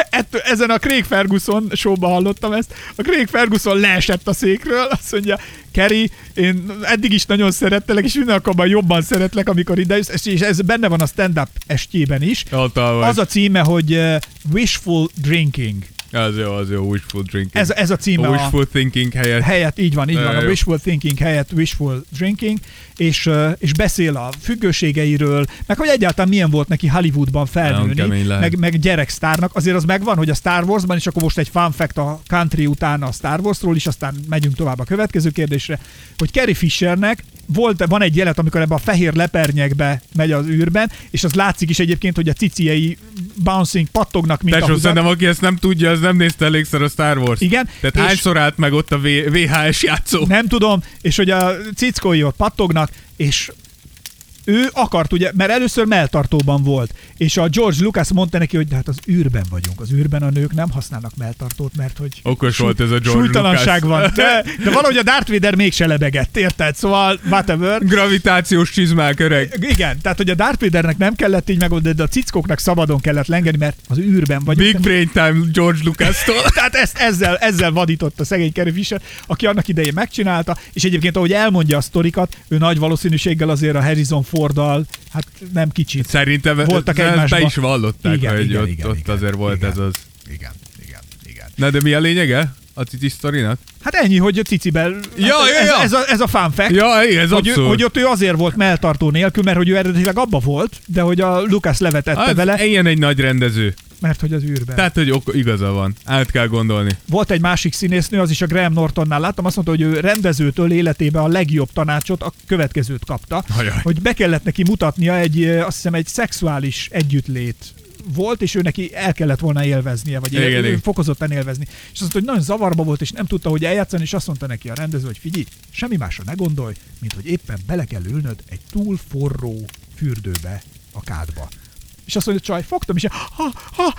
[SPEAKER 4] Ettől, ezen a Craig Ferguson showban hallottam ezt. A Craig Ferguson leesett a székről, azt mondja, Kerry, én eddig is nagyon szerettelek, és minden alkalommal jobban szeretlek, amikor ide jössz, és- és ez benne van a stand-up estjében is.
[SPEAKER 5] Hatalmas.
[SPEAKER 4] Az a címe, hogy uh, Wishful Drinking.
[SPEAKER 5] Az jó, az jó, wishful drinking.
[SPEAKER 4] Ez, ez a címe
[SPEAKER 5] a
[SPEAKER 4] a,
[SPEAKER 5] wishful thinking helyett.
[SPEAKER 4] helyett, így van, így
[SPEAKER 5] Nagyon
[SPEAKER 4] van, a
[SPEAKER 5] jó.
[SPEAKER 4] wishful thinking helyett wishful drinking, és, ö, és beszél a függőségeiről, meg hogy egyáltalán milyen volt neki Hollywoodban
[SPEAKER 5] kemény
[SPEAKER 4] felnőni,
[SPEAKER 5] lehet.
[SPEAKER 4] meg, meg gyereksztárnak. Azért az megvan, hogy a Star Warsban, és akkor most egy fun fact a country után a Star Warsról is, aztán megyünk tovább a következő kérdésre, hogy Carrie Fishernek volt, van egy jelet, amikor ebbe a fehér lepernyekbe megy az űrben, és az látszik is egyébként, hogy a ciciei bouncing pattognak, mint a
[SPEAKER 5] Tesó,
[SPEAKER 4] húzat.
[SPEAKER 5] szerintem aki ezt nem tudja, az nem nézte elégszer a Star Wars.
[SPEAKER 4] Igen,
[SPEAKER 5] Tehát
[SPEAKER 4] és-
[SPEAKER 5] hányszor állt meg ott a v- VHS játszó?
[SPEAKER 4] Nem tudom, és hogy a cickói ott pattognak, és ő akart, ugye, mert először melltartóban volt, és a George Lucas mondta neki, hogy de hát az űrben vagyunk, az űrben a nők nem használnak melltartót, mert hogy
[SPEAKER 5] Okos volt ez a George
[SPEAKER 4] súlytalanság
[SPEAKER 5] Lucas. <laughs>
[SPEAKER 4] van. De, de valahogy a Darth Vader mégse lebegett, érted? Szóval, whatever.
[SPEAKER 5] Gravitációs csizmák, öreg.
[SPEAKER 4] Igen, tehát hogy a Darth Vadernek nem kellett így megoldani, de a cickóknak szabadon kellett lengeni, mert az űrben vagyunk.
[SPEAKER 5] Big brain time George Lucas-tól.
[SPEAKER 4] <laughs> Tehát ezt, ezzel, ezzel vadított a szegény Carrie Fisher, aki annak idején megcsinálta, és egyébként ahogy elmondja a sztorikat, ő nagy valószínűséggel azért a Harrison Forddal, hát nem kicsit.
[SPEAKER 5] Szerintem
[SPEAKER 4] Voltak
[SPEAKER 5] ezt
[SPEAKER 4] egymásba.
[SPEAKER 5] be is vallották,
[SPEAKER 4] Igen,
[SPEAKER 5] hogy
[SPEAKER 4] igen,
[SPEAKER 5] ott,
[SPEAKER 4] igen,
[SPEAKER 5] ott
[SPEAKER 4] igen,
[SPEAKER 5] azért volt
[SPEAKER 4] igen.
[SPEAKER 5] ez az.
[SPEAKER 4] Igen, igen, igen.
[SPEAKER 5] Na de mi a lényege? A cici sztorinak?
[SPEAKER 4] Hát ennyi, hogy a cicibel...
[SPEAKER 5] Ja,
[SPEAKER 4] hát
[SPEAKER 5] ja,
[SPEAKER 4] ez,
[SPEAKER 5] ja.
[SPEAKER 4] Ez, a, ez a fun fact.
[SPEAKER 5] Ja, igen, ez
[SPEAKER 4] hogy, ő,
[SPEAKER 5] abszolút.
[SPEAKER 4] hogy ott ő azért volt melltartó nélkül, mert hogy ő eredetileg abba volt, de hogy a Lucas levetette
[SPEAKER 5] az,
[SPEAKER 4] vele,
[SPEAKER 5] Hát, Ilyen egy nagy rendező.
[SPEAKER 4] mert hogy az űrben.
[SPEAKER 5] Tehát, hogy ok, igaza van. Át kell gondolni.
[SPEAKER 4] Volt egy másik színésznő, az is a Graham Nortonnál láttam, azt mondta, hogy ő rendezőtől életébe a legjobb tanácsot, a következőt kapta,
[SPEAKER 5] Ajaj.
[SPEAKER 4] hogy be kellett neki mutatnia egy, eh, azt hiszem, egy szexuális együttlét volt, és ő neki el kellett volna élveznie, vagy
[SPEAKER 5] Igen,
[SPEAKER 4] él,
[SPEAKER 5] igen.
[SPEAKER 4] fokozottan élvezni. És azt mondta, hogy nagyon zavarba volt, és nem tudta, hogy eljátszani, és azt mondta neki a rendező, hogy figyelj, semmi másra ne gondolj, mint hogy éppen bele kell ülnöd egy túl forró fürdőbe a kádba. És azt mondja, csaj, fogtam, és ha, ha,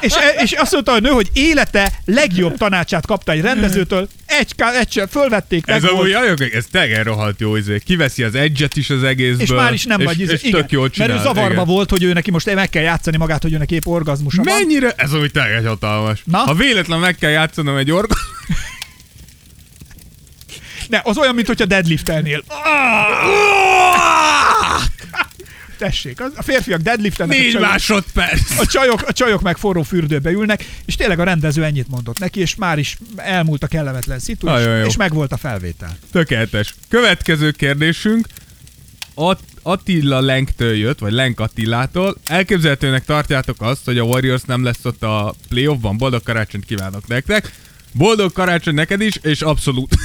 [SPEAKER 4] és, e, és azt mondta a nő, hogy élete legjobb tanácsát kapta egy rendezőtől, egy, ká- egy sem fölvették, meg
[SPEAKER 5] Ez
[SPEAKER 4] volt,
[SPEAKER 5] amúgy jajok, ez tegen rohadt jó izé. Kiveszi az egyet is az egészből.
[SPEAKER 4] és már is nem
[SPEAKER 5] és,
[SPEAKER 4] vagy izé.
[SPEAKER 5] És tök jól csinál.
[SPEAKER 4] Mert ő zavarba
[SPEAKER 5] igen.
[SPEAKER 4] volt, hogy ő neki most meg kell játszani magát, hogy ő neki épp orgazmusa van.
[SPEAKER 5] Mennyire? Ez amúgy tegen hatalmas.
[SPEAKER 4] Na?
[SPEAKER 5] Ha véletlen meg kell játszanom egy orgon,
[SPEAKER 4] Ne, az olyan, mint hogyha deadliftelnél. Tessék, az- a férfiak deadliftelnek. a
[SPEAKER 5] négy
[SPEAKER 4] csajok-
[SPEAKER 5] másodperc.
[SPEAKER 4] a csajok, a csajok meg forró fürdőbe ülnek, és tényleg a rendező ennyit mondott neki, és már is elmúlt a kellemetlen szitu, és,
[SPEAKER 5] Nagyon jó.
[SPEAKER 4] és megvolt a felvétel.
[SPEAKER 5] Tökéletes. Következő kérdésünk. A, Attila Lenktől jött, vagy Lenk Attilától. Elképzelhetőnek tartjátok azt, hogy a Warriors nem lesz ott a playoffban. Boldog karácsonyt kívánok nektek. Boldog karácsony neked is, és abszolút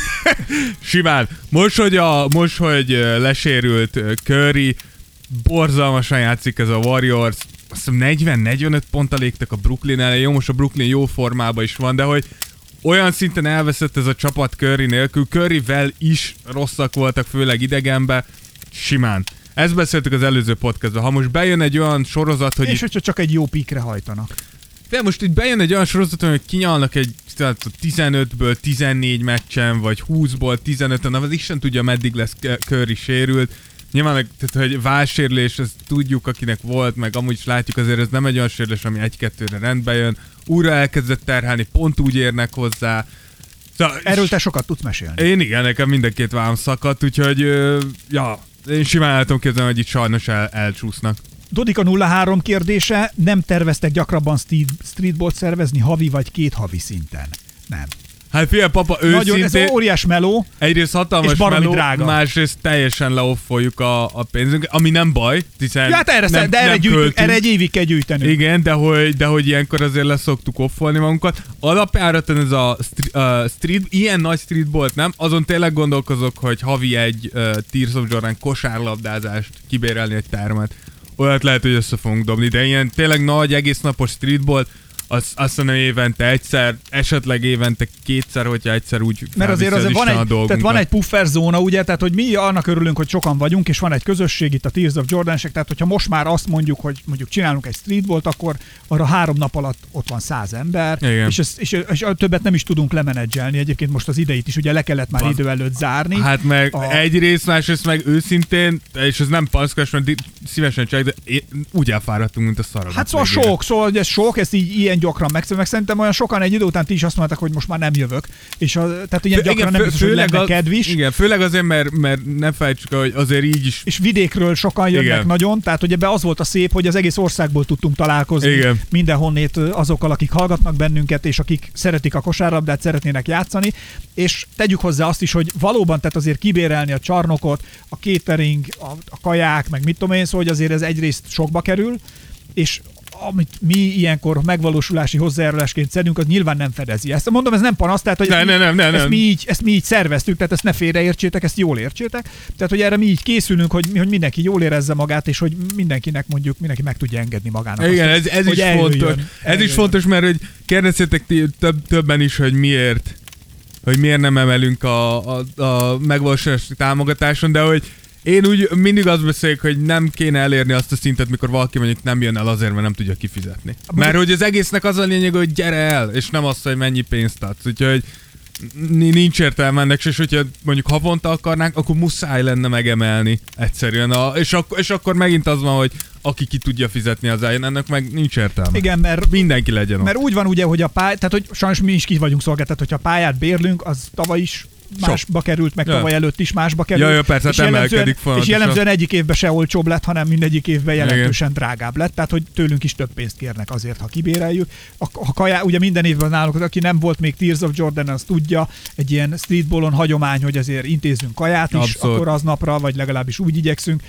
[SPEAKER 5] <laughs> simán. Most, hogy, a, most, hogy ö, lesérült ö, Curry, borzalmasan játszik ez a Warriors. Azt hiszem 40-45 ponttal légtek a Brooklyn ellen. Jó, most a Brooklyn jó formában is van, de hogy olyan szinten elveszett ez a csapat Curry nélkül. Curryvel is rosszak voltak, főleg idegenben. Simán. Ezt beszéltük az előző podcastban. Ha most bejön egy olyan sorozat, hogy
[SPEAKER 4] És hogyha csak egy jó pikre hajtanak.
[SPEAKER 5] de most itt bejön egy olyan sorozat, hogy kinyalnak egy tehát 15-ből 14 meccsen, vagy 20-ból 15-en, az Isten tudja, meddig lesz K- Curry sérült. Nyilván, tehát, hogy válsérlés, ezt tudjuk, akinek volt, meg amúgy is látjuk, azért ez nem egy olyan sérülés, ami egy-kettőre rendbe jön. Újra elkezdett terhelni, pont úgy érnek hozzá. Szóval-
[SPEAKER 4] Erről te sokat tudsz mesélni.
[SPEAKER 5] én igen, nekem mind a két vám szakadt, úgyhogy, ö, ja, én simán el tudom képzelni, hogy itt sajnos el, elcsúsznak.
[SPEAKER 4] Dodika 03 kérdése, nem terveztek gyakrabban street, streetball szervezni havi vagy két havi szinten? Nem.
[SPEAKER 5] Hát figyelj, papa,
[SPEAKER 4] Nagyon, ez
[SPEAKER 5] őszintén,
[SPEAKER 4] egy óriás meló,
[SPEAKER 5] egyrészt
[SPEAKER 4] és
[SPEAKER 5] hatalmas
[SPEAKER 4] baromi
[SPEAKER 5] meló,
[SPEAKER 4] drága.
[SPEAKER 5] másrészt teljesen leoffoljuk a, a pénzünket, ami nem baj, hiszen
[SPEAKER 4] ja, hát erre, nem,
[SPEAKER 5] nem,
[SPEAKER 4] de erre,
[SPEAKER 5] nem
[SPEAKER 4] gyűjtünk,
[SPEAKER 5] költünk.
[SPEAKER 4] erre egy évig kell gyűjtenünk.
[SPEAKER 5] Igen, de hogy, de hogy ilyenkor azért leszoktuk offolni magunkat. Alapjáraton ez a stri- uh, street, ilyen nagy streetbolt nem, azon tényleg gondolkozok, hogy havi egy uh, Tears of Jordan kosárlabdázást kibérelni egy termet. Olyat lehet, hogy össze fogunk dobni, de ilyen tényleg nagy, egész napos streetbolt, azt, azt mondom évente egyszer, esetleg évente kétszer, hogyha egyszer úgy
[SPEAKER 4] Mert azért, azért
[SPEAKER 5] felviszi
[SPEAKER 4] van,
[SPEAKER 5] Isten a
[SPEAKER 4] egy, tehát
[SPEAKER 5] dolgunkat.
[SPEAKER 4] van egy puffer zóna, ugye, tehát hogy mi annak örülünk, hogy sokan vagyunk, és van egy közösség itt a Tears of Jordansek, tehát hogyha most már azt mondjuk, hogy mondjuk csinálunk egy streetbolt, akkor arra három nap alatt ott van száz ember,
[SPEAKER 5] Igen.
[SPEAKER 4] és, ez, és, és a többet nem is tudunk lemenedzselni. Egyébként most az ideit is ugye le kellett már
[SPEAKER 5] Van.
[SPEAKER 4] idő előtt zárni.
[SPEAKER 5] Hát meg
[SPEAKER 4] A-
[SPEAKER 5] a... egyrészt, másrészt meg őszintén, és ez nem paszkas, mert di- szívesen csináljuk, de én, úgy elfáradtunk, mint a szaradat.
[SPEAKER 4] Hát szóval
[SPEAKER 5] végére.
[SPEAKER 4] sok, szóval hogy ez sok, ezt így ilyen gyakran megszem, meg szerintem olyan sokan egy idő után ti is azt mondták, hogy most már nem jövök, és a, tehát ilyen gyakran nem
[SPEAKER 5] fő-
[SPEAKER 4] biztos, hogy lenne
[SPEAKER 5] az-
[SPEAKER 4] kedvis,
[SPEAKER 5] Igen, főleg azért, mert, mert ne felejtsük, el, hogy azért így is
[SPEAKER 4] és vidékről sokan jönnek Igen.
[SPEAKER 5] Igen.
[SPEAKER 4] nagyon, tehát hogy ebbe az volt a szép, hogy az egész országból tudtunk találkozni
[SPEAKER 5] Igen.
[SPEAKER 4] mindenhonnét ö, azokkal, akik hallgatnak bennünket, és akik szeretik a kosárlabdát, szeretnének játszani, és tegyük hozzá azt is, hogy valóban tehát azért kibérelni a csarnokot, a catering, a, a kaják, meg mit tudom én, szóval hogy azért ez egyrészt sokba kerül, és amit mi ilyenkor megvalósulási hozzájárulásként szedünk, az nyilván nem fedezi ezt. Mondom, ez nem panasz, tehát hogy
[SPEAKER 5] Ne,
[SPEAKER 4] ezt
[SPEAKER 5] ne,
[SPEAKER 4] mi-
[SPEAKER 5] nem, ne,
[SPEAKER 4] ezt
[SPEAKER 5] nem.
[SPEAKER 4] mi így, ezt mi így szerveztük, tehát ezt ne félreértsétek, ezt jól értsétek. Tehát, hogy erre mi így készülünk, hogy, hogy mindenki jól érezze magát, és hogy mindenkinek mondjuk, mindenki meg tudja engedni magának. azt,
[SPEAKER 5] Igen,
[SPEAKER 4] hogy-
[SPEAKER 5] ez, ez
[SPEAKER 4] hogy
[SPEAKER 5] is
[SPEAKER 4] eljöjjön.
[SPEAKER 5] fontos. Ez is
[SPEAKER 4] Eljöjjön.
[SPEAKER 5] fontos, mert hogy kérdeztétek ti több, többen is, hogy miért hogy miért nem emelünk a, a, a megvalósulási támogatáson, de hogy én úgy mindig azt beszélek, hogy nem kéne elérni azt a szintet, mikor valaki mondjuk nem jön el azért, mert nem tudja kifizetni. Mert hogy az egésznek az a lényeg, hogy gyere el, és nem az, hogy mennyi pénzt adsz. Úgyhogy n- nincs értelme ennek, és hogyha mondjuk havonta akarnánk, akkor muszáj lenne megemelni egyszerűen. A, és, ak- és akkor megint az van, hogy aki ki tudja fizetni az eljön, ennek meg nincs értelme.
[SPEAKER 4] Igen, mert
[SPEAKER 5] Mindenki legyen ott.
[SPEAKER 4] Mert úgy van ugye, hogy a pály, tehát hogy sajnos mi is ki vagyunk szolgáltatva, hogy a pályát bérlünk, az tavaly is másba került, meg
[SPEAKER 5] Ja.
[SPEAKER 4] tavaly előtt is másba került.
[SPEAKER 5] Ja, ja, persze,
[SPEAKER 4] és
[SPEAKER 5] hát
[SPEAKER 4] jellemzően-
[SPEAKER 5] emelkedik
[SPEAKER 4] És
[SPEAKER 5] folyamatosan.
[SPEAKER 4] jellemzően egyik évben se olcsóbb lett, hanem mindegyik évben jelentősen drágább lett. Tehát, hogy tőlünk is több pénzt kérnek azért, ha kibéreljük. A, a kajá, ugye minden évben nálunk, az, aki nem volt még Tears of Jordan, az tudja, egy ilyen streetballon hagyomány, hogy azért intézünk kaját is,
[SPEAKER 5] Abszolút.
[SPEAKER 4] akkor aznapra, vagy legalábbis úgy igyekszünk.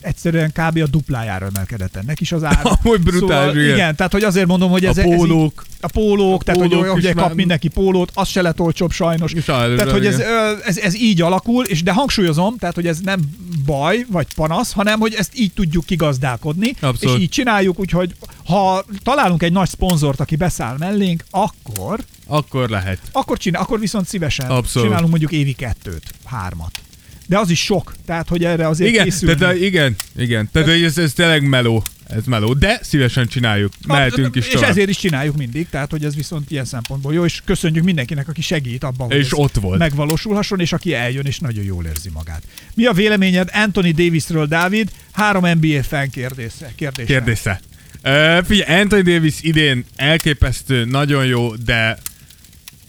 [SPEAKER 4] Egyszerűen kb. a duplájára emelkedett ennek is az ára.
[SPEAKER 5] <laughs> Amúgy brutális,
[SPEAKER 4] szóval,
[SPEAKER 5] igen.
[SPEAKER 4] igen, tehát hogy azért mondom, hogy
[SPEAKER 5] A
[SPEAKER 4] ez, ez így,
[SPEAKER 5] pólók.
[SPEAKER 4] a pólók, tehát
[SPEAKER 5] pólók
[SPEAKER 4] hogy
[SPEAKER 5] is
[SPEAKER 4] ugye kap
[SPEAKER 5] már-
[SPEAKER 4] mindenki pólót, az se lett olcsóbb sajnos.
[SPEAKER 5] Sajnos,
[SPEAKER 4] tehát, hogy ez,
[SPEAKER 5] igen.
[SPEAKER 4] ö, ez, ez, így alakul, és de hangsúlyozom, tehát, hogy ez nem baj vagy panasz, hanem hogy ezt így tudjuk kigazdálkodni,
[SPEAKER 5] Abszolút.
[SPEAKER 4] és így csináljuk, úgyhogy ha találunk egy nagy szponzort, aki beszáll mellénk, akkor,
[SPEAKER 5] Akkor lehet.
[SPEAKER 4] akkor csinál, akkor viszont szívesen
[SPEAKER 5] Abszolút.
[SPEAKER 4] csinálunk mondjuk évi kettőt, hármat. De az is sok, tehát hogy erre azért
[SPEAKER 5] Igen,
[SPEAKER 4] készülünk.
[SPEAKER 5] tehát, a- igen, igen. Tehát hogy ez, ez tényleg meló. Ez meló. De szívesen csináljuk. Mehetünk is
[SPEAKER 4] Hát, és
[SPEAKER 5] tovább.
[SPEAKER 4] ezért is csináljuk mindig, tehát hogy ez viszont ilyen szempontból jó, és köszönjük mindenkinek, aki segít abban, hogy
[SPEAKER 5] És
[SPEAKER 4] ez
[SPEAKER 5] ott volt.
[SPEAKER 4] megvalósulhasson, és aki eljön, és nagyon jól érzi magát. Mi a véleményed Anthony Davisről, Dávid? Három NBA fan kérdése. kérdése.
[SPEAKER 5] Kérdése. Uh, figyelj, Anthony Davis idén elképesztő, nagyon jó, de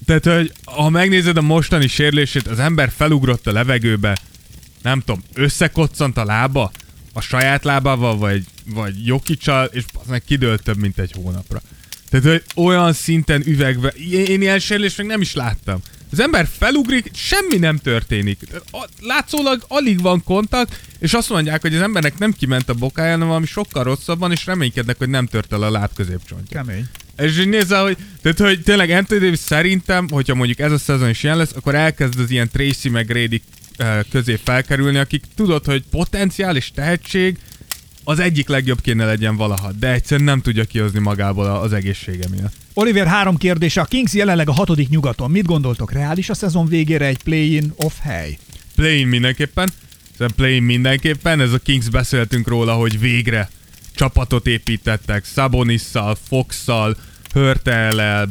[SPEAKER 5] tehát, hogy ha megnézed a mostani sérülését, az ember felugrott a levegőbe, nem tudom, összekoccant a lába, a saját lábával, vagy, vagy jokicsal, és az meg kidőlt több, mint egy hónapra. Tehát, hogy olyan szinten üvegbe, én, én ilyen sérülést még nem is láttam. Az ember felugrik, semmi nem történik. A- Látszólag alig van kontakt, és azt mondják, hogy az embernek nem kiment a bokája, hanem valami sokkal rosszabban, és reménykednek, hogy nem tört el a láb középcsontja.
[SPEAKER 4] Kemény.
[SPEAKER 5] És így nézzel, hogy, tehát, hogy tényleg Anthony Davis szerintem, hogyha mondjuk ez a szezon is ilyen lesz, akkor elkezd az ilyen Tracy meg Grady eh, közé felkerülni, akik tudod, hogy potenciál és tehetség az egyik legjobb kéne legyen valaha, de egyszerűen nem tudja kihozni magából a- az egészsége miatt.
[SPEAKER 4] Oliver, három kérdése. A Kings jelenleg a hatodik nyugaton. Mit gondoltok? Reális a szezon végére egy play-in off hely?
[SPEAKER 5] Play-in mindenképpen. Szerintem play-in mindenképpen. Ez a Kings beszéltünk róla, hogy végre csapatot építettek. Sabonisszal, Foxsal, Hörtellel,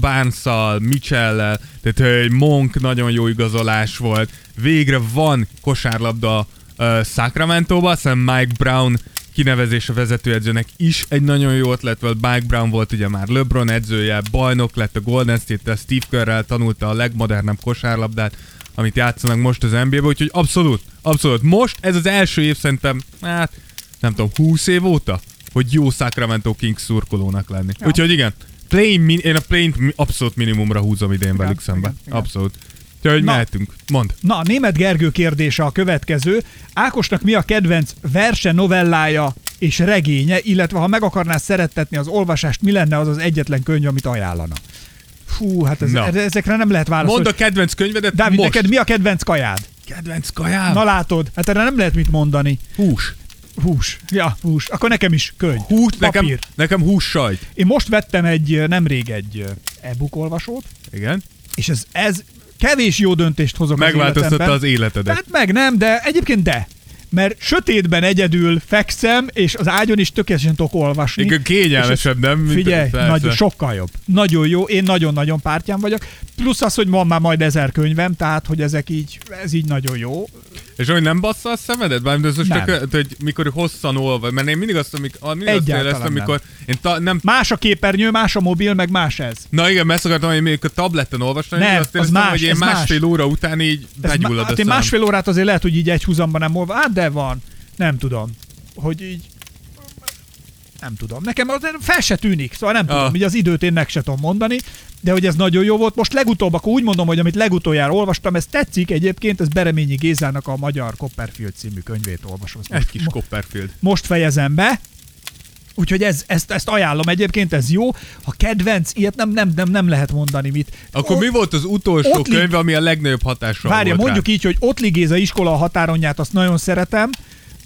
[SPEAKER 5] Barnszal, Mitchellel, tehát hogy Monk nagyon jó igazolás volt. Végre van kosárlabda uh, Sacramento-ba, szerintem Mike Brown kinevezése vezetőedzőnek is egy nagyon jó ötlet volt. Mike Brown volt ugye már LeBron edzője, bajnok lett a Golden State-tel, Steve Kerrel tanulta a legmodernebb kosárlabdát, amit játszanak most az NBA-ben, úgyhogy abszolút, abszolút. Most ez az első év szerintem, hát nem tudom, 20 év óta, hogy jó Sacramento Kings szurkolónak lenni. Ja. Úgyhogy igen, play min- én a play abszolút minimumra húzom idén velük szembe.
[SPEAKER 4] igen, igen.
[SPEAKER 5] Abszolút. Úgyhogy
[SPEAKER 4] Na.
[SPEAKER 5] mehetünk. Mond.
[SPEAKER 4] Na, a német Gergő kérdése a következő. Ákosnak mi a kedvenc verse novellája és regénye, illetve ha meg akarná szerettetni az olvasást, mi lenne az az egyetlen könyv, amit ajánlana? Fú, hát ez,
[SPEAKER 5] Na.
[SPEAKER 4] ez, ezekre nem lehet válaszolni.
[SPEAKER 5] Mondd a kedvenc könyvedet
[SPEAKER 4] Dávid,
[SPEAKER 5] most.
[SPEAKER 4] neked mi a kedvenc kajád?
[SPEAKER 5] kedvenc kajám?
[SPEAKER 4] Na
[SPEAKER 5] Na,
[SPEAKER 4] látod, hát erre nem lehet mit mondani.
[SPEAKER 5] hús.
[SPEAKER 4] Hús. Ja, hús. Akkor nekem is könyv.
[SPEAKER 5] Hús,
[SPEAKER 4] papír.
[SPEAKER 5] nekem, nekem hús sajt.
[SPEAKER 4] Én most vettem egy, nemrég egy e-book olvasót,
[SPEAKER 5] Igen.
[SPEAKER 4] és ez, ez kevés jó döntést hozok az
[SPEAKER 5] Megváltoztatta
[SPEAKER 4] életemben.
[SPEAKER 5] az életedet.
[SPEAKER 4] Hát meg nem, de egyébként de. Mert sötétben egyedül fekszem, és az ágyon is tökéletesen tudok olvasni.
[SPEAKER 5] Igen, kényelmesebb,
[SPEAKER 4] És ez-
[SPEAKER 5] nem? Mint-
[SPEAKER 4] Figyelj,
[SPEAKER 5] persze.
[SPEAKER 4] nagy, sokkal jobb. Nagyon jó, én nagyon-nagyon pártján vagyok. Plusz az, hogy van már majd ezer könyvem, tehát, hogy ezek így, ez így nagyon jó.
[SPEAKER 5] És hogy nem bassza a szemedet? Bármint ez most
[SPEAKER 4] Nem.
[SPEAKER 5] csak, eh, hogy mikor hosszan olva, mert én mindig azt, amikor, mindig azt
[SPEAKER 4] Egyáltalán
[SPEAKER 5] éreztem,
[SPEAKER 4] nem.
[SPEAKER 5] amikor én ta, nem
[SPEAKER 4] Más a képernyő, más a mobil, meg más ez.
[SPEAKER 5] Na igen, mert ezt akartam, hogy még a tableten olvastam,
[SPEAKER 4] Nem,
[SPEAKER 5] és
[SPEAKER 4] az
[SPEAKER 5] azt éreztem,
[SPEAKER 4] más,
[SPEAKER 5] hogy én
[SPEAKER 4] ez más.
[SPEAKER 5] másfél óra után így
[SPEAKER 4] Ez ma-
[SPEAKER 5] begyullad
[SPEAKER 4] hát
[SPEAKER 5] a
[SPEAKER 4] én
[SPEAKER 5] szám.
[SPEAKER 4] másfél órát azért lehet, hogy így egy húzamba nem olva. Hát de van. Nem tudom. Hogy így... Nem tudom. Nekem az fel se tűnik, szóval nem tudom.
[SPEAKER 5] Ah.
[SPEAKER 4] Így az időt én meg se tudom mondani. De hogy ez nagyon jó volt. Most legutóbb, akkor úgy mondom, hogy amit legutoljára olvastam, ez tetszik egyébként, ez Bereményi Gézának a Magyar Copperfield című könyvét olvasom. Ezt
[SPEAKER 5] Egy
[SPEAKER 4] most-
[SPEAKER 5] kis Copperfield.
[SPEAKER 4] most fejezem be. Úgyhogy ez, ezt, ezt ajánlom egyébként, ez jó. Ha kedvenc, ilyet nem, nem, nem, nem lehet mondani mit.
[SPEAKER 5] Akkor mi volt az utolsó
[SPEAKER 4] ott link-
[SPEAKER 5] könyv, ami a legnagyobb hatással
[SPEAKER 4] Várja,
[SPEAKER 5] volt
[SPEAKER 4] mondjuk
[SPEAKER 5] rá?
[SPEAKER 4] így, hogy ott ligéz a iskola a határonját, azt nagyon szeretem.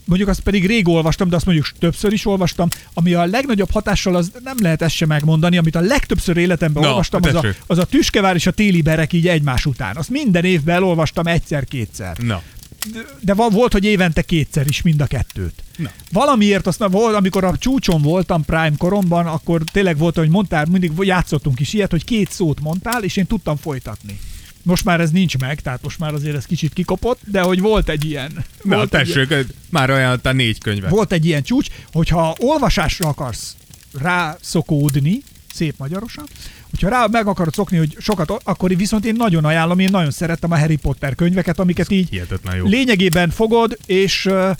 [SPEAKER 4] Mondjuk azt pedig rég olvastam, de azt mondjuk többször is olvastam. Ami a legnagyobb hatással, az nem lehet ezt sem megmondani, amit a legtöbbször életemben
[SPEAKER 5] Na,
[SPEAKER 4] olvastam, az a,
[SPEAKER 5] tessék.
[SPEAKER 4] az a Tüskevár és a Téli Berek így egymás után. Azt minden évben elolvastam egyszer-kétszer.
[SPEAKER 5] Na,
[SPEAKER 4] De- de van, volt, hogy évente kétszer is mind a kettőt. Na. Valamiért azt volt, amikor a csúcson voltam prime koromban, akkor tényleg volt, hogy mondtál, mindig játszottunk is ilyet, hogy két szót mondtál, és én tudtam folytatni. Most már ez nincs meg, tehát most már azért ez kicsit kikopott, de hogy volt egy ilyen.
[SPEAKER 5] na
[SPEAKER 4] volt egy ilyen-
[SPEAKER 5] tessék, már ajánlottál négy könyvet.
[SPEAKER 4] volt egy ilyen csúcs, hogyha olvasásra akarsz rászokódni, szép magyarosan, hogyha rá meg akarod szokni, hogy sokat, ol- akkor viszont én nagyon ajánlom, én nagyon szerettem a Harry Potter könyveket, amiket így
[SPEAKER 5] hihetetlen jó.
[SPEAKER 4] lényegében fogod, és ö,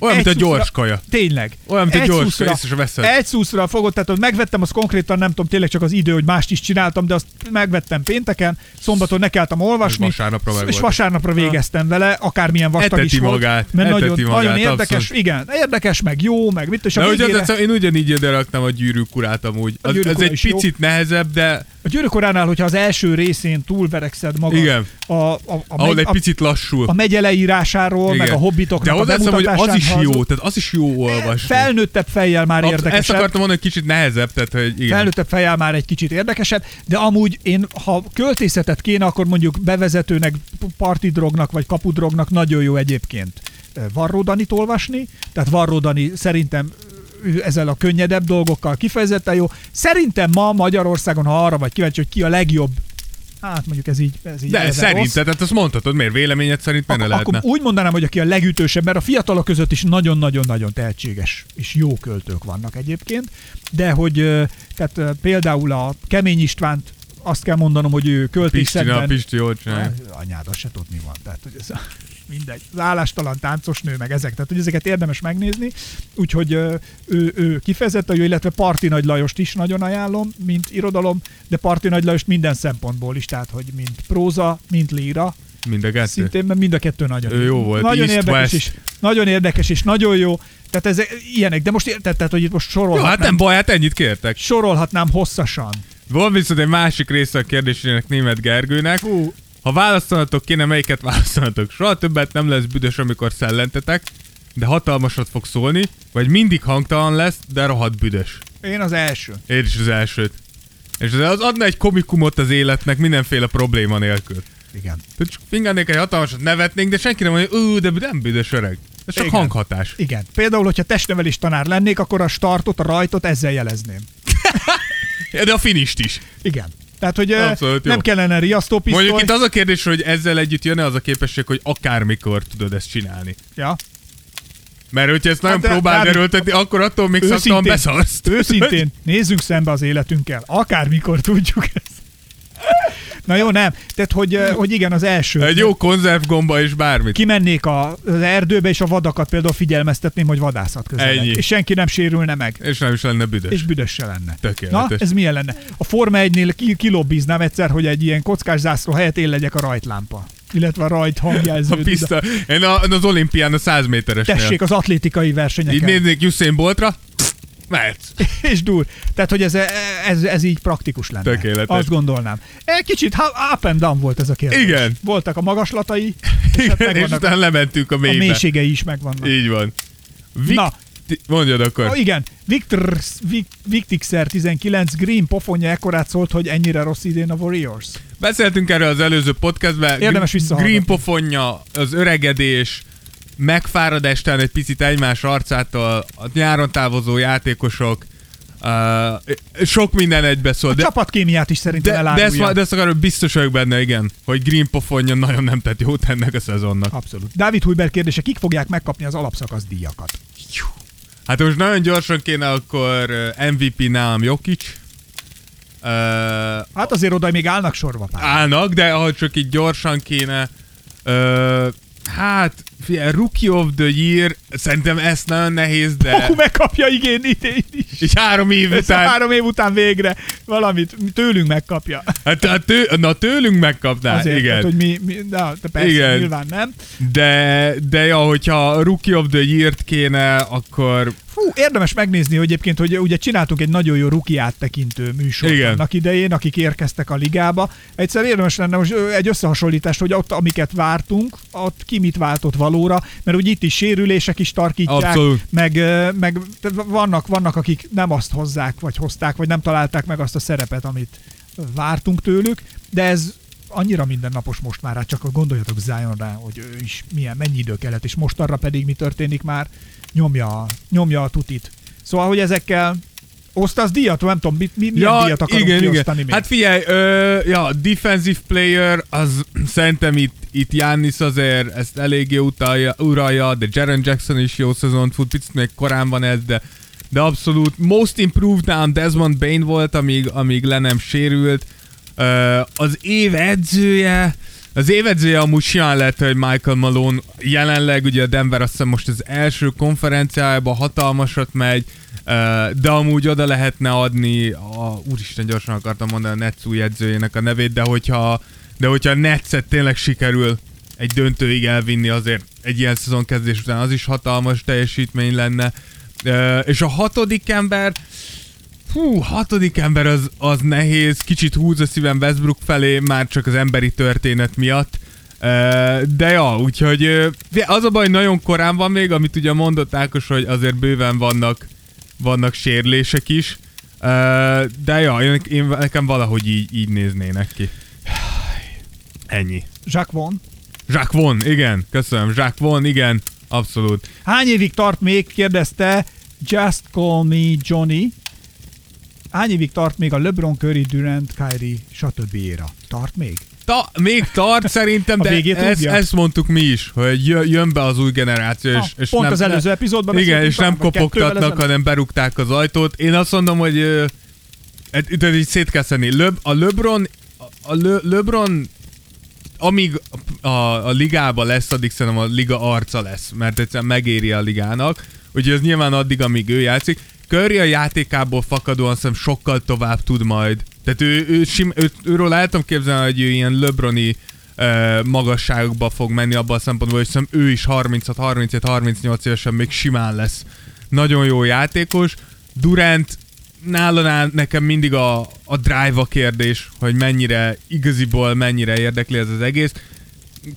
[SPEAKER 5] Olyan,
[SPEAKER 4] egy
[SPEAKER 5] mint a
[SPEAKER 4] szuszra-
[SPEAKER 5] gyors kaja.
[SPEAKER 4] Tényleg.
[SPEAKER 5] Olyan, mint a
[SPEAKER 4] Egy
[SPEAKER 5] gyors
[SPEAKER 4] szuszra-
[SPEAKER 5] kaja, észre se veszed.
[SPEAKER 4] Egy szuszra fogod, tehát hogy megvettem, az konkrétan nem tudom, tényleg csak az idő, hogy mást is csináltam, de azt megvettem pénteken, szombaton nekeltem olvasni,
[SPEAKER 5] És vasárnapra meg
[SPEAKER 4] és
[SPEAKER 5] volt.
[SPEAKER 4] vasárnapra végeztem vele, akármilyen vastag
[SPEAKER 5] Eteti
[SPEAKER 4] is volt.
[SPEAKER 5] magát,
[SPEAKER 4] mert
[SPEAKER 5] eteti
[SPEAKER 4] nagyon,
[SPEAKER 5] magát,
[SPEAKER 4] nagyon érdekes,
[SPEAKER 5] abszolút.
[SPEAKER 4] igen, érdekes, meg jó, meg mit, és a
[SPEAKER 5] Na, ugye,
[SPEAKER 4] végére,
[SPEAKER 5] de én ugyanígy ide raktam a gyűrűkurát amúgy. Az,
[SPEAKER 4] Gyűrűk
[SPEAKER 5] ez
[SPEAKER 4] Ura
[SPEAKER 5] egy
[SPEAKER 4] is jó.
[SPEAKER 5] picit nehezebb, de
[SPEAKER 4] a gyűrűkoránál, hogyha az első részén túlverekszed magad,
[SPEAKER 5] Igen.
[SPEAKER 4] a, a, a,
[SPEAKER 5] ahol
[SPEAKER 4] megy-
[SPEAKER 5] egy
[SPEAKER 4] a,
[SPEAKER 5] picit lassul.
[SPEAKER 4] a megye leírásáról,
[SPEAKER 5] Igen.
[SPEAKER 4] meg a hobbitoknak
[SPEAKER 5] De
[SPEAKER 4] a
[SPEAKER 5] hozzáteszem, hogy az is
[SPEAKER 4] bemutatásán,
[SPEAKER 5] jó,
[SPEAKER 4] ha
[SPEAKER 5] tehát az is jó
[SPEAKER 4] az-
[SPEAKER 5] olvasni.
[SPEAKER 4] Felnőttebb fejjel már
[SPEAKER 5] Absz-
[SPEAKER 4] érdekesebb.
[SPEAKER 5] Ezt akartam mondani, hogy kicsit nehezebb, tehát hogy igen.
[SPEAKER 4] felnőttebb fejjel már egy kicsit érdekesebb, de amúgy én, ha költészetet kéne, akkor mondjuk bevezetőnek, partidrognak vagy kapudrognak nagyon jó egyébként eh, Varró Danit olvasni, tehát Varró Dani szerintem ő ezzel a könnyedebb dolgokkal kifejezetten jó. Szerintem ma Magyarországon, ha arra vagy kíváncsi, hogy ki a legjobb, hát mondjuk ez így, ez így
[SPEAKER 5] De
[SPEAKER 4] eleve rossz.
[SPEAKER 5] szerinted, tehát azt mondhatod, miért véleményed szerint benne
[SPEAKER 4] Ak-
[SPEAKER 5] lehetne?
[SPEAKER 4] akkor úgy mondanám, hogy aki a legütősebb, mert a fiatalok között is nagyon-nagyon-nagyon tehetséges és jó költők vannak egyébként, de hogy ö, tehát ö, például a Kemény Istvánt azt kell mondanom, hogy ő
[SPEAKER 5] Pisti, na,
[SPEAKER 4] költészetben...
[SPEAKER 5] Pisti jól csinálja.
[SPEAKER 4] Anyád, azt se tudod, mi van. Tehát, hogy ez a... mindegy, az állástalan táncos nő, meg ezek, tehát hogy ezeket érdemes megnézni, úgyhogy ö, ő, ő kifejezetten jó, illetve Parti Nagy Lajost is nagyon ajánlom, mint irodalom, de Parti Nagy Lajost minden szempontból is, tehát hogy mint próza, mint líra,
[SPEAKER 5] Mind a kettő.
[SPEAKER 4] Szintén, mert mind a kettő nagyon
[SPEAKER 5] Ő jó volt,
[SPEAKER 4] Nagyon
[SPEAKER 5] East,
[SPEAKER 4] érdekes
[SPEAKER 5] West.
[SPEAKER 4] is. Nagyon érdekes és nagyon jó. Tehát ez ilyenek, de most érted, tehát, hogy itt most
[SPEAKER 5] Jó,
[SPEAKER 4] sorolhatnám,
[SPEAKER 5] hát nem baj, hát ennyit kértek.
[SPEAKER 4] sorolhatnám hosszasan.
[SPEAKER 5] Van viszont egy másik része a kérdésének német Gergőnek.
[SPEAKER 4] Hú.
[SPEAKER 5] Ha választanatok kéne, melyiket választanatok? Soha többet nem lesz büdös, amikor szellentetek, de hatalmasat fog szólni, vagy mindig hangtalan lesz, de rohadt büdös.
[SPEAKER 4] Én az első.
[SPEAKER 5] Én is az elsőt. És az- az adna egy komikumot az életnek mindenféle probléma nélkül.
[SPEAKER 4] Igen.
[SPEAKER 5] Tehát csak finganék egy hatalmasat, nevetnénk, de senki nem mondja, ú, de nem büdös öreg. Ez csak
[SPEAKER 4] Igen.
[SPEAKER 5] hanghatás.
[SPEAKER 4] Igen. Például, hogyha testnevelés tanár lennék, akkor a startot, a rajtot ezzel jelezném.
[SPEAKER 5] De a finist is.
[SPEAKER 4] Igen. Tehát, hogy ö,
[SPEAKER 5] Abszolút jó.
[SPEAKER 4] nem kellene riasztópisztoly.
[SPEAKER 5] Mondjuk itt az a kérdés, hogy ezzel együtt jön-e az a képesség, hogy akármikor tudod ezt csinálni.
[SPEAKER 4] Ja.
[SPEAKER 5] Mert hogyha ezt nagyon
[SPEAKER 4] de-
[SPEAKER 5] hát, próbáld
[SPEAKER 4] Dávid,
[SPEAKER 5] erőltetni, akkor attól még szaktan
[SPEAKER 4] Őszintén,
[SPEAKER 5] beszarsz.
[SPEAKER 4] őszintén, nézzünk szembe az életünkkel. Akármikor tudjuk ezt. Na jó, nem. Tehát, hogy, ö, hogy igen, az első.
[SPEAKER 5] <laughs> Egy jó konzervgomba és bármit.
[SPEAKER 4] kimennék a, az erdőbe, és a vadakat például figyelmeztetném, hogy vadászat közeleg.
[SPEAKER 5] Ennyi.
[SPEAKER 4] És senki nem sérülne meg.
[SPEAKER 5] És nem is lenne büdös.
[SPEAKER 4] És büdös se lenne.
[SPEAKER 5] Tökéletes.
[SPEAKER 4] Na, ez milyen lenne? A Forma 1-nél ki- kilobbiznám egyszer, hogy egy ilyen kockás zászló helyett én legyek a rajtlámpa. Illetve a rajt
[SPEAKER 5] A
[SPEAKER 4] hangjelző. <laughs>
[SPEAKER 5] pista. Én a, az olimpián a 100 méteresnél.
[SPEAKER 4] Tessék, az atlétikai
[SPEAKER 5] Így
[SPEAKER 4] versenyeken.
[SPEAKER 5] néznék Usain Boltra. Mert.
[SPEAKER 4] <laughs> és dur. Tehát, hogy ez, ez, ez így praktikus lenne.
[SPEAKER 5] Tökéletes.
[SPEAKER 4] Azt gondolnám. Egy kicsit ha- up and down volt ez a kérdés.
[SPEAKER 5] Igen.
[SPEAKER 4] Voltak a magaslatai, és, hát
[SPEAKER 5] Igen, és
[SPEAKER 4] megvannak
[SPEAKER 5] utána lementünk a
[SPEAKER 4] a
[SPEAKER 5] mélybe.
[SPEAKER 4] mélységei is megvannak.
[SPEAKER 5] Így van.
[SPEAKER 4] Na.
[SPEAKER 5] Ti- Mondjad
[SPEAKER 4] Ah,
[SPEAKER 5] akkor.
[SPEAKER 4] igen, Victor, Vic, Victixer 19 Green pofonja ekkorát szólt, hogy ennyire rossz idén a Warriors.
[SPEAKER 5] Beszéltünk erről az előző podcastben.
[SPEAKER 4] Érdemes visszahallgatni.
[SPEAKER 5] Green pofonja, az öregedés, megfáradás talán egy picit egymás arcától, a nyáron távozó játékosok, uh, sok minden egybeszól.
[SPEAKER 4] De,
[SPEAKER 5] De,
[SPEAKER 4] Csapatkémiát is szerintem
[SPEAKER 5] de, de, ezt,
[SPEAKER 4] elárulja.
[SPEAKER 5] ma- de ezt akarom, biztos vagyok benne, igen, hogy Green pofonja nagyon nem tett jót ennek a szezonnak.
[SPEAKER 4] Abszolút. Dávid Hujber kérdése, kik fogják megkapni az alapszakasz díjakat?
[SPEAKER 5] Hát most nagyon gyorsan kéne akkor uh, ö, MVP nálam Jokic. Uh,
[SPEAKER 4] Hát azért oda még állnak sorba pár.
[SPEAKER 5] állnak, de ha csak így gyorsan kéne, ö, hát, figyelj, Rookie of the Year, szerintem ezt nagyon nehéz, de
[SPEAKER 4] Hú, megkapja igén idén is.
[SPEAKER 5] így három év
[SPEAKER 4] Ez a
[SPEAKER 5] után,
[SPEAKER 4] három év után végre valamit tőlünk megkapja.
[SPEAKER 5] hát a tő, na tőlünk megkapná,
[SPEAKER 4] Azért,
[SPEAKER 5] igen.
[SPEAKER 4] Tehát, hogy mi, mi na, de persze,
[SPEAKER 5] Igen.
[SPEAKER 4] nyilván nem.
[SPEAKER 5] De, de ja, hogyha Rookie of the Year-t kéne, akkor
[SPEAKER 4] Fú, érdemes megnézni hogy egyébként, hogy ugye csináltunk egy nagyon jó ruki áttekintő műsort
[SPEAKER 5] Igen.
[SPEAKER 4] annak idején, akik érkeztek a ligába. Egyszer érdemes lenne most ö, egy összehasonlítást, hogy ott, amiket vártunk, ott ki mit váltott valóra, mert ugye itt is sérülések is tarkítják,
[SPEAKER 5] Abszolút.
[SPEAKER 4] meg, ö, meg tehát vannak, vannak, akik nem azt hozzák, vagy hozták, vagy nem találták meg azt a szerepet, amit vártunk tőlük, de ez annyira mindennapos most már, hát csak gondoljatok Zionra, hogy ő is milyen, mennyi idő kellett, és most arra pedig mi történik már, nyomja, a- nyomja a tutit. Szóval, hogy ezekkel osztasz díjat, nem tudom, mit, mi, milyen díjat akarunk igen, kiosztani igen.
[SPEAKER 5] Hát figyelj, ö, ja, defensive player, az <clears throat> szerintem itt, itt Giannis azért ezt eléggé utalja, uralja, de Jaren Jackson is jó szezon fut, picit még korán van ez, de, de abszolút most improved nálam Desmond Bain volt, amíg, amíg le nem sérült. Ö, az év edzője, az év edzője amúgy simán lehet, hogy Michael Malone jelenleg, ugye a Denver azt hiszem most az első konferenciájában hatalmasat megy, Ö, de amúgy oda lehetne adni, a, úristen gyorsan akartam mondani a Netsz új edzőjének a nevét, de hogyha, de hogyha a Netszet tényleg sikerül egy döntőig elvinni, azért egy ilyen szezon kezdés után az is hatalmas teljesítmény lenne. Ö, És a hatodik ember, Hú, hatodik ember az, az nehéz, kicsit húz a szívem Westbrook felé, már csak az emberi történet miatt. Ö, De ja, úgyhogy ö, az a baj, nagyon korán van még, amit ugye mondott Ákos, hogy azért bőven vannak, vannak sérülések is. Ö, De ja, én, én, nekem valahogy így, így néznének ki. Ennyi.
[SPEAKER 4] Jacques Von.
[SPEAKER 5] Jacques Von, igen, köszönöm. Jacques Von, igen, abszolút.
[SPEAKER 4] Hány évig tart még, kérdezte Just Call Me Johnny. Hány évig tart még a LeBron, Curry, Durant, Kyrie, stb. éra? Tart még?
[SPEAKER 5] Ta, még tart szerintem,
[SPEAKER 4] A
[SPEAKER 5] de
[SPEAKER 4] végét
[SPEAKER 5] ezt,
[SPEAKER 4] tudja?
[SPEAKER 5] ezt mondtuk mi is, hogy jö- jön be az új generáció, és,
[SPEAKER 4] Ah,
[SPEAKER 5] és
[SPEAKER 4] pont
[SPEAKER 5] nem,
[SPEAKER 4] az előző epizódban
[SPEAKER 5] Igen,
[SPEAKER 4] beszéltünk
[SPEAKER 5] és nem
[SPEAKER 4] talán, vagy kettővel
[SPEAKER 5] kopogtatnak,
[SPEAKER 4] ezelőtt.
[SPEAKER 5] hanem berúgták az ajtót. Én azt mondom, hogy ö, hát e- itt így szét kell szedni. Löb, a LeBron, a Le, LeBron amíg a, a, a ligába lesz, addig szerintem a liga arca lesz, mert egyszerűen megéri a ligának. Úgyhogy ez nyilván addig, amíg ő játszik. Curry a játékából fakadóan szerintem sokkal tovább tud majd. Tehát ő, ő, sim, ő őről látom képzelni, hogy ő ilyen löbroni ö, magasságokba fog menni abban a szempontból, hogy szerintem ő is 36-37-38 évesen még simán lesz. Nagyon jó játékos. Durant nála nál nekem mindig a, a drive a kérdés, hogy mennyire igaziból, mennyire érdekli ez az egész.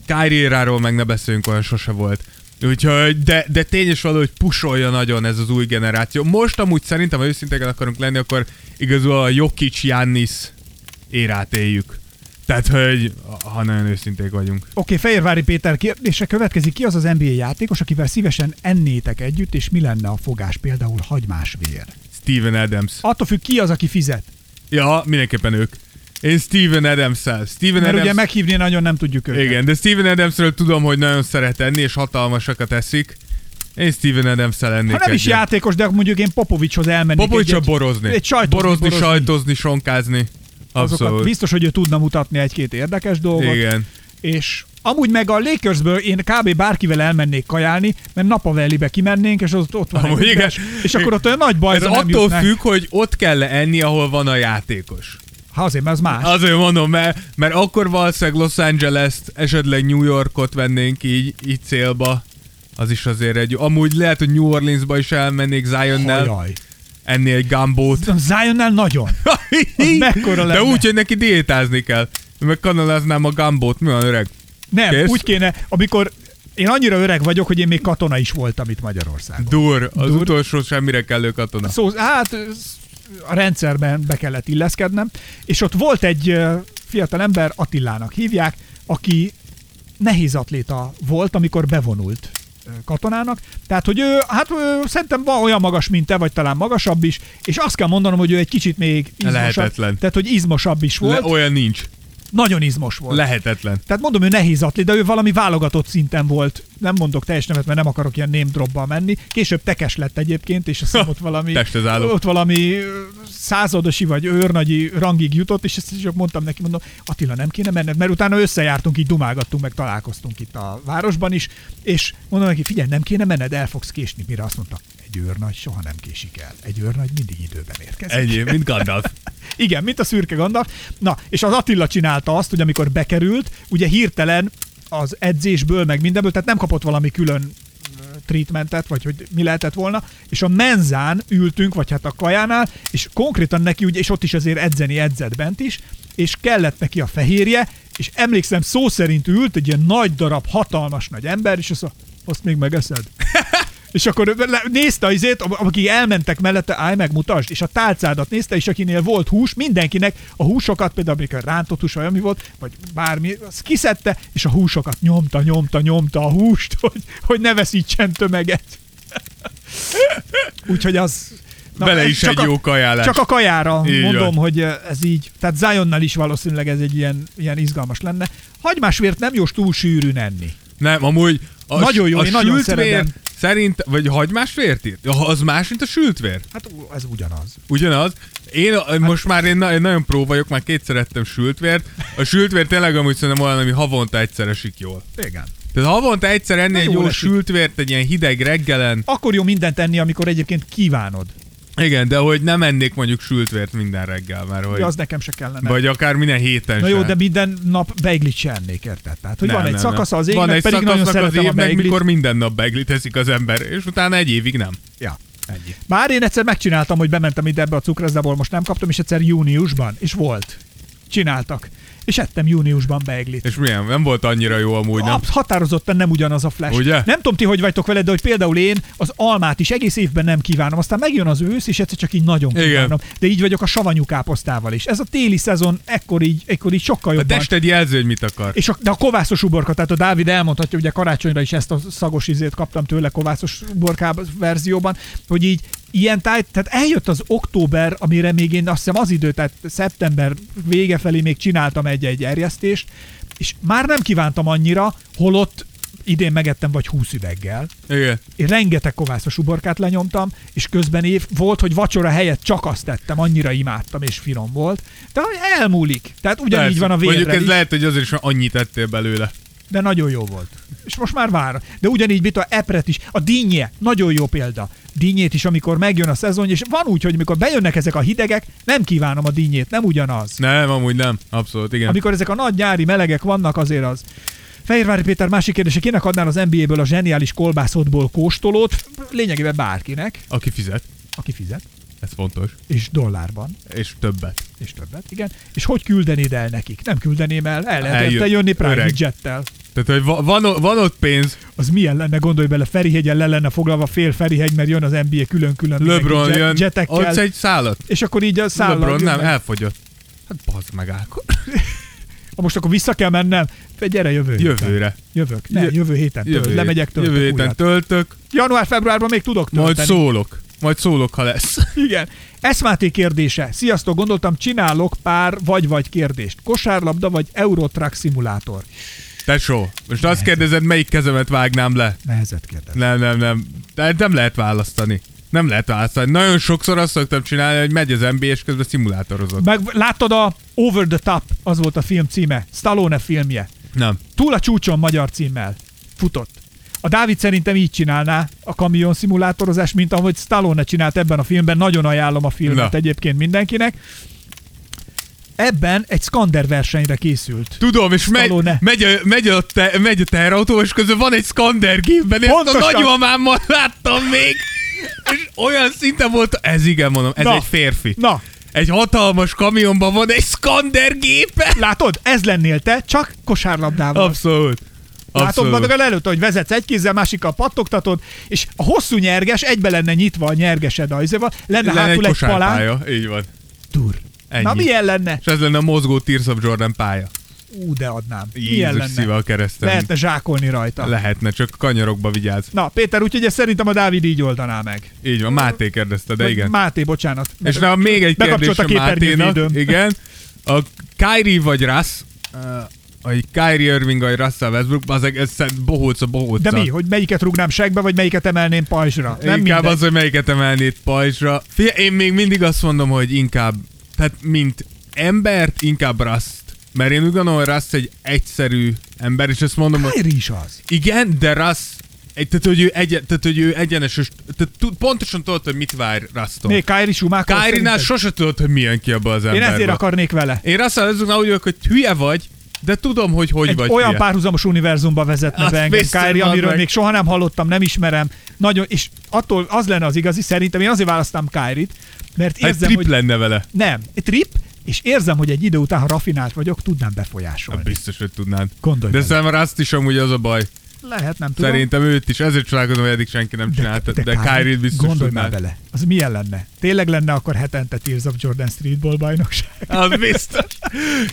[SPEAKER 5] Kyrie meg ne beszéljünk, olyan sose volt. Úgyhogy, de, de tény is való, hogy pusolja nagyon ez az új generáció. Most amúgy szerintem, ha őszintén akarunk lenni, akkor igazából a Jokic Jannis érát éljük. Tehát, hogy ha nagyon őszinték vagyunk.
[SPEAKER 4] Oké, Fehérvári Péter kérdése következik. Ki az az NBA játékos, akivel szívesen ennétek együtt, és mi lenne a fogás, például hagymás vér?
[SPEAKER 5] Steven Adams.
[SPEAKER 4] Attól függ, ki az, aki fizet.
[SPEAKER 5] Ja, mindenképpen ők. Én Steven Adams-szel. Steven
[SPEAKER 4] Mert
[SPEAKER 5] Adams...
[SPEAKER 4] ugye meghívni nagyon nem tudjuk őket.
[SPEAKER 5] Igen, de Steven Adamsről tudom, hogy nagyon szeret enni, és hatalmasakat eszik. Én Steven Adams-szel ennék
[SPEAKER 4] Ha nem is
[SPEAKER 5] egyet.
[SPEAKER 4] játékos, de mondjuk én Popovicshoz elmennék.
[SPEAKER 5] Popovicsra
[SPEAKER 4] egy- egy-
[SPEAKER 5] borozni.
[SPEAKER 4] Egy sajtozni,
[SPEAKER 5] borozni,
[SPEAKER 4] borozni.
[SPEAKER 5] sajtozni, sonkázni.
[SPEAKER 4] Azokat
[SPEAKER 5] Abszolút.
[SPEAKER 4] biztos, hogy ő tudna mutatni egy-két érdekes dolgot.
[SPEAKER 5] Igen.
[SPEAKER 4] És amúgy meg a Lakersből én kb. bárkivel elmennék kajálni, mert Napa Valley-be kimennénk, és ott, ott van
[SPEAKER 5] Amúgy
[SPEAKER 4] egy
[SPEAKER 5] igen.
[SPEAKER 4] üres, és akkor ott olyan nagy
[SPEAKER 5] Ez
[SPEAKER 4] bajra nem
[SPEAKER 5] attól
[SPEAKER 4] jutnánk.
[SPEAKER 5] függ, hogy ott kell -e enni, ahol van a játékos.
[SPEAKER 4] Ha azért, mert az más.
[SPEAKER 5] Azért mondom, mert, mert akkor valószínűleg Los Angeles-t, esetleg New Yorkot vennénk így, így célba. Az is azért egy... Amúgy lehet, hogy New Orleansba is elmennék Zionnel,
[SPEAKER 4] Ajaj.
[SPEAKER 5] enni egy gambót.
[SPEAKER 4] Zionnel nagyon. Az mekkora
[SPEAKER 5] De
[SPEAKER 4] lenne?
[SPEAKER 5] úgy, hogy neki diétázni kell. Meg kanaláznám a gambót, mi van öreg?
[SPEAKER 4] Nem,
[SPEAKER 5] Kész?
[SPEAKER 4] úgy kéne, amikor én annyira öreg vagyok, hogy én még katona is voltam itt Magyarországon.
[SPEAKER 5] Dur, az Dur. utolsó semmire kellő katona.
[SPEAKER 4] Szó, hát ez- a rendszerben be kellett illeszkednem, és ott volt egy ö, fiatal ember, Attilának hívják, aki nehéz atléta volt, amikor bevonult ö, katonának. Tehát, hogy ő, hát ő, szerintem van olyan magas, mint te, vagy talán magasabb is, és azt kell mondanom, hogy ő egy kicsit még izmosabb.
[SPEAKER 5] Lehetetlen.
[SPEAKER 4] Tehát, hogy izmosabb is volt.
[SPEAKER 5] Le, olyan nincs.
[SPEAKER 4] nagyon izmos volt.
[SPEAKER 5] Lehetetlen.
[SPEAKER 4] Tehát mondom, ő nehéz atli, de ő valami válogatott szinten volt. Nem mondok teljes nevet, mert nem akarok ilyen name dropba menni. Később tekes lett egyébként, és azt hiszem ott valami,
[SPEAKER 5] testhez álló.
[SPEAKER 4] ott valami ö, századosi vagy őrnagyi rangig jutott, és ezt is csak mondtam neki, mondom, Attila nem kéne menned, mert utána összejártunk, így dumálgattunk, meg találkoztunk itt a városban is, és mondom neki, figyelj, nem kéne menned, el fogsz késni. Mire azt mondta, egy őrnagy soha nem késik el. Egy őrnagy mindig időben érkezik.
[SPEAKER 5] Ennyi, mint Gandalf.
[SPEAKER 4] Igen, mint a szürke Gandalf. Na, és az Attila csinálta azt, hogy amikor bekerült, ugye hirtelen az edzésből, meg mindenből, tehát nem kapott valami külön ö, treatmentet, vagy hogy mi lehetett volna, és a menzán ültünk, vagy hát a kajánál, és konkrétan neki, ugye, és ott is azért edzeni edzett bent is, és kellett neki a fehérje, és emlékszem, szó szerint ült egy ilyen nagy darab, hatalmas nagy ember, és azt, mondta, azt még megeszed? <laughs> És akkor ő le- nézte az izét, am- akik elmentek mellette, állj meg, mutasd, és a tálcádat nézte, és akinél volt hús, mindenkinek a húsokat, például amikor rántott hús, vagy ami volt, vagy bármi, azt kiszedte, és a húsokat nyomta, nyomta, nyomta a húst, <laughs> hogy, hogy ne veszítsen tömeget. <laughs> Úgyhogy az...
[SPEAKER 5] Vele
[SPEAKER 4] ez
[SPEAKER 5] is
[SPEAKER 4] csak
[SPEAKER 5] egy jó kajálás.
[SPEAKER 4] Csak a kajára
[SPEAKER 5] Így
[SPEAKER 4] mondom,
[SPEAKER 5] van.
[SPEAKER 4] hogy eh, ez így. Tehát Zionnal is valószínűleg ez egy ilyen, ilyen izgalmas lenne. Hagymásvért nem jó túl sűrűn enni.
[SPEAKER 5] Nem, amúgy a,
[SPEAKER 4] Nagyon jó,
[SPEAKER 5] a
[SPEAKER 4] én nagyon
[SPEAKER 5] sültvér
[SPEAKER 4] szeretem.
[SPEAKER 5] Szerint, vagy hagymás vért írt? Ja, Az más, mint a sültvér.
[SPEAKER 4] Hát ú, ez ugyanaz.
[SPEAKER 5] Ugyanaz. Én hát, most már én, na, én nagyon pró vagyok, már kétszer ettem sültvért. A sültvér tényleg amúgy szerintem olyan, ami havonta egyszer esik jól.
[SPEAKER 4] Igen.
[SPEAKER 5] Tehát havonta egyszer enni
[SPEAKER 4] Na
[SPEAKER 5] egy
[SPEAKER 4] jól
[SPEAKER 5] jó
[SPEAKER 4] esik.
[SPEAKER 5] sültvért, egy ilyen hideg reggelen.
[SPEAKER 4] akkor jó mindent enni, amikor egyébként kívánod.
[SPEAKER 5] Igen, de hogy nem ennék mondjuk sültvért minden reggel, mert hogy...
[SPEAKER 4] Hogy az nekem se kellene.
[SPEAKER 5] Vagy akár minden héten
[SPEAKER 4] Na jó,
[SPEAKER 5] sem.
[SPEAKER 4] de minden nap beiglit se ennék, érted? Tehát, hogy
[SPEAKER 5] Nem,
[SPEAKER 4] van egy
[SPEAKER 5] nem, nem.
[SPEAKER 4] szakasza az évnek, pedig nagyon
[SPEAKER 5] szakasznak
[SPEAKER 4] szeretem a
[SPEAKER 5] az évnek,
[SPEAKER 4] beiglit.
[SPEAKER 5] mikor minden nap beglitezik az ember, és utána egy évig nem.
[SPEAKER 4] Ja. Ennyi. Bár én egyszer megcsináltam, hogy bementem ide ebbe a cukrászdából, most nem kaptam, és egyszer júniusban, és volt. Csináltak. És ettem júniusban beiglit.
[SPEAKER 5] És milyen, nem volt annyira jó amúgy, nem?
[SPEAKER 4] Absz- határozottan nem ugyanaz a flash.
[SPEAKER 5] Ugye?
[SPEAKER 4] Nem tudom ti, hogy vagytok vele, de hogy például én az almát is egész évben nem kívánom, aztán megjön az ősz, és egyszer csak így nagyon
[SPEAKER 5] Igen.
[SPEAKER 4] kívánom. De így vagyok a savanyú káposztával is. Ez a téli szezon ekkor így, ekkor így sokkal
[SPEAKER 5] A
[SPEAKER 4] jobban.
[SPEAKER 5] tested jelző, hogy mit akar.
[SPEAKER 4] És a, de a kovászos uborka, tehát a Dávid elmondhatja, ugye karácsonyra is ezt a szagos izét kaptam tőle kovászos uborkában verzióban, hogy így ilyen táj, tehát eljött az október, amire még én azt hiszem az idő, tehát szeptember vége felé még csináltam egy-egy erjesztést, és már nem kívántam annyira, holott idén megettem vagy 20 üveggel.
[SPEAKER 5] Igen.
[SPEAKER 4] Én rengeteg kovászos uborkát lenyomtam, és közben év volt, hogy vacsora helyett csak azt tettem, annyira imádtam, és finom volt. De elmúlik. Tehát ugyanígy
[SPEAKER 5] Persze.
[SPEAKER 4] van a végre
[SPEAKER 5] Mondjuk ez
[SPEAKER 4] is,
[SPEAKER 5] lehet, hogy azért is mert annyit ettél belőle.
[SPEAKER 4] de nagyon jó volt. És most már vár. De ugyanígy mit a epret is. A dinnye, nagyon jó példa. Dinnyét is, amikor megjön a szezon, és van úgy, hogy mikor bejönnek ezek a hidegek, nem kívánom a dinnyét, nem ugyanaz.
[SPEAKER 5] Nem, amúgy nem. Abszolút, igen.
[SPEAKER 4] Amikor ezek a nagy nyári melegek vannak, azért az. Fehérvári Péter másik kérdése, kinek adnál az NBA-ből a zseniális kolbászodból kóstolót? Lényegében bárkinek,
[SPEAKER 5] Aki fizet,
[SPEAKER 4] aki fizet,
[SPEAKER 5] ez fontos.
[SPEAKER 4] és dollárban,
[SPEAKER 5] És többet.
[SPEAKER 4] és többet, igen. És hogy küldenéd el nekik? Nem küldeném el, el lehetett
[SPEAKER 5] Eljött.
[SPEAKER 4] jönni private
[SPEAKER 5] Öreg.
[SPEAKER 4] jettel.
[SPEAKER 5] Tehát, hogy va- van, o- van ott pénz,
[SPEAKER 4] Az milyen lenne, gondolj bele, Ferihegyen le lenne foglalva fél Ferihegy, mert jön az NBA külön-külön. mindenki
[SPEAKER 5] LeBron
[SPEAKER 4] jet-
[SPEAKER 5] jön,
[SPEAKER 4] Jetekkel,
[SPEAKER 5] adsz egy szállat.
[SPEAKER 4] és akkor így a szállal
[SPEAKER 5] LeBron nem,
[SPEAKER 4] jönnek.
[SPEAKER 5] elfogyott. Hát bazd meg, Ákos.
[SPEAKER 4] Ha Most akkor vissza kell mennem. Fe- Gyere jövő héten.
[SPEAKER 5] Jövőre.
[SPEAKER 4] Jövök. Ne,
[SPEAKER 5] Jö-
[SPEAKER 4] jövő héten. Hát Jövő,
[SPEAKER 5] hét-
[SPEAKER 4] lemegyek töltök
[SPEAKER 5] Jövő
[SPEAKER 4] újra.
[SPEAKER 5] héten töltök,
[SPEAKER 4] Január-februárban még tudok tölteni.
[SPEAKER 5] majd szólok. Majd szólok, ha
[SPEAKER 4] <laughs>
[SPEAKER 5] lesz.
[SPEAKER 4] Igen. Eszmáté kérdése. Sziasztok, gondoltam, csinálok pár vagy-vagy kérdést. Kosárlabda vagy Eurotrack szimulátor?
[SPEAKER 5] Tesó, most azt kérdezed, melyik kezemet vágnám le?
[SPEAKER 4] Nehezet kérdez.
[SPEAKER 5] Nem, nem, nem. De nem lehet választani. Nem lehet választani. Nagyon sokszor azt szoktam csinálni, hogy megy az NBA, és közben szimulátorozok.
[SPEAKER 4] Meg láttad a Over the Top, az volt a film címe. Stallone filmje.
[SPEAKER 5] Nem.
[SPEAKER 4] Túl a csúcson magyar címmel. Futott. A Dávid szerintem így csinálná a kamion szimulátorozás, mint ahogy Stallone csinált ebben a filmben. Nagyon ajánlom a filmet
[SPEAKER 5] Na.
[SPEAKER 4] egyébként mindenkinek. Ebben egy skander versenyre készült.
[SPEAKER 5] Tudom, és megy,
[SPEAKER 4] Stallone.
[SPEAKER 5] megy, a, megy, a te, megy a teherautó, és közben van egy skander gépben, ezt a
[SPEAKER 4] Pontosan.
[SPEAKER 5] nagymamámmal <laughs> láttam még. És olyan szinte volt, ez igen mondom, ez
[SPEAKER 4] Na.
[SPEAKER 5] egy férfi.
[SPEAKER 4] Na,
[SPEAKER 5] Egy hatalmas kamionban van egy skander gépe.
[SPEAKER 4] látod? Ez lennél te, csak kosárlabdával.
[SPEAKER 5] Abszolút.
[SPEAKER 4] Látod
[SPEAKER 5] Abszolút.
[SPEAKER 4] magad előtt, hogy vezetsz egy kézzel, másikkal pattogtatod, és a hosszú nyerges egybe lenne nyitva a nyergesed ajzéval, lenne, lenne
[SPEAKER 5] Lenne egy
[SPEAKER 4] hátul egy, palán.
[SPEAKER 5] kosárpálya, így van.
[SPEAKER 4] Tur.
[SPEAKER 5] Ennyi.
[SPEAKER 4] Na milyen lenne?
[SPEAKER 5] És ez lenne a mozgó Tears of Jordan pálya.
[SPEAKER 4] Ú, de adnám. milyen
[SPEAKER 5] Jézus
[SPEAKER 4] lenne?
[SPEAKER 5] szíve a keresztem.
[SPEAKER 4] Lehetne zsákolni rajta. Le.
[SPEAKER 5] Lehetne, csak kanyarokba vigyázz.
[SPEAKER 4] Na, Péter, úgyhogy ezt szerintem a Dávid így oldaná meg.
[SPEAKER 5] Így van, Máté kérdezte, de
[SPEAKER 4] Vagy
[SPEAKER 5] igen.
[SPEAKER 4] Máté, bocsánat.
[SPEAKER 5] És na, még egy kérdés
[SPEAKER 4] Bekapcsolt a
[SPEAKER 5] a Máténak.
[SPEAKER 4] képernyővédőm. <laughs>
[SPEAKER 5] Igen. A Kyrie vagy Russ, uh, vagy Kyrie Irving vagy Russell Westbrook, az ez szent bohóc a bohóc.
[SPEAKER 4] De mi, hogy melyiket rúgnám segbe, vagy melyiket emelném pajzsra? Nem
[SPEAKER 5] Nem inkább
[SPEAKER 4] mindegy.
[SPEAKER 5] az, hogy melyiket emelnéd pajzsra. Fia, én még mindig azt mondom, hogy inkább, tehát mint embert, inkább Rust. Mert én úgy gondolom, hogy Rust egy egyszerű ember, és ezt mondom, hogy
[SPEAKER 4] Kyrie is az.
[SPEAKER 5] igen, de Rust, egy, tehát, hogy ő egy, tehát, hogy ő egyenes, és- tehát, tud, pontosan tudod, hogy mit vár Rusttól.
[SPEAKER 4] Még Kyrie Schumacher.
[SPEAKER 5] Kárinál
[SPEAKER 4] szerinted?
[SPEAKER 5] sose tudod, hogy milyen ki abba az
[SPEAKER 4] Én
[SPEAKER 5] emberbe.
[SPEAKER 4] ezért akarnék vele.
[SPEAKER 5] Én azt azoknál úgy vagyok, hogy hülye vagy, de tudom, hogy hogy
[SPEAKER 4] Egy
[SPEAKER 5] vagy
[SPEAKER 4] olyan
[SPEAKER 5] hülye.
[SPEAKER 4] párhuzamos univerzumba vezetne
[SPEAKER 5] Azt
[SPEAKER 4] be engem
[SPEAKER 5] biztos,
[SPEAKER 4] Kyrie, amiről
[SPEAKER 5] bazd meg.
[SPEAKER 4] még soha nem hallottam, nem ismerem. Nagyon, és attól az lenne az igazi, szerintem én azért választám Kyrie-t, mert
[SPEAKER 5] Hát
[SPEAKER 4] érzem,
[SPEAKER 5] trip
[SPEAKER 4] hogy
[SPEAKER 5] lenne vele.
[SPEAKER 4] nem, egy trip, és érzem, hogy egy idő után, ha rafinált vagyok, tudnám befolyásolni.
[SPEAKER 5] Biztos, hogy tudnád.
[SPEAKER 4] Gondolj
[SPEAKER 5] de
[SPEAKER 4] bele.
[SPEAKER 5] szerintem azt is amúgy az a baj.
[SPEAKER 4] Lehet, nem tudom.
[SPEAKER 5] Szerintem őt is, ezért csodálkozom, hogy eddig senki nem csinálta, de, de Kyrie-t biztos
[SPEAKER 4] Gondolj már
[SPEAKER 5] tudnád.
[SPEAKER 4] bele, az milyen lenne? Tényleg lenne akkor hetente Tears of Jordan Streetball bajnokság? <laughs>
[SPEAKER 5] Az biztos.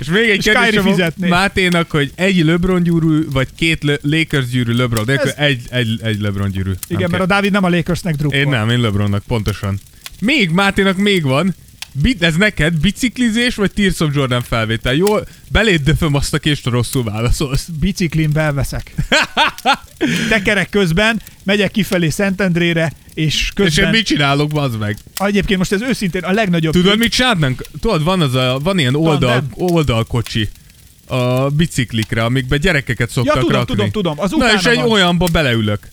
[SPEAKER 5] És még egy
[SPEAKER 4] És Kyrie
[SPEAKER 5] kérdésem van
[SPEAKER 4] fizetné.
[SPEAKER 5] Máténak, hogy egy LeBron gyűrű, vagy két Le- Lakers gyűrű LeBron. De
[SPEAKER 4] Ez-
[SPEAKER 5] Ez... egy, egy, egy LeBron gyűrű.
[SPEAKER 4] Igen,
[SPEAKER 5] Nem
[SPEAKER 4] mert a Dávid nem a Lakersnek drukkol.
[SPEAKER 5] Én nem, én LeBronnak, pontosan. Még Máténak még van. Bi- ez neked biciklizés, vagy Tears of Jordan felvétel? Jól beléd döföm azt a kést, ha rosszul válaszolsz.
[SPEAKER 4] Biciklin
[SPEAKER 5] <laughs>
[SPEAKER 4] belveszek. Tekerek közben, megyek kifelé Szentendrére, és
[SPEAKER 5] És én
[SPEAKER 4] közben...
[SPEAKER 5] mit csinálok, bazd meg?
[SPEAKER 4] Egyébként most ez őszintén a legnagyobb...
[SPEAKER 5] Tudod, mit csinálnánk? Tudod, van, az a, van ilyen oldal,
[SPEAKER 4] Tandem?
[SPEAKER 5] oldalkocsi a biciklikre, amikbe gyerekeket szoktak
[SPEAKER 4] tudom,
[SPEAKER 5] rakni.
[SPEAKER 4] tudom, tudom, az
[SPEAKER 5] Na
[SPEAKER 4] utána
[SPEAKER 5] és egy
[SPEAKER 4] van.
[SPEAKER 5] olyanba beleülök.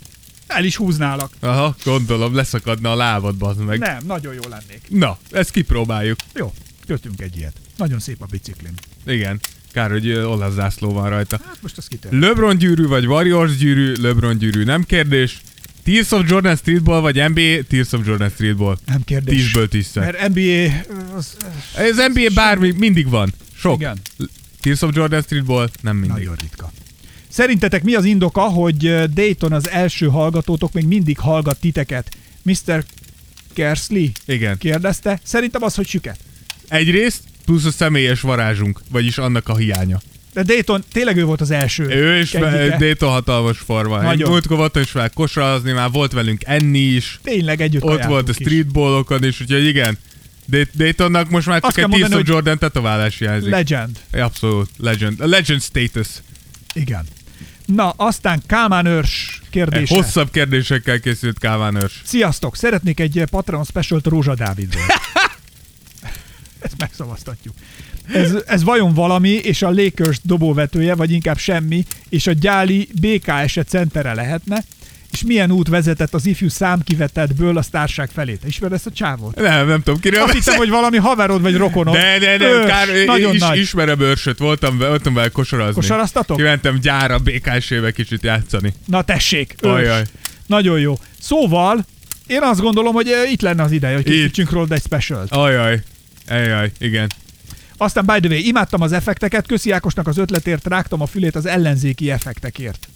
[SPEAKER 4] El is húználak.
[SPEAKER 5] Aha, gondolom, leszakadna a lábad, bazd meg.
[SPEAKER 4] Nem, nagyon jó lennék.
[SPEAKER 5] Na, ezt kipróbáljuk.
[SPEAKER 4] Jó, kötünk egy ilyet. Nagyon szép a biciklin.
[SPEAKER 5] Igen. Kár, hogy ö, olasz zászló van rajta.
[SPEAKER 4] Hát most azt kitért.
[SPEAKER 5] LeBron gyűrű vagy Warriors gyűrű, LeBron gyűrű, nem kérdés. Tears of Jordan Streetball vagy NBA Tears of Jordan Streetball.
[SPEAKER 4] Nem kérdés.
[SPEAKER 5] Tízből tízszer.
[SPEAKER 4] Mert NBA... Az,
[SPEAKER 5] Ez NBA bármi, mindig van. Sok.
[SPEAKER 4] Igen.
[SPEAKER 5] Igen. Tears of Jordan Streetball nem mindig.
[SPEAKER 4] Nagyon ritka. Szerintetek mi az indoka, hogy ö, Dayton az első hallgatótok még mindig hallgat titeket? Mr. Kersley
[SPEAKER 5] Igen.
[SPEAKER 4] kérdezte. Szerintem az, hogy süket.
[SPEAKER 5] Egyrészt, plusz a személyes varázsunk, vagyis annak a hiánya.
[SPEAKER 4] De Dayton, tényleg ő volt az első.
[SPEAKER 5] Ő is
[SPEAKER 4] egyike.
[SPEAKER 5] Dayton hatalmas forma.
[SPEAKER 4] Nagyon.
[SPEAKER 5] Nagyon. Múltkor voltam is fel kosarazni, már volt velünk enni is,
[SPEAKER 4] Tényleg együtt
[SPEAKER 5] ott
[SPEAKER 4] kajáltunk
[SPEAKER 5] volt a
[SPEAKER 4] is.
[SPEAKER 5] streetballokon is, úgyhogy igen. Day- Daytonnak most már
[SPEAKER 4] Azt
[SPEAKER 5] csak
[SPEAKER 4] kell
[SPEAKER 5] egy Tears
[SPEAKER 4] mondani,
[SPEAKER 5] of
[SPEAKER 4] hogy-
[SPEAKER 5] Jordan tetoválás jelzik.
[SPEAKER 4] Legend.
[SPEAKER 5] Abszolút, legend. A legend status.
[SPEAKER 4] Igen. Na, aztán Kálmán őrs
[SPEAKER 5] Egy
[SPEAKER 4] kérdése.
[SPEAKER 5] hosszabb kérdésekkel készült Kálmán őrs.
[SPEAKER 4] Sziasztok, szeretnék egy eh, Patreon specialt Rózsa
[SPEAKER 5] <laughs>
[SPEAKER 4] Dávidról. Ezt megszavaztatjuk. Ez, ez vajon valami, és a Lakers dobóvetője, vagy inkább semmi, és a gyáli BKS-e E centere lehetne, és milyen út vezetett az ifjú számkivetetből a sztárság felé? Te ismered ezt a csávót?
[SPEAKER 5] Nem, nem tudom, kiről
[SPEAKER 4] Azt hittem,
[SPEAKER 5] beszél.
[SPEAKER 4] hogy valami haverod vagy rokonod.
[SPEAKER 5] De, de, de,
[SPEAKER 4] Ős,
[SPEAKER 5] kár,
[SPEAKER 4] nagyon
[SPEAKER 5] is,
[SPEAKER 4] nagy.
[SPEAKER 5] ismerem őrsöt, voltam, ve- voltam vele kosarazni.
[SPEAKER 4] Kosaraztatok?
[SPEAKER 5] Kimentem gyára békásébe kicsit játszani.
[SPEAKER 4] Na tessék, ős.
[SPEAKER 5] Ajaj.
[SPEAKER 4] Nagyon jó. Szóval, én azt gondolom, hogy eh, itt lenne az ideje, hogy
[SPEAKER 5] Itt.
[SPEAKER 4] készítsünk róla egy specialt.
[SPEAKER 5] Ajaj. Ajaj, igen.
[SPEAKER 4] Aztán by the way, imádtam az effekteket, köszi Ákosnak az ötletért, rágtam a fülét az ellenzéki effektekért.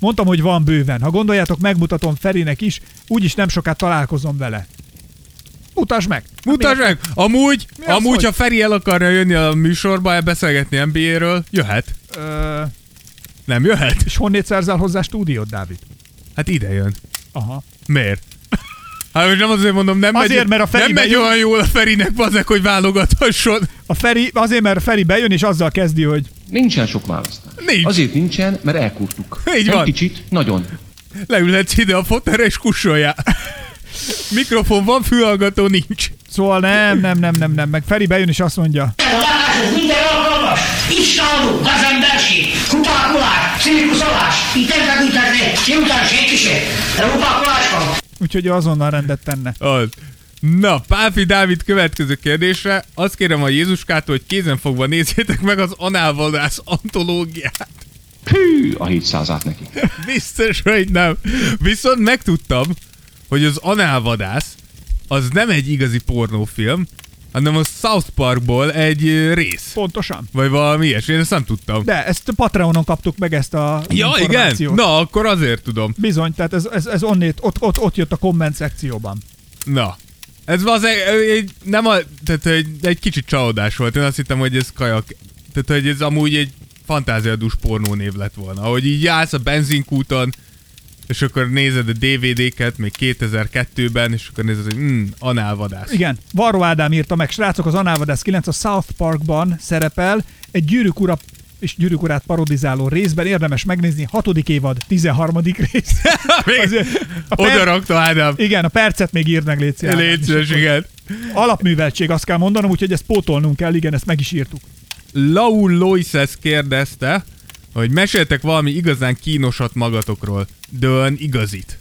[SPEAKER 4] Mondtam, hogy van bőven. Ha gondoljátok, megmutatom Ferinek is, úgyis nem soká találkozom vele. Mutasd meg!
[SPEAKER 5] Mutasd meg! Amúgy,
[SPEAKER 4] Mi az,
[SPEAKER 5] amúgy
[SPEAKER 4] hogy?
[SPEAKER 5] ha Feri el akarja jönni a műsorba, beszélgetni NBA-ről, jöhet.
[SPEAKER 4] Ö,
[SPEAKER 5] Nem jöhet?
[SPEAKER 4] és honnét szerzel hozzá stúdiót, Dávid?
[SPEAKER 5] Hát ide jön.
[SPEAKER 4] Aha.
[SPEAKER 5] Miért? Hát most nem azért mondom, nem
[SPEAKER 4] Azért,
[SPEAKER 5] megy,
[SPEAKER 4] mert a Feri
[SPEAKER 5] nem megy
[SPEAKER 4] bejön.
[SPEAKER 5] olyan jól a Ferinek, bazeg, hogy válogathasson.
[SPEAKER 4] A Feri, azért mert Feri bejön, és azzal kezdi, hogy
[SPEAKER 6] Nincsen sok választás.
[SPEAKER 5] Nincs.
[SPEAKER 6] Azért nincsen, mert elkurtuk.
[SPEAKER 5] Így
[SPEAKER 6] Nem
[SPEAKER 5] van.
[SPEAKER 6] kicsit, nagyon.
[SPEAKER 5] Leülhetsz ide a fotelre és kussoljál. Mikrofon van, fülhallgató nincs.
[SPEAKER 4] szóval nem, nem, nem, nem, nem, meg Feri bejön, és azt mondja,
[SPEAKER 7] Találkozunk minden alkalmas! Visszaadó, gazemberség, kupákolás, cirkuszolás, itt nem megütetni, délután senki se, de kupákolás van.
[SPEAKER 4] úgyhogy ő azonnal rendet tenne.
[SPEAKER 5] Az. Na, Páfi Dávid következő kérdésre. Azt kérem a Jézuskától, hogy kézenfogva nézzétek meg az análvadász antológiát.
[SPEAKER 6] Hű, a 700-át neki.
[SPEAKER 5] Biztos, hogy nem. Viszont megtudtam, hogy az análvadász az nem egy igazi pornófilm, hanem a South Parkból egy ö, rész.
[SPEAKER 4] Pontosan.
[SPEAKER 5] Vagy valami ilyesmi, én ezt nem tudtam.
[SPEAKER 4] De ezt Patreonon kaptuk meg ezt a
[SPEAKER 5] ja, igen?
[SPEAKER 4] információt.
[SPEAKER 5] Na, akkor azért tudom.
[SPEAKER 4] Bizony, tehát ez, ez, ez onnét, ott, ott, ott jött a komment szekcióban.
[SPEAKER 5] Na. Ez az egy, egy, nem a, tehát egy, egy kicsit csalódás volt. Én azt hittem, hogy ez kajak. Tehát, hogy ez amúgy egy fantáziadús pornó név lett volna. Hogy így jársz a benzinkúton, és akkor nézed a DVD-ket még 2002-ben, és akkor nézed, hogy mm, análvadász.
[SPEAKER 4] Igen, Varró Ádám írta meg, srácok, az Análvadász 9 a South Parkban szerepel, egy gyűrűk ura és gyűrűk urát parodizáló részben érdemes megnézni, hatodik évad, 13. rész.
[SPEAKER 5] <laughs>
[SPEAKER 4] <laughs>
[SPEAKER 5] Még
[SPEAKER 4] Azért a per-
[SPEAKER 5] Oda rakta Ádám.
[SPEAKER 4] Igen, a percet még írd meg, légy szíves.
[SPEAKER 5] Légy szíves, igen.
[SPEAKER 4] Alapműveltség, azt kell mondanom, úgyhogy ezt pótolnunk kell, igen, ezt meg is írtuk.
[SPEAKER 5] Lau Loises kérdezte, hogy meséltek valami igazán kínosat magatokról, de olyan igazit.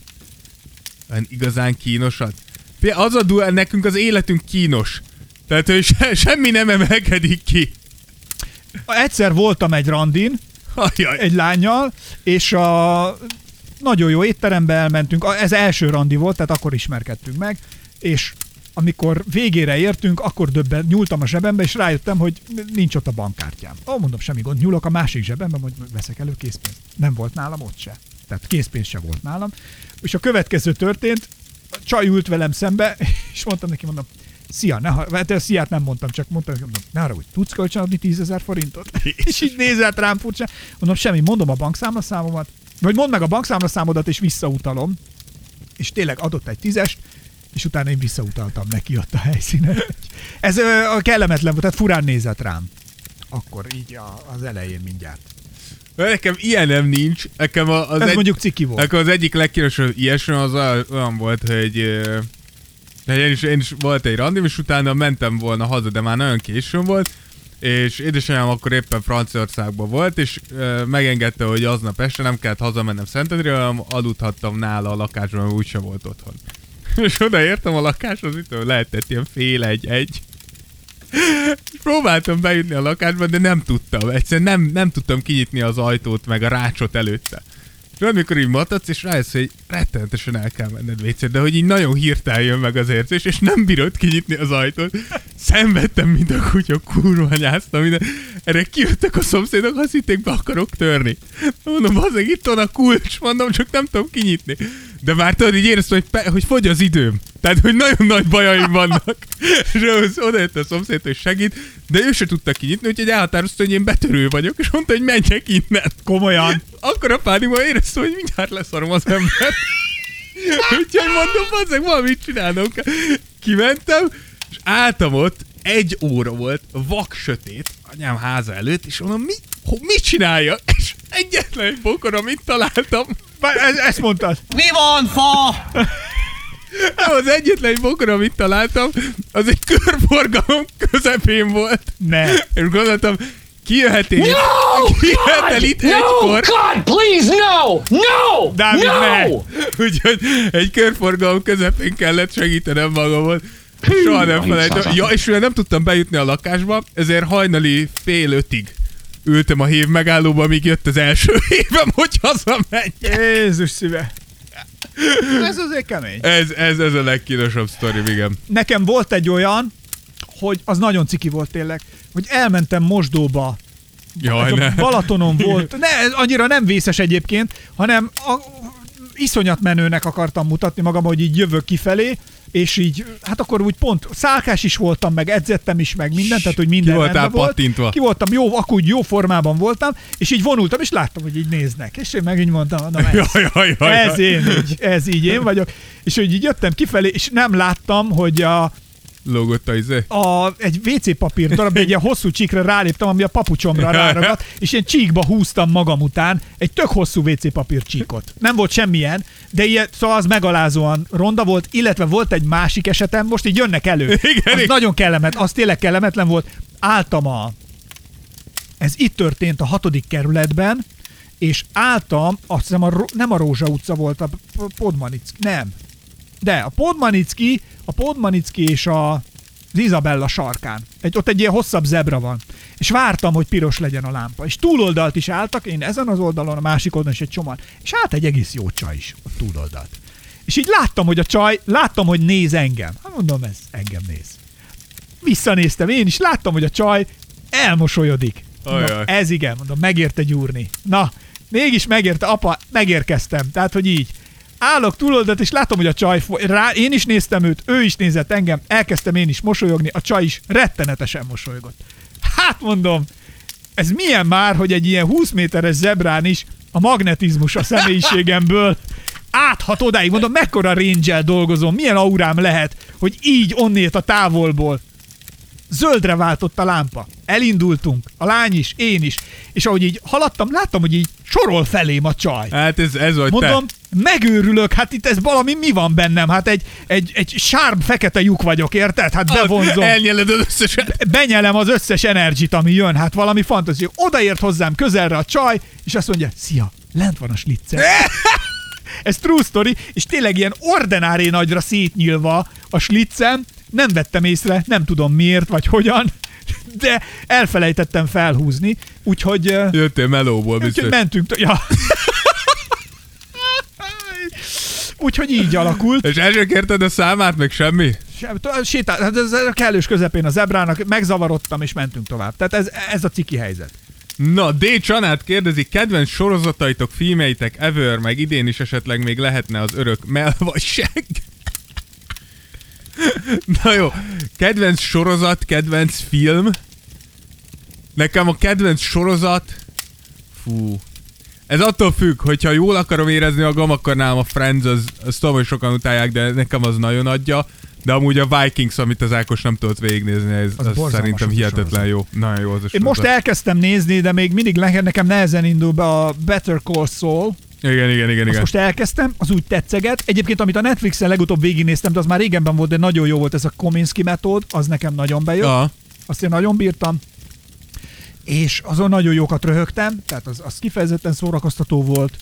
[SPEAKER 5] Olyan igazán kínosat. Fia, Az a duel, nekünk az életünk kínos. Tehát, hogy se, semmi nem emelkedik ki.
[SPEAKER 4] Egyszer voltam egy randin,
[SPEAKER 5] Ajaj.
[SPEAKER 4] egy lányjal, és a nagyon jó étterembe elmentünk, A- ez első randi volt, tehát akkor ismerkedtünk meg, és amikor végére értünk, akkor döbben, nyúltam a zsebembe, és rájöttem, hogy nincs ott a bankkártyám. Ó, mondom, semmi gond, nyúlok a másik zsebembe, hogy veszek elő készpénzt. Nem volt nálam ott se. Tehát készpénz se volt nálam. És a következő történt, a csaj ült velem szembe, <laughs> és mondtam neki, mondom, Szia, ne, har- hát a sziát nem mondtam, csak mondtam, hogy ne arra, hogy tudsz kölcsönadni 10 ezer <laughs> forintot? és így nézett rám furcsa. Mondom, semmi, mondom a bankszámlaszámomat, vagy mondd meg a bankszámlaszámodat, és visszautalom. És tényleg adott egy tízest, és utána én visszautaltam neki ott a <laughs> helyszínen. Ez ö, a kellemetlen volt, tehát furán nézett rám. Akkor így a, az elején mindjárt.
[SPEAKER 5] Nekem ilyen nem nincs. Nekem a- az
[SPEAKER 4] Ez
[SPEAKER 5] egy...
[SPEAKER 4] mondjuk ciki volt.
[SPEAKER 5] Akkor az egyik legkínosabb ilyesmi az olyan- olyan volt, hogy... ö, hogy Én is, én is volt egy randim, és utána mentem volna haza, de már nagyon későn volt, és édesanyám akkor éppen Franciaországban volt, és ö, megengedte, hogy aznap este nem kellett hazamennem Szentendrére, hanem aludhattam nála a lakásban, mert úgyse volt otthon. <laughs> És odaértem a lakáshoz, itt lehetett ilyen fél egy-egy. És Próbáltam bejutni a lakásba, de nem tudtam. Egyszerűen nem, nem tudtam kinyitni az ajtót, meg a rácsot előtte. És amikor így matadsz, és rájössz, hogy rettenetesen el kell menned vécét, de hogy így nagyon hirtelen jön meg az érzés, és nem bírod kinyitni az ajtót. Szenvedtem, mint a kutya, kurva nyáztam, minden. Erre kijöttek a szomszédok, azt hitték, be akarok törni. Mondom, az itt van a kulcs, mondom, csak nem tudom kinyitni. De már tudod, így éreztem, hogy, pe- hogy fogy az időm. Tehát, hogy nagyon nagy bajaim vannak. és ahhoz odajött a szomszéd, hogy segít, de ő se tudta kinyitni, úgyhogy elhatározta, hogy én betörő vagyok, és mondta, hogy menjek innen
[SPEAKER 4] Komolyan.
[SPEAKER 5] akkor a pánikban éreztem, hogy mindjárt leszarom az embert. Úgyhogy mondom, bazzeg, valamit csinálnom kell. Kimentem, és álltam ott, egy óra volt, vak sötét, anyám háza előtt, és mondom, mi, ho, mit csináljak? És Egyetlen egy bokor, amit találtam.
[SPEAKER 4] Bár e- ezt mondtad.
[SPEAKER 8] Mi van, fa?
[SPEAKER 5] Az egyetlen egy bokor, amit találtam, az egy körforgalom közepén volt.
[SPEAKER 4] Ne.
[SPEAKER 5] És gondoltam, ki jöhet el itt, ki jöhet el itt egykor,
[SPEAKER 9] God, please, no! No!
[SPEAKER 4] Dávid, ne!
[SPEAKER 5] úgyhogy egy körforgalom közepén kellett segítenem magamon. Soha nem
[SPEAKER 6] a
[SPEAKER 5] felejtem.
[SPEAKER 6] hídszázat.
[SPEAKER 5] Ja, és mivel nem tudtam bejutni a lakásba, ezért hajnali fél ötig ültem a hév megállóba, míg jött az első <laughs> évem, hogy hazamenjek.
[SPEAKER 4] Jézus szíve. Ez azért kemény.
[SPEAKER 5] Ez, ez, ez a legkínosabb sztori, igen.
[SPEAKER 4] Nekem volt egy olyan, hogy az nagyon ciki volt tényleg, hogy elmentem mosdóba
[SPEAKER 5] Jaj,
[SPEAKER 4] Ez a
[SPEAKER 5] ne.
[SPEAKER 4] Balatonon volt. Ne, ez annyira nem vészes egyébként, hanem a, iszonyat menőnek akartam mutatni magam, hogy így jövök kifelé, és így, hát akkor úgy pont szálkás is voltam, meg edzettem is, meg mindent, tehát hogy minden
[SPEAKER 5] Ki voltál
[SPEAKER 4] rendben
[SPEAKER 5] pattintva?
[SPEAKER 4] Volt. Ki voltam, jó, akkor úgy jó formában voltam, és így vonultam, és láttam, hogy így néznek. És én meg így mondtam, na ez,
[SPEAKER 5] <laughs> Jaj, jaj, jaj,
[SPEAKER 4] ez
[SPEAKER 5] jaj.
[SPEAKER 4] én, így, ez így én vagyok. És hogy így jöttem kifelé, és nem láttam, hogy a,
[SPEAKER 5] Lógott a izé.
[SPEAKER 4] a, egy WC papír darab, egy ilyen hosszú csíkra ráléptem, ami a papucsomra ráragadt, és én csíkba húztam magam után egy tök hosszú WC papír csíkot. Nem volt semmilyen, de ilyen, szóval az megalázóan ronda volt, illetve volt egy másik esetem, most így jönnek elő.
[SPEAKER 5] Igen,
[SPEAKER 4] az
[SPEAKER 5] igen.
[SPEAKER 4] nagyon kellemet, az tényleg kellemetlen volt. Álltam a... Ez itt történt a hatodik kerületben, és álltam, azt hiszem a, Ró- nem a Rózsa utca volt, a P- Podmanicki, nem. De a Podmanicki, a Podmanicki és a az Izabella sarkán. Egy, ott egy ilyen hosszabb zebra van. És vártam, hogy piros legyen a lámpa. És túloldalt is álltak, én ezen az oldalon, a másik oldalon is egy csomag. És állt egy egész jó csaj is, a túloldalt. És így láttam, hogy a csaj, láttam, hogy néz engem. Hát mondom, ez engem néz. Visszanéztem én is, láttam, hogy a csaj elmosolyodik. Mondom,
[SPEAKER 5] Ajaj.
[SPEAKER 4] ez igen, mondom, megérte gyúrni. Na, mégis megérte, apa, megérkeztem. Tehát, hogy így. Állok túloldalt, és látom, hogy a csaj fo- rá, én is néztem őt, ő is nézett engem, elkezdtem én is mosolyogni, a csaj is rettenetesen mosolygott. Hát mondom, ez milyen már, hogy egy ilyen 20 méteres zebrán is a magnetizmus a személyiségemből áthat odáig, mondom, mekkora range dolgozom, milyen aurám lehet, hogy így onnét a távolból zöldre váltott a lámpa. Elindultunk, a lány is, én is, és ahogy így haladtam, láttam, hogy így sorol felém a csaj.
[SPEAKER 5] Hát ez, ez vagy
[SPEAKER 4] Mondom,
[SPEAKER 5] te.
[SPEAKER 4] megőrülök, hát itt ez valami mi van bennem, hát egy, egy, egy sárm fekete lyuk vagyok, érted? Hát bevonzom
[SPEAKER 5] Elnyeled az összeset.
[SPEAKER 4] benyelem az összes energit, ami jön, hát valami fantasztikus. Odaért hozzám közelre a csaj, és azt mondja, szia, lent van a slitzer. Ez true story, és tényleg ilyen ordenáré nagyra szétnyílva a slitzem, nem vettem észre, nem tudom miért, vagy hogyan, de elfelejtettem felhúzni, úgyhogy... ö,
[SPEAKER 5] Jöttél melóból
[SPEAKER 4] Úgyhogy
[SPEAKER 5] biztos.
[SPEAKER 4] mentünk... t- Ja. Úgyhogy így alakult.
[SPEAKER 5] És elsőre kérted a számát, meg semmi?
[SPEAKER 4] Sem- t- Sétál, hát ez a kellős közepén a zebrának, megzavarodtam és mentünk tovább. Tehát ez, ez a ciki helyzet.
[SPEAKER 5] Na, D. Csanát kérdezi, kedvenc sorozataitok, filmeitek, ever, meg idén is esetleg még lehetne az örök mel vagy seg. <laughs> Na jó, kedvenc sorozat, kedvenc film. Nekem a kedvenc sorozat... Fú... Ez attól függ, hogyha jól akarom érezni magam, akkor nálam a Friends, az, azt tudom, hogy sokan utálják, de nekem az nagyon adja. De amúgy a Vikings, amit az Ákos nem tudott végignézni, ez,
[SPEAKER 4] Az
[SPEAKER 5] az, az
[SPEAKER 4] borzalmas
[SPEAKER 5] szerintem
[SPEAKER 4] az a
[SPEAKER 5] hihetetlen
[SPEAKER 4] sorozat.
[SPEAKER 5] jó. Nagyon jó az a
[SPEAKER 4] Én most
[SPEAKER 5] sorozat.
[SPEAKER 4] elkezdtem nézni, de még mindig ne- nekem nehezen indul be a Better Call Saul.
[SPEAKER 5] Igen, igen, igen,
[SPEAKER 4] Azt
[SPEAKER 5] igen.
[SPEAKER 4] most elkezdtem, az úgy tetszeget. Egyébként, amit a Netflixen legutóbb végignéztem, de az már régenben volt, de nagyon jó volt ez a Kominsky metód, az nekem nagyon bejött.
[SPEAKER 5] Ja.
[SPEAKER 4] Azt én nagyon bírtam. És azon nagyon jókat röhögtem, tehát az, az kifejezetten szórakoztató volt.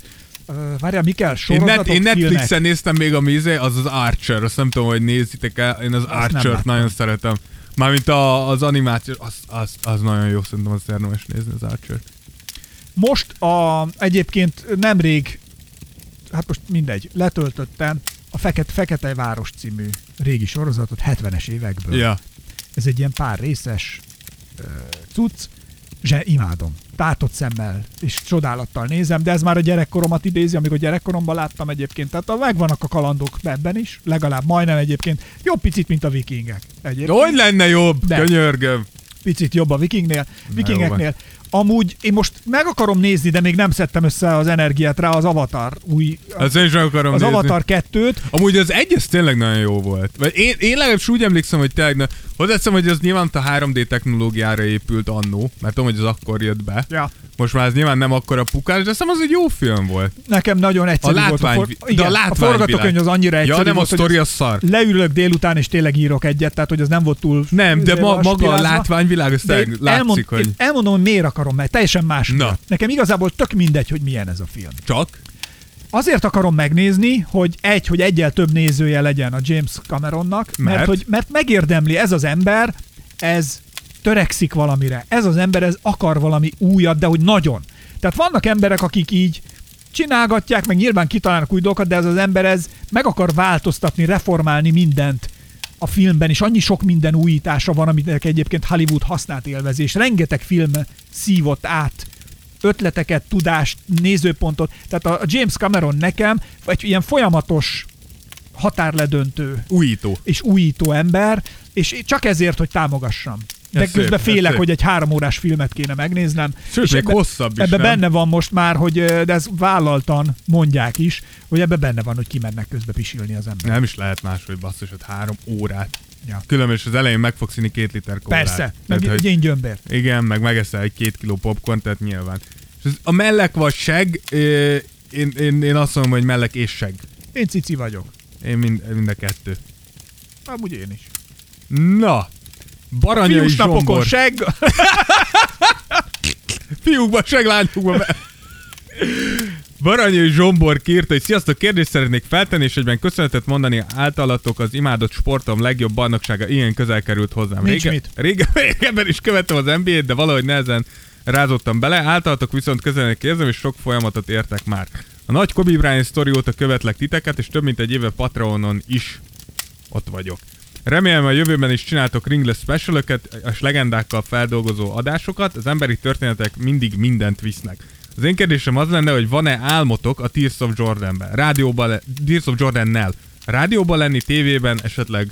[SPEAKER 4] Ö, Várjál, mi kell?
[SPEAKER 5] Én, net,
[SPEAKER 4] Sorozatok,
[SPEAKER 5] én Netflixen
[SPEAKER 4] filmek?
[SPEAKER 5] néztem még a mizé, az az Archer, azt nem tudom, hogy nézitek el, én az
[SPEAKER 4] nem
[SPEAKER 5] Archer-t
[SPEAKER 4] láttam.
[SPEAKER 5] nagyon szeretem. Mármint a, az animáció, az, az, az nagyon jó, szerintem az érdemes nézni az archer
[SPEAKER 4] Most a, egyébként nemrég, hát most mindegy, letöltöttem a Fekete, Fekete Város című régi sorozatot 70-es évekből.
[SPEAKER 5] Ja.
[SPEAKER 4] Ez egy ilyen pár részes ö, cucc, zse, imádom. Tátott szemmel és csodálattal nézem, de ez már a gyerekkoromat idézi, amikor gyerekkoromban láttam egyébként. Tehát a, megvannak a kalandok ebben is, legalább majdnem egyébként. Jobb picit, mint a vikingek. Egyébként
[SPEAKER 5] Hogy lenne jobb,
[SPEAKER 4] De.
[SPEAKER 5] De. könyörgöm.
[SPEAKER 4] picit jobb a vikingnél,
[SPEAKER 5] jó
[SPEAKER 4] vikingeknél. Amúgy én most meg akarom nézni, de még nem szedtem össze az energiát rá az Avatar új,
[SPEAKER 5] Azt én sem akarom
[SPEAKER 4] az
[SPEAKER 5] nézni.
[SPEAKER 4] Avatar 2-t.
[SPEAKER 5] Amúgy az egyes tényleg nagyon jó volt. Vagy én, én legalábbis úgy emlékszem, hogy tényleg... na- Hozzáteszem, hogy az nyilván a 3D technológiára épült annó, mert tudom, hogy az akkor jött be.
[SPEAKER 4] Ja.
[SPEAKER 5] Most már ez nyilván nem akkora pukás, de azt hiszem az egy jó film volt.
[SPEAKER 4] Nekem nagyon
[SPEAKER 5] A
[SPEAKER 4] egyszerű volt.
[SPEAKER 5] látvány,
[SPEAKER 4] for-
[SPEAKER 5] de a
[SPEAKER 4] igen, a
[SPEAKER 5] látvány
[SPEAKER 4] forgatókönyv az annyira egyszerű
[SPEAKER 5] Ja, nem
[SPEAKER 4] volt,
[SPEAKER 5] a
[SPEAKER 4] hogy
[SPEAKER 5] sztori
[SPEAKER 4] az-
[SPEAKER 5] az szar.
[SPEAKER 4] leülök délután, és tényleg írok egyet, tehát hogy az nem volt túl...
[SPEAKER 5] Nem, de
[SPEAKER 4] izé,
[SPEAKER 5] ma, maga a
[SPEAKER 4] aspirálva.
[SPEAKER 5] látványvilág, azt
[SPEAKER 4] De én
[SPEAKER 5] látszik,
[SPEAKER 4] elmond-
[SPEAKER 5] hogy
[SPEAKER 4] én elmondom, hogy miért akarom, mert teljesen más.
[SPEAKER 5] Na.
[SPEAKER 4] miatt. Nekem igazából tök mindegy, hogy milyen ez a film.
[SPEAKER 5] csak.
[SPEAKER 4] Azért akarom megnézni, hogy egy, hogy egyel több nézője legyen a James Cameronnak, mert,
[SPEAKER 5] Mert?
[SPEAKER 4] mert? Hogy, mert megérdemli ez az ember, ez törekszik valamire. Ez az ember, ez akar valami újat, de hogy nagyon. Tehát vannak emberek, akik így csinálgatják, meg nyilván kitalálnak új dolgokat, de ez az ember ez meg akar változtatni, reformálni mindent a filmben, és annyi sok minden újítása van, amit egyébként Hollywood használt élvezés. Rengeteg film szívott át ötleteket, tudást, nézőpontot. Tehát a a James Cameron nekem egy ilyen folyamatos határledöntő
[SPEAKER 5] Újító.
[SPEAKER 4] és újító ember, és én csak ezért, hogy támogassam. De
[SPEAKER 5] Ez szép,
[SPEAKER 4] közben
[SPEAKER 5] ez
[SPEAKER 4] félek,
[SPEAKER 5] szép.
[SPEAKER 4] hogy egy három órás filmet kéne megnéznem.
[SPEAKER 5] Sőt,
[SPEAKER 4] És
[SPEAKER 5] még hosszabb is,
[SPEAKER 4] Ebbe
[SPEAKER 5] nem?
[SPEAKER 4] benne van most már, hogy ö, de ez vállaltan mondják is, hogy ebbe benne van, hogy kimennek közbe pisilni az ember.
[SPEAKER 5] Nem is lehet máshogy basszus, hogy három órát.
[SPEAKER 4] Ja.
[SPEAKER 5] Különben is az elején meg fogsz inni két liter kólát.
[SPEAKER 4] Persze, meg
[SPEAKER 5] Tehát,
[SPEAKER 4] egy
[SPEAKER 5] hogy
[SPEAKER 4] én gyömbért.
[SPEAKER 5] igen, meg megeszel egy két kiló popcorn, tehát nyilván. És ez a mellek vagy seg, ö, én, én, én azt mondom, hogy mellek és seg.
[SPEAKER 4] Én cici vagyok.
[SPEAKER 5] Én mind, mind a kettő.
[SPEAKER 4] Amúgy én is.
[SPEAKER 5] Na, Baranyai
[SPEAKER 4] Fiús napokon
[SPEAKER 5] Zsombor.
[SPEAKER 4] segg.
[SPEAKER 5] Fiúkba, seg lányokba. be- Baranyai Zsombor kírt, hogy sziasztok, kérdést szeretnék feltenni, és egyben köszönetet mondani általatok az imádott sportom legjobb bajnoksága ilyen közel került hozzám.
[SPEAKER 4] Nincs mit.
[SPEAKER 5] rége, régebben is követtem az NBA-t, de valahogy nehezen rázottam bele, általatok viszont közelnek érzem, és sok folyamatot értek már. A nagy Kobe Bryant sztori óta követlek titeket, és több mint egy éve Patreonon is ott vagyok. Remélem a jövőben is csináltok Ringless specialöket és legendákkal feldolgozó adásokat, az emberi történetek mindig mindent visznek. Az én kérdésem az lenne, hogy van-e álmotok a Tears of Jordanben, rádióban, le- Tears of Jordannel, rádióban lenni, tévében, esetleg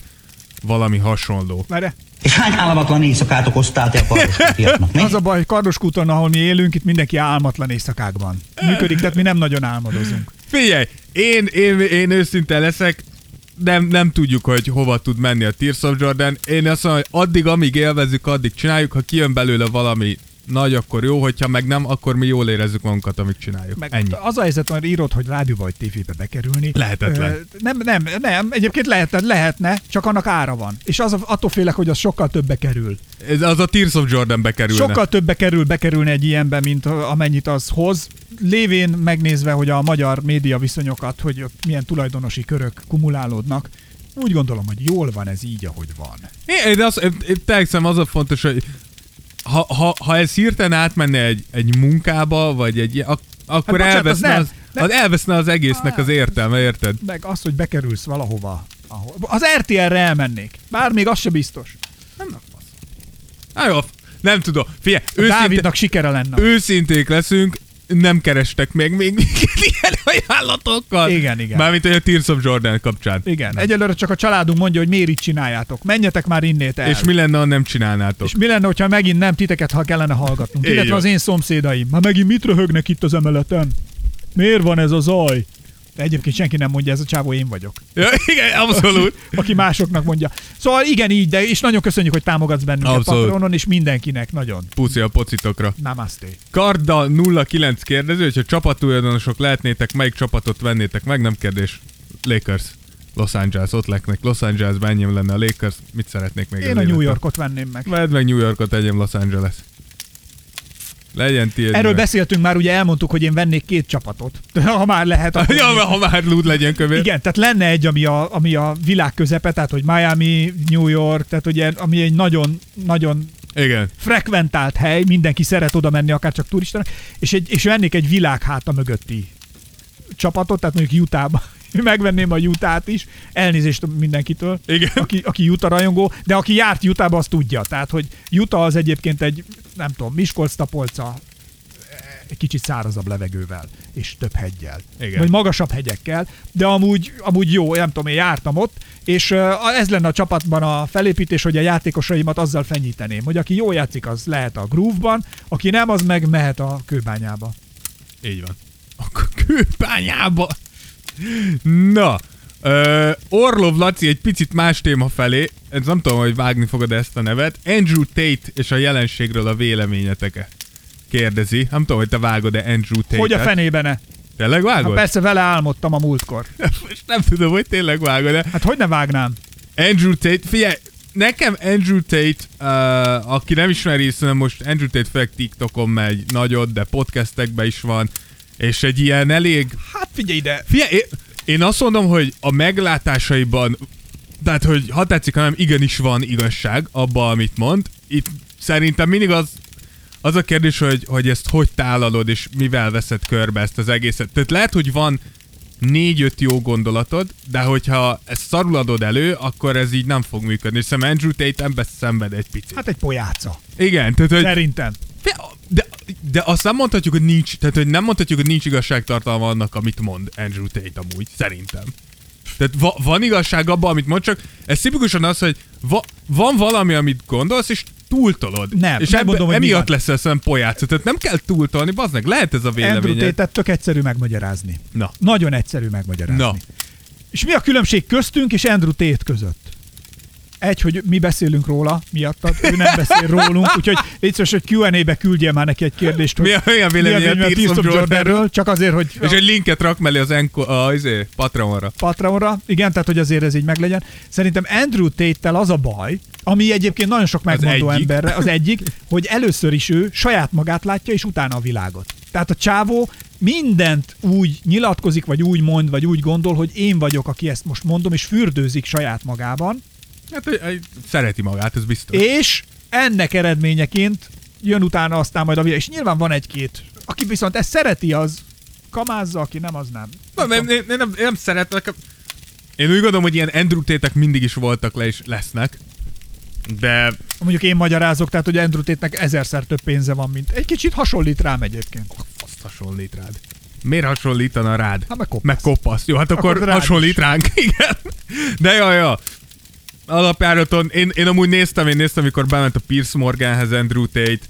[SPEAKER 5] valami hasonló.
[SPEAKER 4] <laughs> Várj,
[SPEAKER 7] És hány államatlan éjszakát okoztál te a parkoskutiaknak, mi?
[SPEAKER 4] Az a baj, hogy Kardoskúton, ahol mi élünk, itt mindenki álmatlan éjszakákban működik, tehát mi nem nagyon álmodozunk.
[SPEAKER 5] Figyelj, én, én, én őszinte leszek, nem, nem tudjuk, hogy hova tud menni a Tears of Jordan. Én azt mondom, hogy addig, amíg élvezzük, addig csináljuk. Ha kijön belőle valami nagy, akkor jó, hogyha meg nem, akkor mi jól érezzük magunkat, amit csináljuk. Meg
[SPEAKER 4] Meg
[SPEAKER 5] Ennyi.
[SPEAKER 4] Az a helyzet, hogy írod, hogy rádióba vagy tévébe bekerülni.
[SPEAKER 5] Lehetetlen.
[SPEAKER 4] Ö, nem, nem, nem. Egyébként lehetne, lehetne, csak annak ára van. És az, a- attól félek, hogy az sokkal többe kerül.
[SPEAKER 5] Ez az a Tears of Jordanbe kerülne.
[SPEAKER 4] Sokkal többe kerül bekerülni egy ilyenbe, mint a- amennyit az hoz. Lévén megnézve, hogy a magyar média viszonyokat, hogy milyen tulajdonosi körök kumulálódnak, úgy gondolom, hogy jól van ez így, ahogy van.
[SPEAKER 5] Én, én, azt, én, én teljesen az a fontos, hogy ha, ha, ha ez hirtelen átmenne egy, egy munkába, vagy egy ilyen, ak- akkor
[SPEAKER 4] Hát, bocsánat, az
[SPEAKER 5] elveszne,
[SPEAKER 4] nem.
[SPEAKER 5] az,
[SPEAKER 4] Nem. Ah.
[SPEAKER 5] az, elveszne az egésznek az értelme, érted?
[SPEAKER 4] meg az, hogy bekerülsz valahova. Ahol. Az RTL-re elmennék. Bár még az se biztos.
[SPEAKER 5] Na jó, nem tudom. Figyelj,
[SPEAKER 4] A
[SPEAKER 5] őszinte,
[SPEAKER 4] Dávidnak sikere lenne.
[SPEAKER 5] őszinték leszünk, nem kerestek még még minket <laughs> ilyen ajánlatokkal.
[SPEAKER 4] Igen, igen.
[SPEAKER 5] Mármint hogy a Tears of Jordan kapcsán.
[SPEAKER 4] Igen.
[SPEAKER 5] Nem.
[SPEAKER 4] Egyelőre csak a családunk mondja, hogy miért így csináljátok. Menjetek már innét el.
[SPEAKER 5] És mi lenne, ha nem csinálnátok?
[SPEAKER 4] és mi lenne, hogyha megint nem titeket, ha kellene hallgatnunk?
[SPEAKER 5] Így
[SPEAKER 4] Illetve
[SPEAKER 5] van.
[SPEAKER 4] az én szomszédaim. Már megint mit röhögnek itt az emeleten? Miért van ez a zaj? De egyébként senki nem mondja, ez a csávó én vagyok.
[SPEAKER 5] Ja, igen, abszolút.
[SPEAKER 4] Aki másoknak mondja. Szóval igen, így, de és nagyon köszönjük, hogy támogatsz bennünket
[SPEAKER 5] Abszolút.
[SPEAKER 4] Patronon, és mindenkinek nagyon.
[SPEAKER 5] Puszi a pocitokra.
[SPEAKER 4] Namaste.
[SPEAKER 5] Karda 09 kérdező, hogyha csapatulajdonosok lehetnétek, melyik csapatot vennétek meg? Nem kérdés. Lakers. Los Angeles, ott leknek Los Angelesben, enyém lenne a Lakers. Mit szeretnék még
[SPEAKER 4] Én
[SPEAKER 5] az
[SPEAKER 4] a New
[SPEAKER 5] életem?
[SPEAKER 4] Yorkot venném meg.
[SPEAKER 5] Vedd meg New Yorkot, egyem Los Angeles. Legyen tiéd.
[SPEAKER 4] Erről
[SPEAKER 5] meg.
[SPEAKER 4] beszéltünk már, ugye elmondtuk, hogy én vennék két csapatot. <laughs> Ha már lehet, akkor...
[SPEAKER 5] <laughs> Ja, mert ha már lúd legyen kövér.
[SPEAKER 4] Igen, tehát lenne egy, ami a, ami a világ közepe, tehát hogy Miami, New York, tehát ugye, ami egy nagyon, nagyon
[SPEAKER 5] Igen.
[SPEAKER 4] frekventált hely, mindenki szeret oda menni, akár csak turistának, és, egy, és vennék egy világ háta mögötti csapatot, tehát mondjuk Utahba. <laughs> Megvenném a Utah-t is, elnézést mindenkitől,
[SPEAKER 5] Igen.
[SPEAKER 4] Aki, aki Utah rajongó, de aki járt Utahba, azt tudja. Tehát, hogy Utah az egyébként egy, nem tudom, Miskolc tapolca, egy kicsit szárazabb levegővel, és több hegyel.
[SPEAKER 5] Igen.
[SPEAKER 4] Vagy magasabb hegyekkel, de amúgy, amúgy jó, nem tudom, én jártam ott, és ö, ez lenne a csapatban a felépítés, hogy a játékosaimat azzal fenyíteném, hogy aki jó játszik, az lehet a groove-ban, aki nem, az meg mehet a kőbányába.
[SPEAKER 5] Így van. A kőbányába. Na, ö, Orlov Laci egy picit más téma felé, ez nem tudom, hogy vágni fogod ezt a nevet, Andrew Tate és a jelenségről a véleményeteket. kérdezi. Nem tudom, hogy te vágod-e Andrew Tate-et.
[SPEAKER 4] Hogy a fenébene?
[SPEAKER 5] Tényleg
[SPEAKER 4] Hát
[SPEAKER 5] vágod?
[SPEAKER 4] persze vele álmodtam a múltkor.
[SPEAKER 5] Most nem tudom, hogy tényleg vágod-e.
[SPEAKER 4] Hát hogy ne vágnám?
[SPEAKER 5] Andrew Tate, figyelj, nekem Andrew Tate, uh, aki nem ismeri, szerintem most Andrew Tate főleg TikTokon megy nagyot, de podcastekben is van, és egy ilyen elég...
[SPEAKER 4] Hát figyelj ide.
[SPEAKER 5] Figyelj, én, én azt mondom, hogy a meglátásaiban, tehát hogy ha tetszik, hanem igenis van igazság abba, amit mond. Itt szerintem mindig az, az a kérdés, hogy, hogy ezt hogy tálalod, és mivel veszed körbe ezt az egészet. Tehát lehet, hogy van négy-öt jó gondolatod, de hogyha ezt szarul adod elő, akkor ez így nem fog működni. És Szerintem Andrew Tate ebbe szenved egy picit. Hát,
[SPEAKER 4] Hát egy pojáca.
[SPEAKER 5] igen, tehát hogy...
[SPEAKER 4] Szerintem.
[SPEAKER 5] De, de azt nem mondhatjuk, hogy nincs, tehát hogy nem mondhatjuk, hogy nincs igazságtartalma annak, amit mond Andrew Tate amúgy, szerintem. Tehát va- van igazság abban, amit mond, csak ez tipikusan az, hogy va- van valami, amit gondolsz, és túltolod.
[SPEAKER 4] Nem,
[SPEAKER 5] és
[SPEAKER 4] nem mondom, hogy mi
[SPEAKER 5] emiatt
[SPEAKER 4] van.
[SPEAKER 5] lesz ez olyan pojáca. Tehát nem kell túltolni, bazdmeg, lehet ez a
[SPEAKER 4] Andrew
[SPEAKER 5] véleményed.
[SPEAKER 4] tate hát tök egyszerű megmagyarázni.
[SPEAKER 5] Na.
[SPEAKER 4] Nagyon egyszerű megmagyarázni.
[SPEAKER 5] Na,
[SPEAKER 4] És mi a különbség köztünk és Andrew Tate között? Egy, hogy mi beszélünk róla miattad, ő nem beszél rólunk, úgyhogy légy szíves, hogy Q&A-be küldjél már neki egy kérdést, hogy
[SPEAKER 5] Mi a- mi a véleményed Tears of Jordanről?
[SPEAKER 4] csak azért, hogy
[SPEAKER 5] és egy linket rak mellé az enko, a, izé, Patreonra.
[SPEAKER 4] Patreonra. Igen, tehát hogy azért ez így meglegyen. Szerintem Andrew Tate-tel az a baj, ami egyébként nagyon sok megmondó
[SPEAKER 5] egyik.
[SPEAKER 4] emberre, az egyik, hogy először is ő saját magát látja, és utána a világot. Tehát a csávó mindent úgy nyilatkozik, vagy úgy mond, vagy úgy gondol, hogy én vagyok, aki ezt most mondom, és fürdőzik saját magában,
[SPEAKER 5] Hát, hogy, hogy szereti magát, ez biztos.
[SPEAKER 4] és ennek eredményeként jön utána aztán majd a világ. És nyilván van egy-két, aki viszont ezt szereti, az kamázza, aki nem, az nem.
[SPEAKER 5] Na, nem, nem, nem, nem, nem szeretlek. Én úgy gondolom, hogy ilyen Andrew tétek mindig is voltak le és lesznek. De
[SPEAKER 4] Mondjuk én magyarázok, tehát hogy Andrew Tate-nek ezerszer több pénze van, mint... Egy kicsit hasonlít rám egyébként.
[SPEAKER 5] azt hasonlít rád. Miért hasonlítana rád?
[SPEAKER 4] Hát meg kopasz.
[SPEAKER 5] Meg kopasz. Jó, hát akkor,
[SPEAKER 4] Akkor
[SPEAKER 5] akkor
[SPEAKER 4] rád
[SPEAKER 5] hasonlít
[SPEAKER 4] is.
[SPEAKER 5] ránk, <laughs> igen. De jaj, jaj. Alapjáraton, én, én amúgy néztem, én néztem, amikor bement a Piers Morganhez Andrew Tate,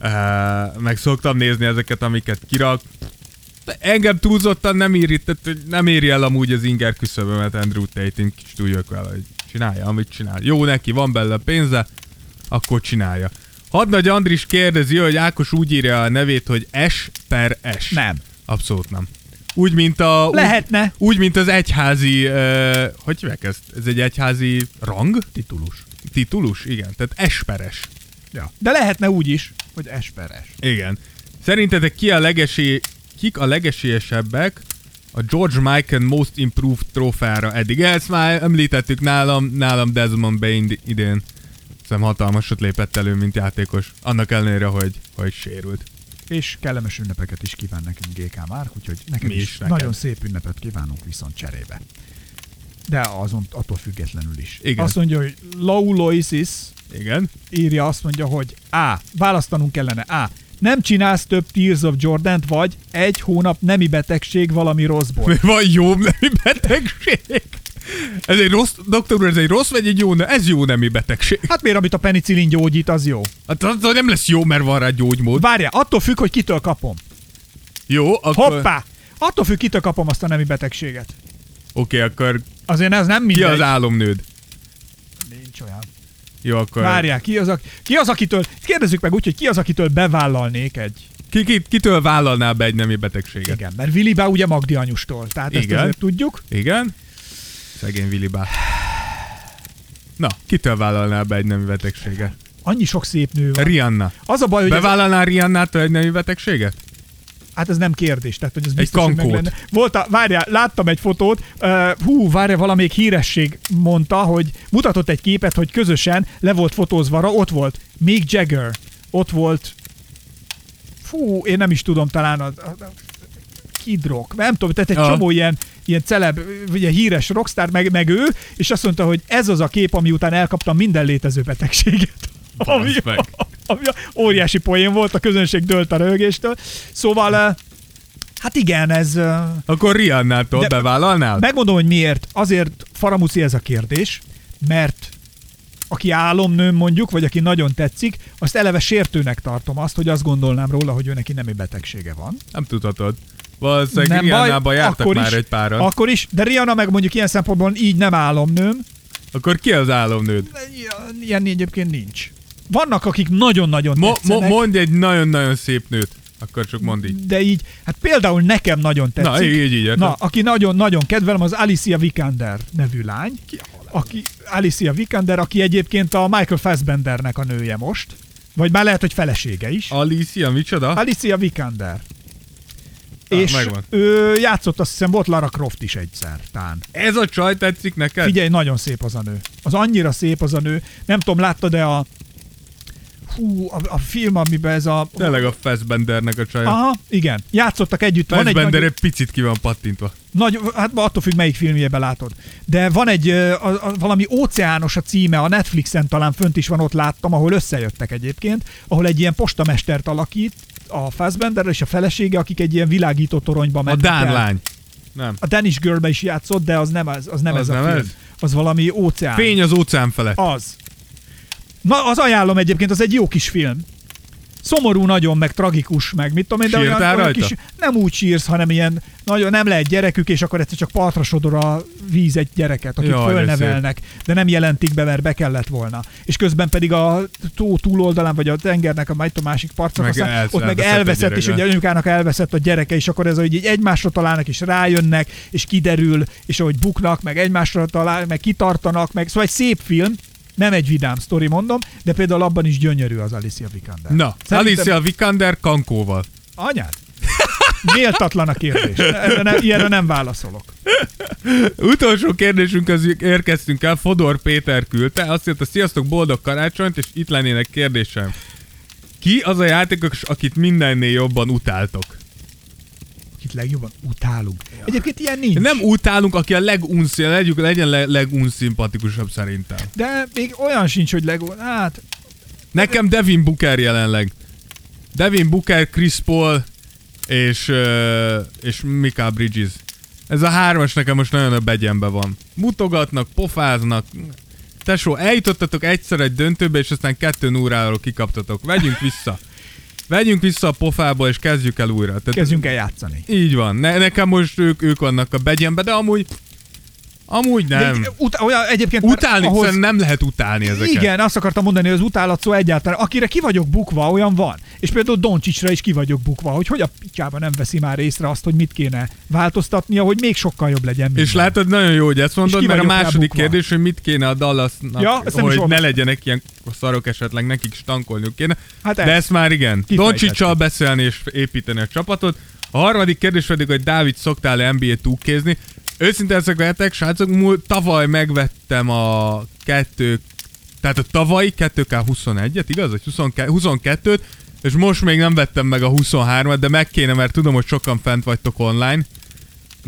[SPEAKER 5] uh, meg szoktam nézni ezeket, amiket kirak. De engem túlzottan nem írít, tehát hogy nem éri el amúgy az inger küszöbömet Andrew Tate, én kicsit úgy vagyok vele, hogy csinálja, amit csinál. Jó neki, van belőle pénze, akkor csinálja. Hadnagy Andris kérdezi, hogy Ákos úgy írja a nevét, hogy S per S.
[SPEAKER 4] Nem.
[SPEAKER 5] Abszolút nem. Úgy, mint a...
[SPEAKER 4] Lehetne.
[SPEAKER 5] Úgy, úgy mint az egyházi... Uh, hogy hívják ezt? Ez egy egyházi rang? Titulus. Titulus, igen. Tehát esperes.
[SPEAKER 4] Ja. De lehetne úgy is, hogy esperes.
[SPEAKER 5] Igen. Szerintetek ki a legesé... kik a legesélyesebbek a George Michael Most Improved trófára eddig? Ezt már említettük nálam, nálam Desmond Bain idén. Szerintem hatalmasat lépett elő, mint játékos. Annak ellenére, hogy, hogy sérült.
[SPEAKER 4] És kellemes ünnepeket is kíván nekünk GK már, úgyhogy neked
[SPEAKER 5] Mi
[SPEAKER 4] is,
[SPEAKER 5] is neked.
[SPEAKER 4] nagyon szép ünnepet kívánunk viszont cserébe. De azon attól függetlenül is.
[SPEAKER 5] Igen.
[SPEAKER 4] Azt mondja, hogy Lauloisis
[SPEAKER 5] Igen.
[SPEAKER 4] írja, azt mondja, hogy A. Választanunk kellene. A. Nem csinálsz több Tears of Jordan-t, vagy egy hónap nemi betegség valami rosszból.
[SPEAKER 5] Van jó nemi betegség. Ez egy rossz, doktor úr, ez egy rossz vagy egy jó, ne- ez jó nemi betegség.
[SPEAKER 4] Hát miért, amit a penicillin gyógyít, az jó.
[SPEAKER 5] Hát az az nem lesz jó, mert van rá gyógymód.
[SPEAKER 4] Várjál, attól függ, hogy kitől kapom.
[SPEAKER 5] Jó, akkor... Oké,
[SPEAKER 4] Hoppá! Attól függ, kitől kapom azt a nemi betegséget.
[SPEAKER 5] akkor
[SPEAKER 4] Azért ez nem
[SPEAKER 5] ki
[SPEAKER 4] mindegy.
[SPEAKER 5] az álomnőd?
[SPEAKER 4] Nincs olyan.
[SPEAKER 5] Jó, akkor...
[SPEAKER 4] Várjál, ki az, a, ki az, akitől... Kérdezzük meg úgy, hogy ki az, akitől bevállalnék egy...
[SPEAKER 5] Ki, ki, kitől vállalnál be egy nemi betegséget?
[SPEAKER 4] Igen, mert Willibá ugye Magdi anyustól, tehát ezt
[SPEAKER 5] Igen.
[SPEAKER 4] azért tudjuk.
[SPEAKER 5] Igen? Szegény Willibá. Na, kitől vállalnál be egy nemi betegséget?
[SPEAKER 4] Annyi sok szép nő van.
[SPEAKER 5] Rihanna.
[SPEAKER 4] Az a baj, hogy ez,
[SPEAKER 5] Bevállalnál Rihannától egy nemi betegséget?
[SPEAKER 4] hát ez nem kérdés, tehát hogy ez biztos, hogy meg
[SPEAKER 5] kankót.
[SPEAKER 4] lenne. Volt a, várjál, láttam egy fotót, uh, hú, várjál, valamelyik híresség mondta, hogy mutatott egy képet, hogy közösen le volt fotózva, ra- ott volt Mick Jagger, ott volt fú, én nem is tudom, talán a, a, a kidrok, nem tudom, tehát egy
[SPEAKER 5] Aha.
[SPEAKER 4] csomó ilyen, ilyen celeb, vagy ilyen híres rockstar, meg, meg ő, és azt mondta, hogy ez az a kép, ami után elkaptam minden létező betegséget. Ami,
[SPEAKER 5] meg.
[SPEAKER 4] <laughs> ami óriási poén volt, a közönség dölt a röhögéstől. Szóval, eh, hát igen, ez... eh,
[SPEAKER 5] Akkor Rihannától
[SPEAKER 4] De-
[SPEAKER 5] bevállalnál?
[SPEAKER 4] Megmondom, hogy miért. Azért faramuszi ez a kérdés, mert aki álomnőm mondjuk, vagy aki nagyon tetszik, azt eleve sértőnek tartom azt, hogy azt gondolnám róla, hogy ő neki nemi betegsége van.
[SPEAKER 5] Nem tudhatod. Valószínűleg Szóval Rihannába jártak már egy páran. Ak-
[SPEAKER 4] Akkor is, de Rihanna meg mondjuk ilyen szempontból így nem álomnőm,
[SPEAKER 5] akkor ki az álomnőd?
[SPEAKER 4] ilyen- ilyen egyébként nincs. vannak, akik nagyon-nagyon
[SPEAKER 5] Mo- mo-
[SPEAKER 4] tetszenek,
[SPEAKER 5] mondd egy nagyon-nagyon szép nőt. Akkor csak mondd így.
[SPEAKER 4] de így, hát például nekem nagyon tetszik.
[SPEAKER 5] Na, így- így- így, értem.
[SPEAKER 4] Na, aki nagyon-nagyon kedvelem, az Alicia Vikander nevű lány. Aki, Alicia Vikander, aki egyébként a Michael Fassbendernek a nője most. Vagy már lehet, hogy felesége is.
[SPEAKER 5] Alicia, micsoda?
[SPEAKER 4] Alicia Vikander.
[SPEAKER 5] Ah,
[SPEAKER 4] és
[SPEAKER 5] megvan.
[SPEAKER 4] ő játszott, azt hiszem, volt Lara Croft is egyszer, tán.
[SPEAKER 5] Ez a csaj tetszik neked?
[SPEAKER 4] Figyelj, nagyon szép az a nő. Az annyira szép az a nő. Nem tudom, láttad-e a... Hú, a, a film, amiben ez a...
[SPEAKER 5] Tényleg a Fassbendernek a csaja.
[SPEAKER 4] Aha, igen. Játszottak együtt. Van egy
[SPEAKER 5] Fassbender
[SPEAKER 4] nagy,
[SPEAKER 5] egy picit ki van pattintva.
[SPEAKER 4] nagy, hát attól függ, melyik filmjében látod. De van egy, ö, a, a, valami óceános a címe, a Netflixen talán fönt is van, ott láttam, ahol összejöttek egyébként, ahol egy ilyen postamestert alakít, a Fassbender és a felesége, akik egy ilyen világító toronyba
[SPEAKER 5] A
[SPEAKER 4] mennek
[SPEAKER 5] Dán
[SPEAKER 4] el.
[SPEAKER 5] lány. Nem.
[SPEAKER 4] A Danish Girlbe is játszott, de az nem, az, az nem
[SPEAKER 5] Az
[SPEAKER 4] ez a
[SPEAKER 5] nem
[SPEAKER 4] film.
[SPEAKER 5] ez?
[SPEAKER 4] Az valami óceán.
[SPEAKER 5] Fény az óceán felett.
[SPEAKER 4] Az. Na, az ajánlom egyébként, az egy jó kis film. Szomorú nagyon, meg tragikus, meg mit tudom én, de olyan,
[SPEAKER 5] Sírtál
[SPEAKER 4] olyan
[SPEAKER 5] rajta?
[SPEAKER 4] kis, nem úgy sírsz, hanem ilyen, nagyon nem lehet gyerekük, és akkor egyszer csak partra sodor a víz egy gyereket, akit
[SPEAKER 5] Jaj, de
[SPEAKER 4] fölnevelnek, de nem jelentik be, mert be kellett volna. És közben pedig a tó túloldalán, vagy a tengernek a majd a másik partra,
[SPEAKER 5] Meg
[SPEAKER 4] aztán,
[SPEAKER 5] elsz-
[SPEAKER 4] ott meg
[SPEAKER 5] elveszett egy
[SPEAKER 4] elveszett,
[SPEAKER 5] gyerek,
[SPEAKER 4] és
[SPEAKER 5] igen.
[SPEAKER 4] ugye anyukának elveszett a gyereke, és akkor ez, hogy így egymásra találnak, és rájönnek, és kiderül, és ahogy buknak, meg egymásra talál, meg kitartanak, meg szóval egy szép film, nem egy vidám sztori, mondom, de például abban is gyönyörű az Alicia Vikander.
[SPEAKER 5] Na,
[SPEAKER 4] Szerintem-
[SPEAKER 5] Alicia Vikander kankóval.
[SPEAKER 4] Anyád? Méltatlan a kérdés. Erre nem, ilyenre nem válaszolok.
[SPEAKER 5] Utolsó kérdésünk az érkeztünk el, Fodor Péter küldte, azt írta, sziasztok, boldog karácsonyt, és itt lennének kérdésem. Ki az a játékos, akit mindennél jobban utáltok?
[SPEAKER 4] Akit legjobban utálunk. Egyébként ilyen nincs.
[SPEAKER 5] Nem utálunk, aki a legunszín, legyük, legyen le, legunszimpatikusabb szerintem.
[SPEAKER 4] De még olyan sincs, hogy legó... Hát,
[SPEAKER 5] Nekem Devin Booker jelenleg. Devin Booker, Chris Paul és, ö, és Mika Bridges. Ez a hármas nekem most nagyon a begyenbe van. Mutogatnak, pofáznak. Tesó, eljutottatok egyszer egy döntőbe, és aztán kettő óráról kikaptatok. Vegyünk vissza. Vegyünk vissza a pofába, és kezdjük el újra. Tehát
[SPEAKER 4] kezdjünk el játszani.
[SPEAKER 5] Így van. Ne, nekem most ők, ők vannak a begyenbe, de amúgy... Amúgy nem.
[SPEAKER 4] De, ut- olyan, egyébként már
[SPEAKER 5] Utálni, ahhoz... nem lehet utálni ezeket.
[SPEAKER 4] Igen, azt akartam mondani, hogy az utálat szó egyáltalán, akire ki vagyok bukva, olyan van. És például Doncsicsra is ki vagyok bukva, hogy hogy a picsába nem veszi már észre azt, hogy mit kéne változtatnia, hogy még sokkal jobb legyen minden.
[SPEAKER 5] És látod, nagyon jó, hogy ezt mondod,
[SPEAKER 4] ki
[SPEAKER 5] mert a
[SPEAKER 4] vagyok
[SPEAKER 5] második
[SPEAKER 4] rábukva.
[SPEAKER 5] kérdés, hogy mit kéne a Dallasnak,
[SPEAKER 4] Ja, ezt nem is
[SPEAKER 5] hogy ne
[SPEAKER 4] olvastam.
[SPEAKER 5] legyenek ilyen szarok esetleg, nekik stankolniuk kéne.
[SPEAKER 4] Hát
[SPEAKER 5] Hát
[SPEAKER 4] ez.
[SPEAKER 5] De ezt már igen.
[SPEAKER 4] Kifejtettük.
[SPEAKER 5] Doncsicsal beszélni és építeni a csapatot. A harmadik kérdés pedig, hogy Dávid, szoktál NBA túlkézni? Őszinte ezek vehetek, srácok, múlt, tavaly megvettem a kettő, tehát a tavalyi 2K21-et, igaz? Vagy 22-t, és most még nem vettem meg a 23-at, de meg kéne, mert tudom, hogy sokan fent vagytok online.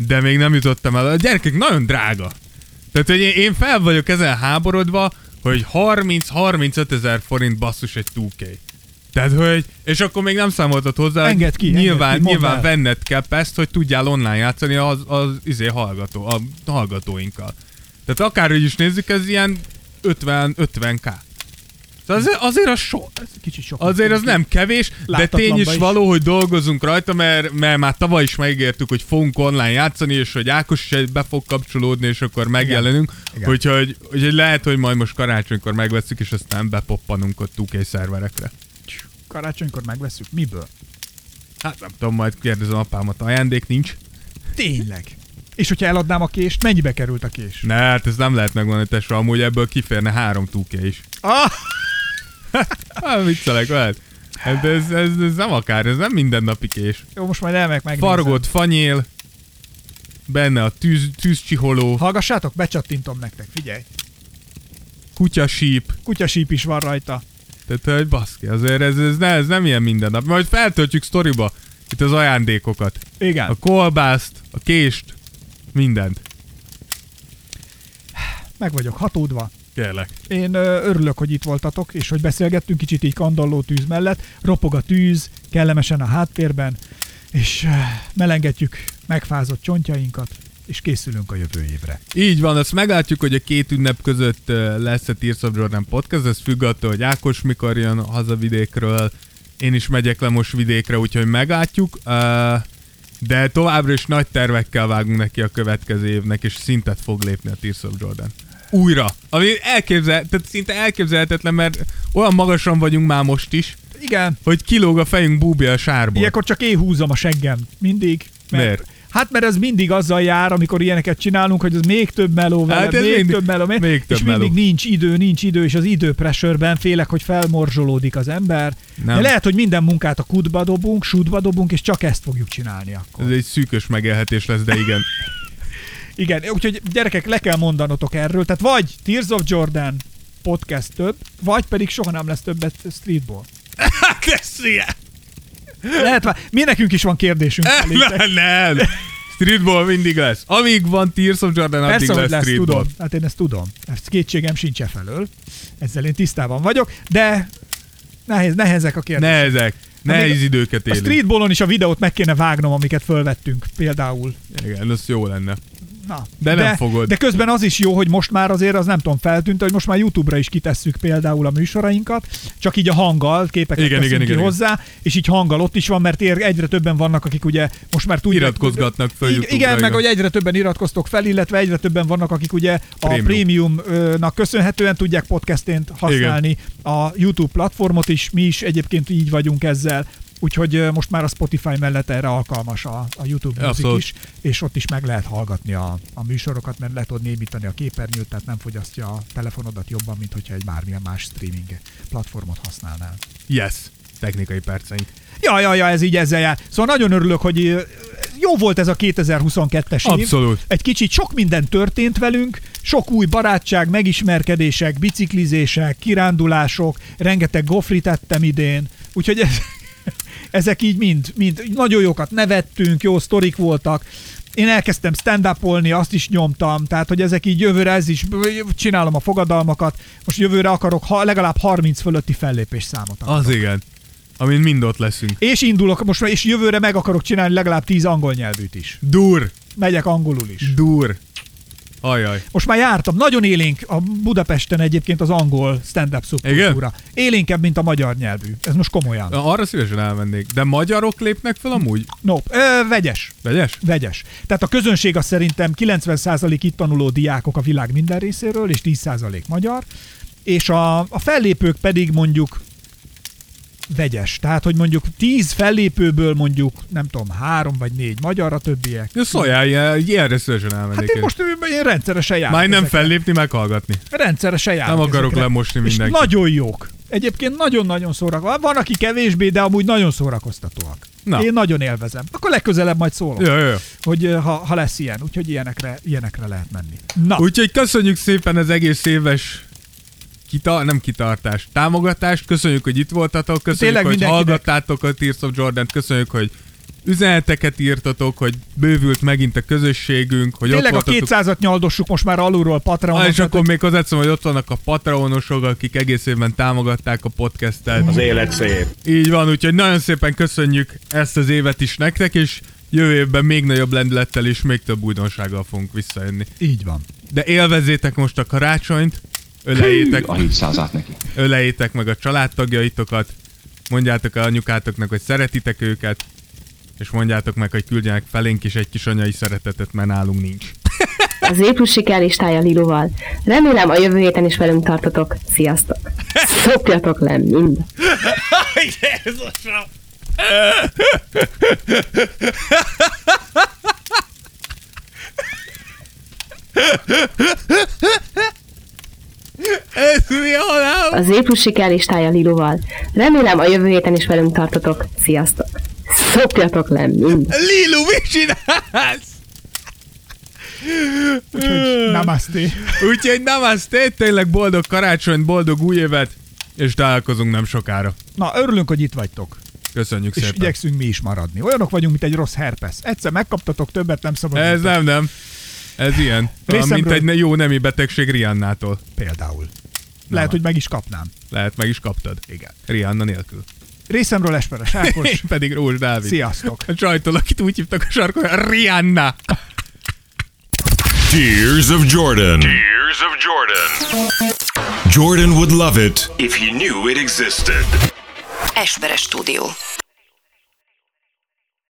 [SPEAKER 5] De még nem jutottam el. A gyerekek nagyon drága. Tehát, hogy én, én fel vagyok ezen háborodva, hogy 30-35 ezer forint basszus egy 2K. Tehát, hogy... És akkor még nem számoltad hozzá,
[SPEAKER 4] Engedd ki,
[SPEAKER 5] nyilván,
[SPEAKER 4] engedd ki, mondd
[SPEAKER 5] nyilván
[SPEAKER 4] el.
[SPEAKER 5] venned kell ezt, hogy tudjál online játszani az, az izé hallgató, a hallgatóinkkal. Tehát akárhogy is nézzük, ez ilyen 50-50k. Tehát Szóval azért, azért az sok.
[SPEAKER 4] Kicsit sok.
[SPEAKER 5] Azért az nem kevés, de
[SPEAKER 4] Láthatatlanba
[SPEAKER 5] tény is
[SPEAKER 4] is.
[SPEAKER 5] való, hogy dolgozunk rajta, mert, mert már tavaly is megígértük, hogy fogunk online játszani, és hogy Ákos is be fog kapcsolódni, és akkor megjelenünk. Úgyhogy, úgyhogy lehet, hogy majd most karácsonykor megveszük, és aztán bepoppanunk ott 2 szerverekre.
[SPEAKER 4] Karácsonykor megveszük. Miből?
[SPEAKER 5] Hát nem tudom, majd kérdezem apámat, ajándék nincs.
[SPEAKER 4] Tényleg. És hogyha eladnám a kést, mennyibe került a kés?
[SPEAKER 5] Ne, hát ez nem lehet megmondani, tesó, amúgy ebből kiférne három túke is. Ah! <laughs> hát viccelek, lehet. Hát ez, ez, ez, nem akár, ez nem mindennapi kés.
[SPEAKER 4] Jó, most majd elmegyek meg.
[SPEAKER 5] Fargott fanyél, benne a tűz, tűzcsiholó,
[SPEAKER 4] Hallgassátok, becsattintom nektek, figyelj.
[SPEAKER 5] kutyasíp,
[SPEAKER 4] Kutyasíp is van rajta.
[SPEAKER 5] tehát hogy baszki, azért ez, ez, ne, ez nem ilyen minden nap. Majd feltöltjük sztoriba itt az ajándékokat.
[SPEAKER 4] Igen.
[SPEAKER 5] A kolbászt, a kést, mindent.
[SPEAKER 4] Meg vagyok hatódva.
[SPEAKER 5] Kérlek.
[SPEAKER 4] Én ö, örülök, hogy itt voltatok, és hogy beszélgettünk kicsit így kandalló tűz mellett. Ropog a tűz, kellemesen a háttérben, és ö, melengetjük megfázott csontjainkat, és készülünk a jövő évre.
[SPEAKER 5] Így van, azt meglátjuk, hogy a két ünnep között ö, lesz a Tears of Jordan podcast, ez függ attól, hogy Ákos mikor jön haza vidékről, én is megyek le most vidékre, úgyhogy meglátjuk, Ö, de továbbra is nagy tervekkel vágunk neki a következő évnek, és szintet fog lépni a Tears of Jordan. újra. Ami elképzel, tehát szinte elképzelhetetlen, mert olyan magasan vagyunk már most is,
[SPEAKER 4] Igen.
[SPEAKER 5] hogy kilóg a fejünk búbja a sárból.
[SPEAKER 4] Ilyenkor csak én húzom a seggem. Mindig.
[SPEAKER 5] Miért?
[SPEAKER 4] Hát mert ez mindig azzal jár, amikor ilyeneket csinálunk, hogy az még több meló vele,
[SPEAKER 5] Hát ez
[SPEAKER 4] még
[SPEAKER 5] mindig-
[SPEAKER 4] több meló,
[SPEAKER 5] még
[SPEAKER 4] és
[SPEAKER 5] több meló.
[SPEAKER 4] mindig nincs idő, nincs idő, és az időpressörben félek, hogy felmorzsolódik az ember.
[SPEAKER 5] Nem.
[SPEAKER 4] De lehet, hogy minden munkát a kutba dobunk, sútba dobunk, és csak ezt fogjuk csinálni akkor.
[SPEAKER 5] Ez egy szűkös megélhetés lesz, de igen.
[SPEAKER 4] Igen, úgyhogy gyerekek, le kell mondanotok erről. Tehát vagy Tears of Jordan podcast több, vagy pedig soha nem lesz többet streetball.
[SPEAKER 5] Lesz ilyen.
[SPEAKER 4] Lehet, vá- mi nekünk is van kérdésünk felétek.
[SPEAKER 5] Eh, Nem, nem. Streetball mindig lesz. Amíg van Tears of Jordan, addig
[SPEAKER 4] Persze, hogy
[SPEAKER 5] lesz,
[SPEAKER 4] lesz,
[SPEAKER 5] streetball.
[SPEAKER 4] tudom. Hát én ezt tudom. Ezt kétségem sincs e felől. Ezzel én tisztában vagyok, de nehéz, nehezek a kérdések.
[SPEAKER 5] Nehezek. Nehéz
[SPEAKER 4] még
[SPEAKER 5] időket
[SPEAKER 4] A
[SPEAKER 5] élünk.
[SPEAKER 4] streetballon is a videót meg kéne vágnom, amiket fölvettünk például.
[SPEAKER 5] Igen, az jó lenne.
[SPEAKER 4] Na,
[SPEAKER 5] De nem fogod.
[SPEAKER 4] De közben az is jó, hogy most már azért az nem tudom, feltűnt, hogy most már YouTube-ra is kitesszük például a műsorainkat, csak így a hanggal, képeket
[SPEAKER 5] Igen,
[SPEAKER 4] igen,
[SPEAKER 5] igen,
[SPEAKER 4] igen, ki
[SPEAKER 5] igen, igen.
[SPEAKER 4] hozzá, és így hanggal ott is van, mert ér, egyre többen vannak, akik ugye most már tudják.
[SPEAKER 5] Iratkozgatnak föl
[SPEAKER 4] Igen,
[SPEAKER 5] YouTube-ra,
[SPEAKER 4] Igen, meg
[SPEAKER 5] igen.
[SPEAKER 4] hogy egyre többen iratkoztok fel, illetve egyre többen vannak, akik ugye a
[SPEAKER 5] Prémium.
[SPEAKER 4] prémiumnak köszönhetően tudják podcastént használni a YouTube platformot is, mi is egyébként így vagyunk ezzel. Úgyhogy ö, most már a Spotify mellett erre alkalmas a, a YouTube Music
[SPEAKER 5] Abszolút.
[SPEAKER 4] is, és ott is meg lehet hallgatni a, a műsorokat, mert le tudod némítani a képernyőt, tehát nem fogyasztja a telefonodat jobban, mint hogyha egy bármilyen más streaming platformot használnál.
[SPEAKER 5] Yes. Technikai perceink.
[SPEAKER 4] Ja, ja, ja, ez így ezzel jár. Szóval nagyon örülök, hogy ö, jó volt ez a 2022-es év.
[SPEAKER 5] Abszolút.
[SPEAKER 4] Egy kicsit sok minden történt velünk, sok új barátság, megismerkedések, biciklizések, kirándulások, rengeteg gofrit ettem idén, úgyhogy ez, <laughs> ezek így mind, mind nagyon jókat nevettünk, jó sztorik voltak. Én elkezdtem stand upolni azt is nyomtam, tehát hogy ezek így jövőre ez is, csinálom a fogadalmakat, most jövőre akarok ha, legalább 30 fölötti fellépés számot.
[SPEAKER 5] Az igen. Amin mind ott leszünk.
[SPEAKER 4] És indulok most már, és jövőre meg akarok csinálni legalább 10 angol nyelvűt is.
[SPEAKER 5] Dur.
[SPEAKER 4] Megyek angolul is.
[SPEAKER 5] Dur. Ajaj.
[SPEAKER 4] Most már jártam, nagyon élénk a Budapesten egyébként az angol stand-up szubkultúra. Élénkebb, mint a magyar nyelvű. Ez most komolyan.
[SPEAKER 5] Na, Arra szívesen elmennék. De magyarok lépnek fel amúgy?
[SPEAKER 4] No, ö, vegyes.
[SPEAKER 5] Vegyes?
[SPEAKER 4] Vegyes. Tehát a közönség az szerintem 90% itt tanuló diákok a világ minden részéről, és 10% magyar, és a, a fellépők pedig mondjuk vegyes. Tehát, hogy mondjuk 10 fellépőből mondjuk, nem tudom, három vagy négy magyar, a többiek.
[SPEAKER 5] Ja, szóljál, ilyen- ilyenre szívesen elmennék.
[SPEAKER 4] Hát én most én rendszeresen járok.
[SPEAKER 5] Már nem
[SPEAKER 4] ezekre.
[SPEAKER 5] fellépni, meghallgatni.
[SPEAKER 4] Rendszeresen járok.
[SPEAKER 5] Nem akarok
[SPEAKER 4] ezekre.
[SPEAKER 5] lemosni
[SPEAKER 4] És
[SPEAKER 5] mindenkit.
[SPEAKER 4] nagyon jók. Egyébként nagyon-nagyon szórakoztatóak. Van, aki kevésbé, de amúgy nagyon szórakoztatóak.
[SPEAKER 5] Na.
[SPEAKER 4] Én nagyon élvezem. Akkor legközelebb majd szólok
[SPEAKER 5] Jó, jó, jó.
[SPEAKER 4] hogy ö, ha, ha lesz ilyen, úgyhogy ilyenekre, ilyenekre lehet menni. Na, Úgy,
[SPEAKER 5] Úgyhogy köszönjük szépen az egész éves kita, nem kitartást, támogatást, köszönjük, hogy itt voltatok, köszönjük,
[SPEAKER 4] Tényleg
[SPEAKER 5] hogy
[SPEAKER 4] mindenkinek.
[SPEAKER 5] hallgattátok a Tears of Jordan-t, köszönjük, hogy üzeneteket írtatok, hogy bővült megint a közösségünk, hogy
[SPEAKER 4] tényleg a
[SPEAKER 5] ott voltatok.
[SPEAKER 4] 200-at nyaldossuk most már alulról
[SPEAKER 5] Ah,
[SPEAKER 4] Patreonon.
[SPEAKER 5] és akkor még hozzátszom, hogy ott vannak a Patreonosok, akik egész évben támogatták a podcastet. Az élet szép. Így van, úgyhogy nagyon szépen köszönjük ezt az évet is nektek, és jövő évben még nagyobb lendülettel és még több újdonsággal fogunk visszajönni.
[SPEAKER 4] Így van.
[SPEAKER 5] De élvezétek most a karácsonyt,
[SPEAKER 6] Hű,
[SPEAKER 5] ölejétek,
[SPEAKER 6] a 700-át neki.
[SPEAKER 5] ölejétek meg a családtagjaitokat, mondjátok el anyukátoknak, hogy szeretitek őket, és mondjátok meg, hogy küldjenek felénk is egy kis anyai szeretetet, mert nálunk nincs.
[SPEAKER 8] Az Éplus sikerlistája Liloval. Remélem a jövő héten is velünk tartotok.
[SPEAKER 5] <laughs>
[SPEAKER 8] Sziasztok! Szopjatok le mind!
[SPEAKER 5] Ez mi a halál?
[SPEAKER 8] Az Éplus sikerlistája Liloval. Remélem a jövő héten is velünk tartotok. Sziasztok! Szopjatok le mind!
[SPEAKER 5] Lilu, mit csinálsz?
[SPEAKER 4] Úgyhogy namaste.
[SPEAKER 5] Úgyhogy namaste, tényleg boldog karácsonyt, boldog új évet, és találkozunk nem sokára.
[SPEAKER 4] Na, örülünk, hogy itt vagytok.
[SPEAKER 5] Köszönjük
[SPEAKER 4] És
[SPEAKER 5] szépen.
[SPEAKER 4] igyekszünk mi is maradni. Olyanok vagyunk, mint egy rossz herpes. Egyszer megkaptatok, többet nem szabad.
[SPEAKER 5] Ez nem, nem. Ez ilyen. Olyan, mint
[SPEAKER 4] Részemről-
[SPEAKER 5] egy ne- jó nemi betegség Riannától.
[SPEAKER 4] Például. Lehet, hogy meg is kapnám.
[SPEAKER 5] Lehet, meg is kaptad. Igen. Rihanna nélkül.
[SPEAKER 4] Részemről Esperes
[SPEAKER 5] Én <laughs>
[SPEAKER 4] Ákos.
[SPEAKER 5] pedig Rós Dávid.
[SPEAKER 4] Sziasztok.
[SPEAKER 5] A csajtól, akit úgy hívtak a sarkon, Rihanna.
[SPEAKER 2] Tears of Jordan.
[SPEAKER 3] Tears of Jordan.
[SPEAKER 2] Jordan would love it.
[SPEAKER 3] If he knew it existed.
[SPEAKER 10] Esperes stúdió.